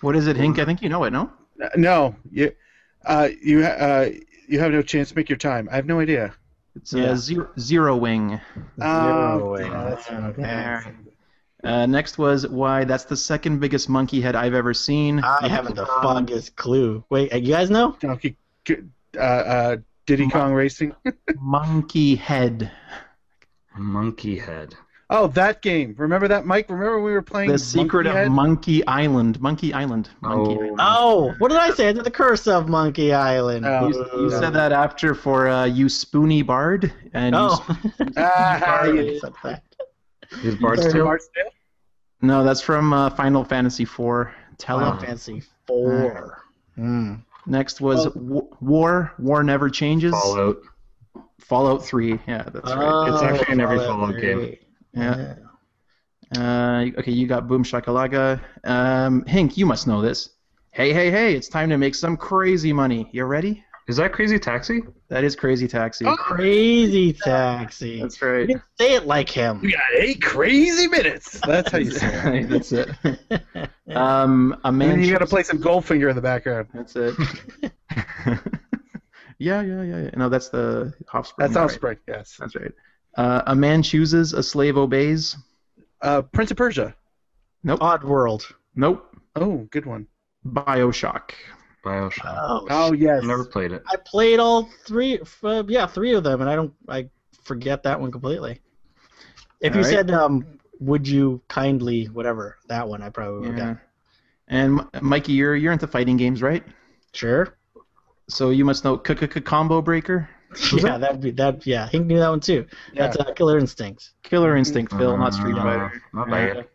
S9: What is it, Hank? I think you know it, no?
S6: Uh, No, you, uh, you, ha- uh, you have no chance. Make your time. I have no idea.
S9: It's
S7: Yeah.
S9: uh, zero, zero wing.
S6: Oh,
S7: way.
S6: yeah, that's-
S7: Oh,
S9: there. Uh, next was why that's the second biggest monkey head I've ever seen.
S7: I Ah, haven't the foggiest clue. Wait, you guys know?
S6: Donkey, uh, uh, Diddy Kong Racing.
S9: monkey head.
S8: Monkey head.
S6: Oh, that game. Remember that, Mike? Remember we were playing
S9: The secret
S6: Monkey
S9: of
S6: Head?
S9: Monkey Island. Monkey Island. Monkey Island.
S7: Oh, what did I say? I did the curse of Monkey Island.
S6: Oh,
S9: You said that after for uh, you spoony bard, and you
S7: Oh. [laughs]
S6: Ah,
S7: Sorry,
S6: you-
S7: I said that.
S8: Is Bart
S7: Sorry.
S8: still?
S6: Barksdale?
S9: sp- no, that's from uh, Final Fantasy IV. Tele.
S7: Final Fantasy Four. Mm.
S9: Next was w- War. War never changes.
S8: Fallout.
S9: Fallout 3. Yeah, that's
S7: Ah.
S9: right.
S8: It's actually in every
S7: Fallout
S8: Fallout game.
S7: 3.
S9: Yeah. Uh, okay, you got Boom Shakalaga. Um, Hink, you must know this. Hey, hey, hey! It's time to make some crazy money. You ready?
S8: Is that Crazy Taxi?
S9: That is Crazy Taxi.
S7: Oh, Crazy Taxi.
S9: That's
S7: You
S9: right.
S7: didn't say it like him. [laughs]
S6: We got eight crazy minutes. That's how you say it.
S9: [laughs] that's it. Um, a man.
S6: And you got to
S9: shoots-
S6: play some Goldfinger in the
S9: [laughs]
S6: background.
S9: That's it. yeah, yeah, yeah, yeah. No, that's the offspring.
S6: That's
S9: You're right.
S6: Offspring, yes.
S9: That's right. Uh, a man chooses, a slave obeys.
S6: Uh, Prince of Persia.
S7: Odd World.
S9: Nope.
S6: Oh, good one.
S9: Bioshock.
S8: Bioshock.
S7: Oh,
S6: Oh, yes.
S8: Never played it.
S7: I played all three. Uh, yeah, three of them, and I don't. I forget that one completely. If you
S9: All right.
S7: said, um, "Would you kindly," whatever that one, I probably would. have
S9: Yeah.
S7: got.
S9: And M- Mikey, you're you're into fighting games, right?
S7: Sure.
S9: So you must know k combo breaker.
S7: yeah, that would be that. Yeah, he knew that one too.
S6: Yeah.
S7: That's uh, Killer Instinct.
S9: Killer Instinct, Phil, not Street
S8: Uh,
S9: Fighter.
S8: Not bad.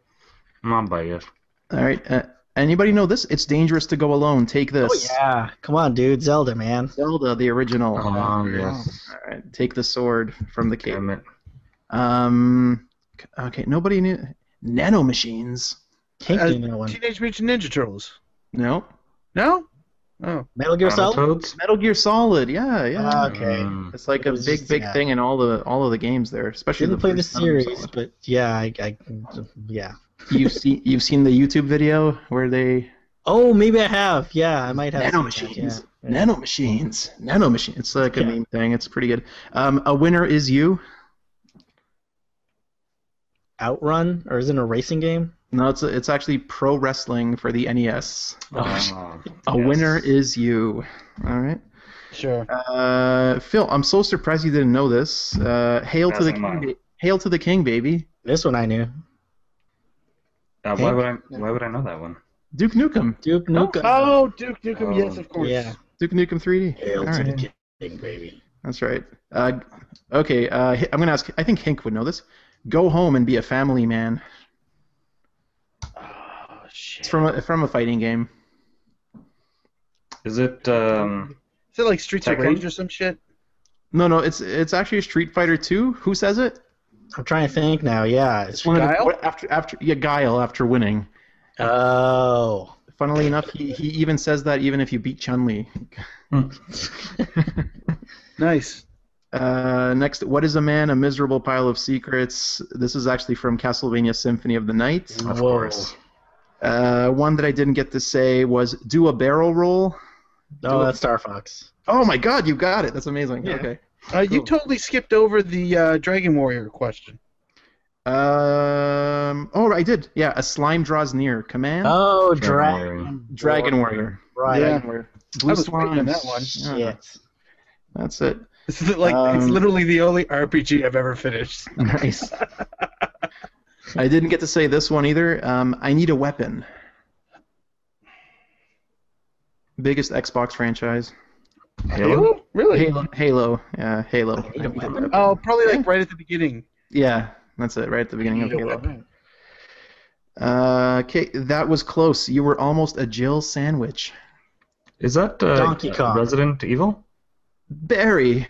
S8: Not bad.
S9: All right. Uh, anybody know this? It's dangerous to go alone. Take
S7: Oh
S9: this.
S7: yeah, come on, dude, Zelda, man.
S9: Zelda, the original.
S8: Oh,
S9: Uh-huh.
S8: yes.
S9: All right. Take the sword from the cave.
S8: Damn it.
S9: Um. c- Okay. Nobody knew. Nano machines.
S7: Hank
S6: Uh,
S7: knew that one.
S6: Teenage Mutant Ninja Turtles.
S9: No.
S6: No? Oh.
S7: Metal Gear Solid.
S8: Battletoads?
S9: Metal Gear Solid. Yeah. Yeah.
S7: Ah,
S9: [laughs]
S7: okay.
S8: Mm.
S9: it's like
S7: it
S9: a
S7: was
S9: big,
S7: just-
S9: big
S7: yeah.
S9: thing in all the all of the games there, especially
S7: Didn't
S9: the
S7: play the
S9: first Metal Gear
S7: series,
S9: Solid.
S7: but yeah, I, I, yeah.
S9: you've seen you've seen the YouTube video where they
S7: Oh, maybe I have. Yeah, I might have.
S9: nano
S7: seen that,
S9: machines,
S7: yeah.
S9: nano machines, nano machines. It's like a
S7: Yeah.
S9: meme thing. It's pretty good. Um, a winner is you.
S7: Outrun, or is it a racing game?
S9: No, it's it's actually pro wrestling for the NES.
S8: Oh,
S9: A
S8: yes.
S9: winner is you. All right.
S6: Sure.
S9: Uh, Phil, I'm so surprised you didn't know this. Uh, hail to
S8: Yes,
S9: the
S8: I
S9: king,
S8: know.
S9: ba- hail to the king, baby.
S7: This one I knew.
S8: Uh, why would I? Why would I know that one?
S9: Duke Nukem,
S7: Duke Nukem.
S6: Oh, Duke Nukem.
S8: Oh.
S6: Yes, of course.
S7: Yeah.
S9: Duke Nukem 3D. All right.
S7: king, baby.
S9: That's right. Uh, okay, uh, H- I'm gonna ask. I think Hank would know this. Go home and be a family man.
S6: Oh, shit.
S9: It's from a, from a fighting game.
S8: Is it? Um,
S6: Is it like Streets of
S8: Tekken?
S6: Rage or some shit?
S9: No, no, it's it's actually Street Fighter Two. Who says it?
S7: I'm trying to think now. Yeah. It's,
S9: One of the-
S6: Guile?
S9: what- after after yeah, Guile after winning.
S7: oh.
S9: Funnily enough, he, he even says that even if you beat Chun Li.
S6: Nice.
S9: Uh, next, what is a man? A miserable pile of secrets. This is actually from Castlevania Symphony of the Night.
S8: of
S7: Whoa.
S8: course.
S9: Uh, one that I didn't get to say was do a barrel roll.
S7: Oh, that's Star Fox.
S9: Oh my God, you got it! That's amazing.
S6: Yeah.
S9: Okay.
S6: Uh, You
S9: Cool.
S6: totally skipped over the uh, Dragon Warrior question. [laughs]
S9: Um. Oh, I did. Yeah, a slime draws near. Command.
S7: Oh, Dragon.
S8: Dragon.
S9: Dragon Warrior.
S7: Right.
S6: Yeah.
S9: Dragon Warrior. Blue
S6: I was
S9: Swans.
S6: thinking of that one.
S9: Yeah,
S7: Shit.
S9: that's it.
S6: This is like it's
S9: Um,
S6: literally the only RPG I've ever finished.
S9: [laughs] Nice. [laughs] I didn't get to say this one either. Um, I need a weapon. Biggest Xbox franchise.
S8: Halo.
S6: Really?
S9: Halo. Halo. Yeah, Halo. I need a weapon.
S6: Oh, probably like right at the beginning.
S9: Yeah, that's it. Right at the beginning of
S6: Need a
S9: Halo.
S6: weapon.
S9: Uh, okay, that was close. You were almost a Jill sandwich.
S8: Is that uh,
S7: Donkey Kong.
S8: Resident Evil?
S9: Barry.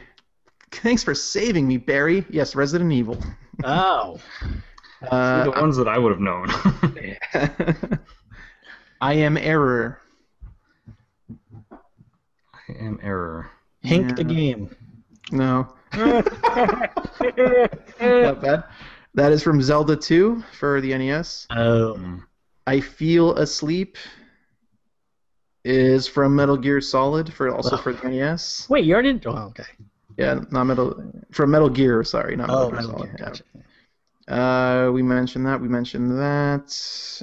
S9: Thanks for saving me, Barry. Yes, Resident Evil.
S7: Oh.
S8: They're the
S9: Uh, [laughs]
S8: ones that I would have known. [laughs]
S9: I am error.
S8: I am error.
S7: Hink the
S9: Yeah.
S7: game.
S9: No. Not bad. That is from Zelda 2 for the NES.
S7: Oh.
S8: Mm.
S9: I feel asleep is from Metal Gear Solid for also
S7: Wow.
S9: for the NES.
S7: Wait, you already. Oh, okay.
S9: Yeah, not Metal from Metal Gear. Sorry, not Metal
S7: Oh,
S9: Gear
S7: Metal
S9: Solid.
S7: Gear.
S9: yeah.
S7: Gotcha.
S9: Uh, we mentioned that. We mentioned that.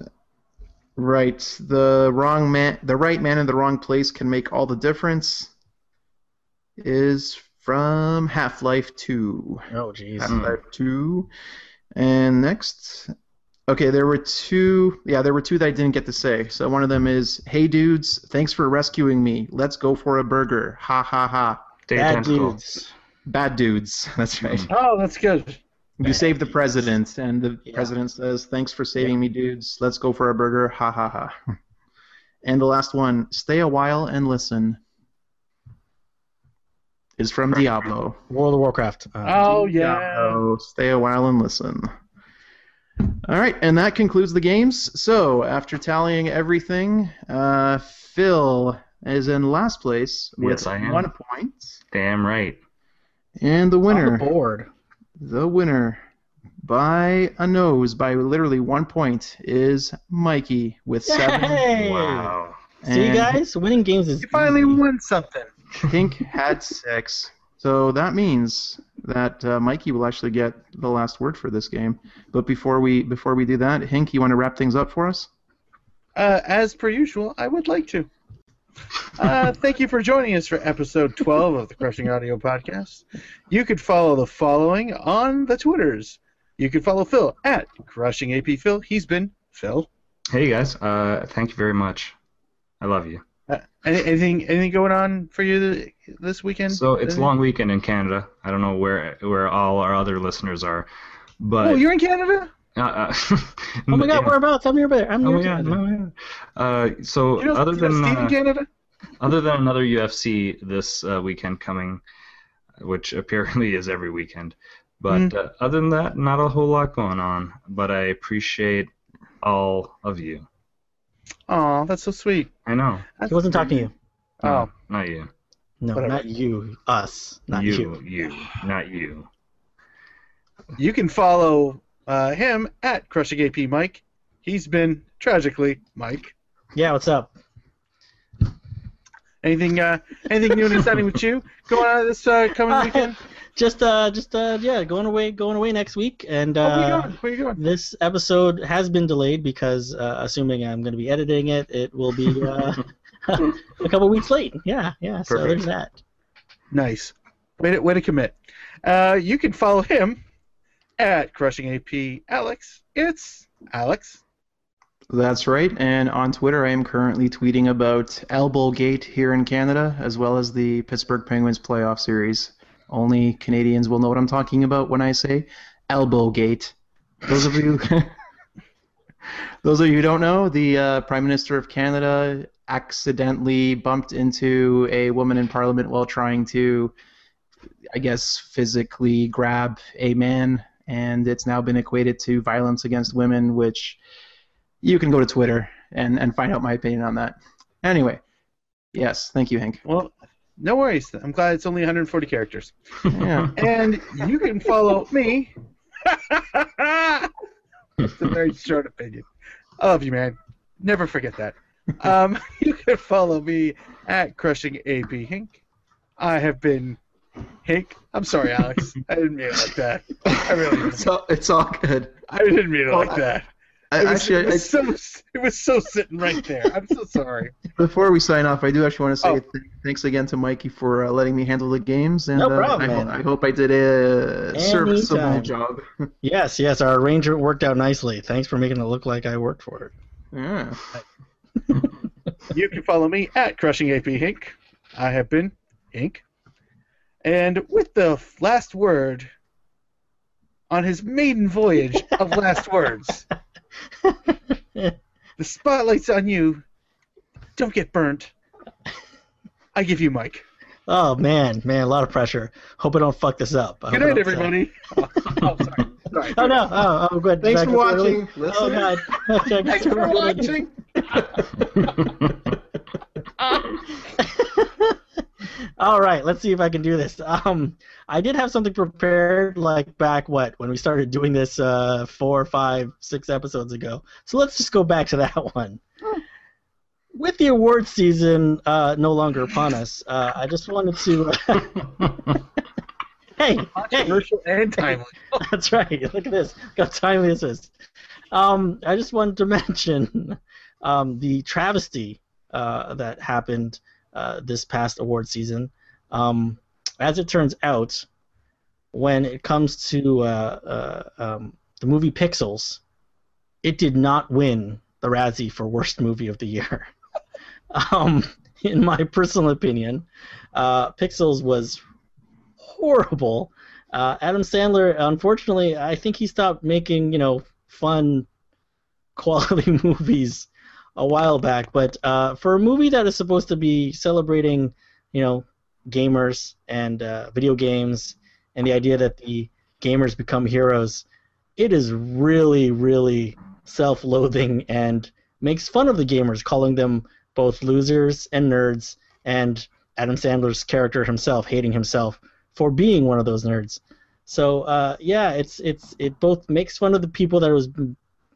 S9: Right. The wrong man, the right man in the wrong place can make all the difference. Is from Half Life Two.
S7: Oh, jeez.
S9: Half Life Two. And next, okay, there were two. Yeah, there were two that I didn't get to say. So one of them is, "Hey dudes, thanks for rescuing me. Let's go for a burger. Ha ha ha."
S8: Day
S7: Bad
S8: Tentacle.
S7: dudes.
S9: Bad dudes. [laughs] That's right.
S6: Oh, that's good.
S9: You save the president, and the
S7: Yeah.
S9: president says, "Thanks for saving me, dudes. Let's go for a burger." Ha ha ha. [laughs] And the last one, "Stay a while and listen," is from Diablo.
S7: World of Warcraft. Uh,
S6: Oh yeah.
S9: Diablo, stay a while and listen. All right, and that concludes the games. So after tallying everything, uh, Phil is in last place with
S8: Yes, I am.
S9: one point,
S8: Damn right.
S9: and the winner.
S6: Oh,
S7: On the board.
S9: The winner by a nose by literally one point is Mikey with
S6: [laughs]
S9: seven.
S7: Yay!
S8: Wow.
S7: See,
S9: and
S7: guys, winning games is
S6: You finally
S7: easy.
S6: won something.
S9: Pink had six. So that means that uh, Mikey will actually get the last word for this game. But before we before we do that, Hink, you want to wrap things up for us?
S6: Uh, as per usual, I would like to. Uh, thank you for joining us for episode 12 of the Crushing Audio Podcast. You could follow the following on the Twitters. You could follow Phil at Crushing AP Phil. He's been Phil.
S8: Hey guys, uh, thank you very much. I love you.
S6: Uh, any, anything anything going on for you th- this weekend?
S8: So it's
S6: Anything?
S8: long weekend in Canada. I don't know where where all our other listeners are, but
S6: Oh, you're in Canada?
S8: uh, uh, [laughs]
S7: Oh my god,
S8: yeah.
S7: whereabouts? I'm near there. I'm near
S8: Oh yeah,
S7: Canada.
S8: no, yeah. Uh, so
S6: You know,
S8: other
S6: you know
S8: than
S6: Steve in
S8: uh,
S6: Canada?
S8: other than another UFC this uh, weekend coming, which apparently [laughs] is every weekend, but
S6: Mm.
S8: uh, other than that, not a whole lot going on. But I appreciate all of you.
S6: Aw, that's so sweet.
S8: I know.
S7: He wasn't talking to you.
S6: Oh,
S8: Not you.
S7: No,
S6: Whatever.
S7: not you. Us. Not you.
S8: you. You. Not you.
S6: you can follow uh, him at Crushing AP Mike. He's been, tragically, Mike.
S7: Yeah, what's up?
S6: Anything uh, anything new and exciting with you going on this uh, coming
S7: Uh,
S6: weekend?
S7: Just uh just uh yeah, going away going away next week and
S6: Oh, where, you
S7: uh
S6: going? where you going?
S7: this episode has been delayed because uh, assuming I'm going to be editing it, it will be uh, [laughs] a couple weeks late. Yeah, yeah. So
S8: Perfect.
S7: there's that.
S6: Nice. Way to, way to commit. Uh, you can follow him at Crushing AP Alex. It's Alex.
S9: That's right. And on Twitter, I am currently tweeting about Elbow Gate here in Canada, as well as the Pittsburgh Penguins playoff series. Only Canadians will know what I'm talking about when I say Elbow Gate. Those of you, [laughs] those of you who don't know, the uh, Prime Minister of Canada accidentally bumped into a woman in Parliament while trying to, I guess, physically grab a man, and it's now been equated to violence against women, which you can go to Twitter and, and find out my opinion on that. Anyway, yes, thank you, Hank.
S6: Well, no worries. I'm glad it's only 140 characters.
S8: [laughs]
S9: Yeah.
S6: And you can follow
S9: [laughs]
S6: me. it's a very short opinion. I love you, man. Never forget that. Um, [laughs] you can follow me at Crushing AP Hink. I have been Hink. I'm sorry, Alex. I didn't mean it like that.
S9: [laughs]
S6: I really didn't.
S9: it's, all, it's all good.
S6: I didn't mean it like that.
S9: I,
S6: It was,
S9: actually,
S6: it was so it was so sitting right there. I'm so sorry.
S9: I- before we sign off, I do actually want to say
S6: Oh.
S9: th- thanks again to Mikey for uh, letting me handle the games, and
S7: No
S9: uh,
S7: problem,
S9: I, ho-
S7: man.
S9: I hope I did a serviceable
S7: Anytime.
S9: job.
S7: Yes, yes. Our arrangement worked out nicely. Thanks for making it look like I worked for it.
S9: Yeah.
S6: You can follow me at Crushing AP Hink. I have been Hink. And with the f- last word on his maiden voyage of last words, the spotlight's on you. Don't get burnt.
S10: I give you Mike.
S7: Oh man, man, a lot of pressure. Hope I don't fuck this up. I
S10: Good
S7: hope I
S10: night,
S7: don't- uh,
S10: everybody. oh, sorry. sorry.
S7: Oh no! Oh, oh good.
S9: Thanks
S7: Back
S9: for
S7: up early.
S9: watching.
S7: Oh
S9: listening.
S7: god. [laughs]
S9: Thanks for watching.
S7: [laughs] All right, let's see if I can do this. Um, I did have something prepared, like back what when we started doing this uh, four, five, six episodes ago. So let's just go back to that [laughs] one. With the award season uh, no longer upon us, uh, I just wanted to. [laughs] hey, hey,
S10: Commercial and timely.
S7: [laughs] that's right. Look at this. Look how timely this is. Um, I just wanted to [laughs] mention um, the travesty uh, that happened uh, this past award season. Um, as it turns out, when it comes to uh, uh, um, the movie Pixels, it did not win the Razzie for worst movie of the year. [laughs] um, in my personal opinion, uh, Pixels was horrible. Uh, Adam Sandler, unfortunately, I think he stopped making you know fun, quality [laughs] movies a while back. But uh, for a movie that is supposed to be celebrating, you know, gamers and uh, video games and the idea that the gamers become heroes, it is really, really self-loathing and makes fun of the gamers, calling them both losers and nerds, and Adam Sandler's character himself hating himself for being one of those nerds. So uh, yeah, it's it's it both makes fun of the people that it was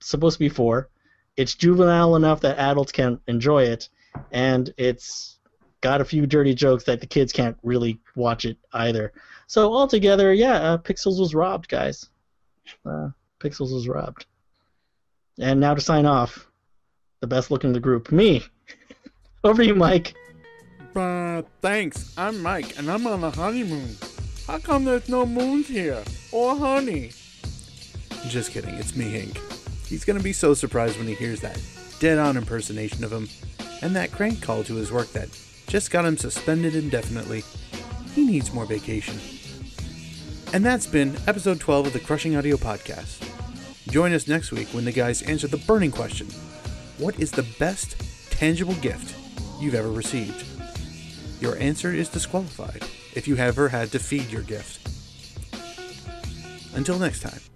S7: supposed to be for. It's juvenile enough that adults can enjoy it, and it's got a few dirty jokes that the kids can't really watch it either. So altogether, yeah, uh, Pixels was robbed, guys. Uh, Pixels was robbed. And now to sign off, the best looking of the group, me. [laughs] Over to you, Mike.
S6: Uh, thanks. I'm Mike, and I'm on a honeymoon. How come there's no moons here? Or honey? Just kidding. It's me, Hank. He's gonna be so surprised when he hears that dead-on impersonation of him, and that crank call to his work that just got him suspended indefinitely. He needs more vacation. And that's been episode 12 of the Crushing Audio Podcast. Join us next week when the guys answer the burning question: What is the best tangible gift you've ever received? Your answer is disqualified if you ever had to feed your gift. Until next time.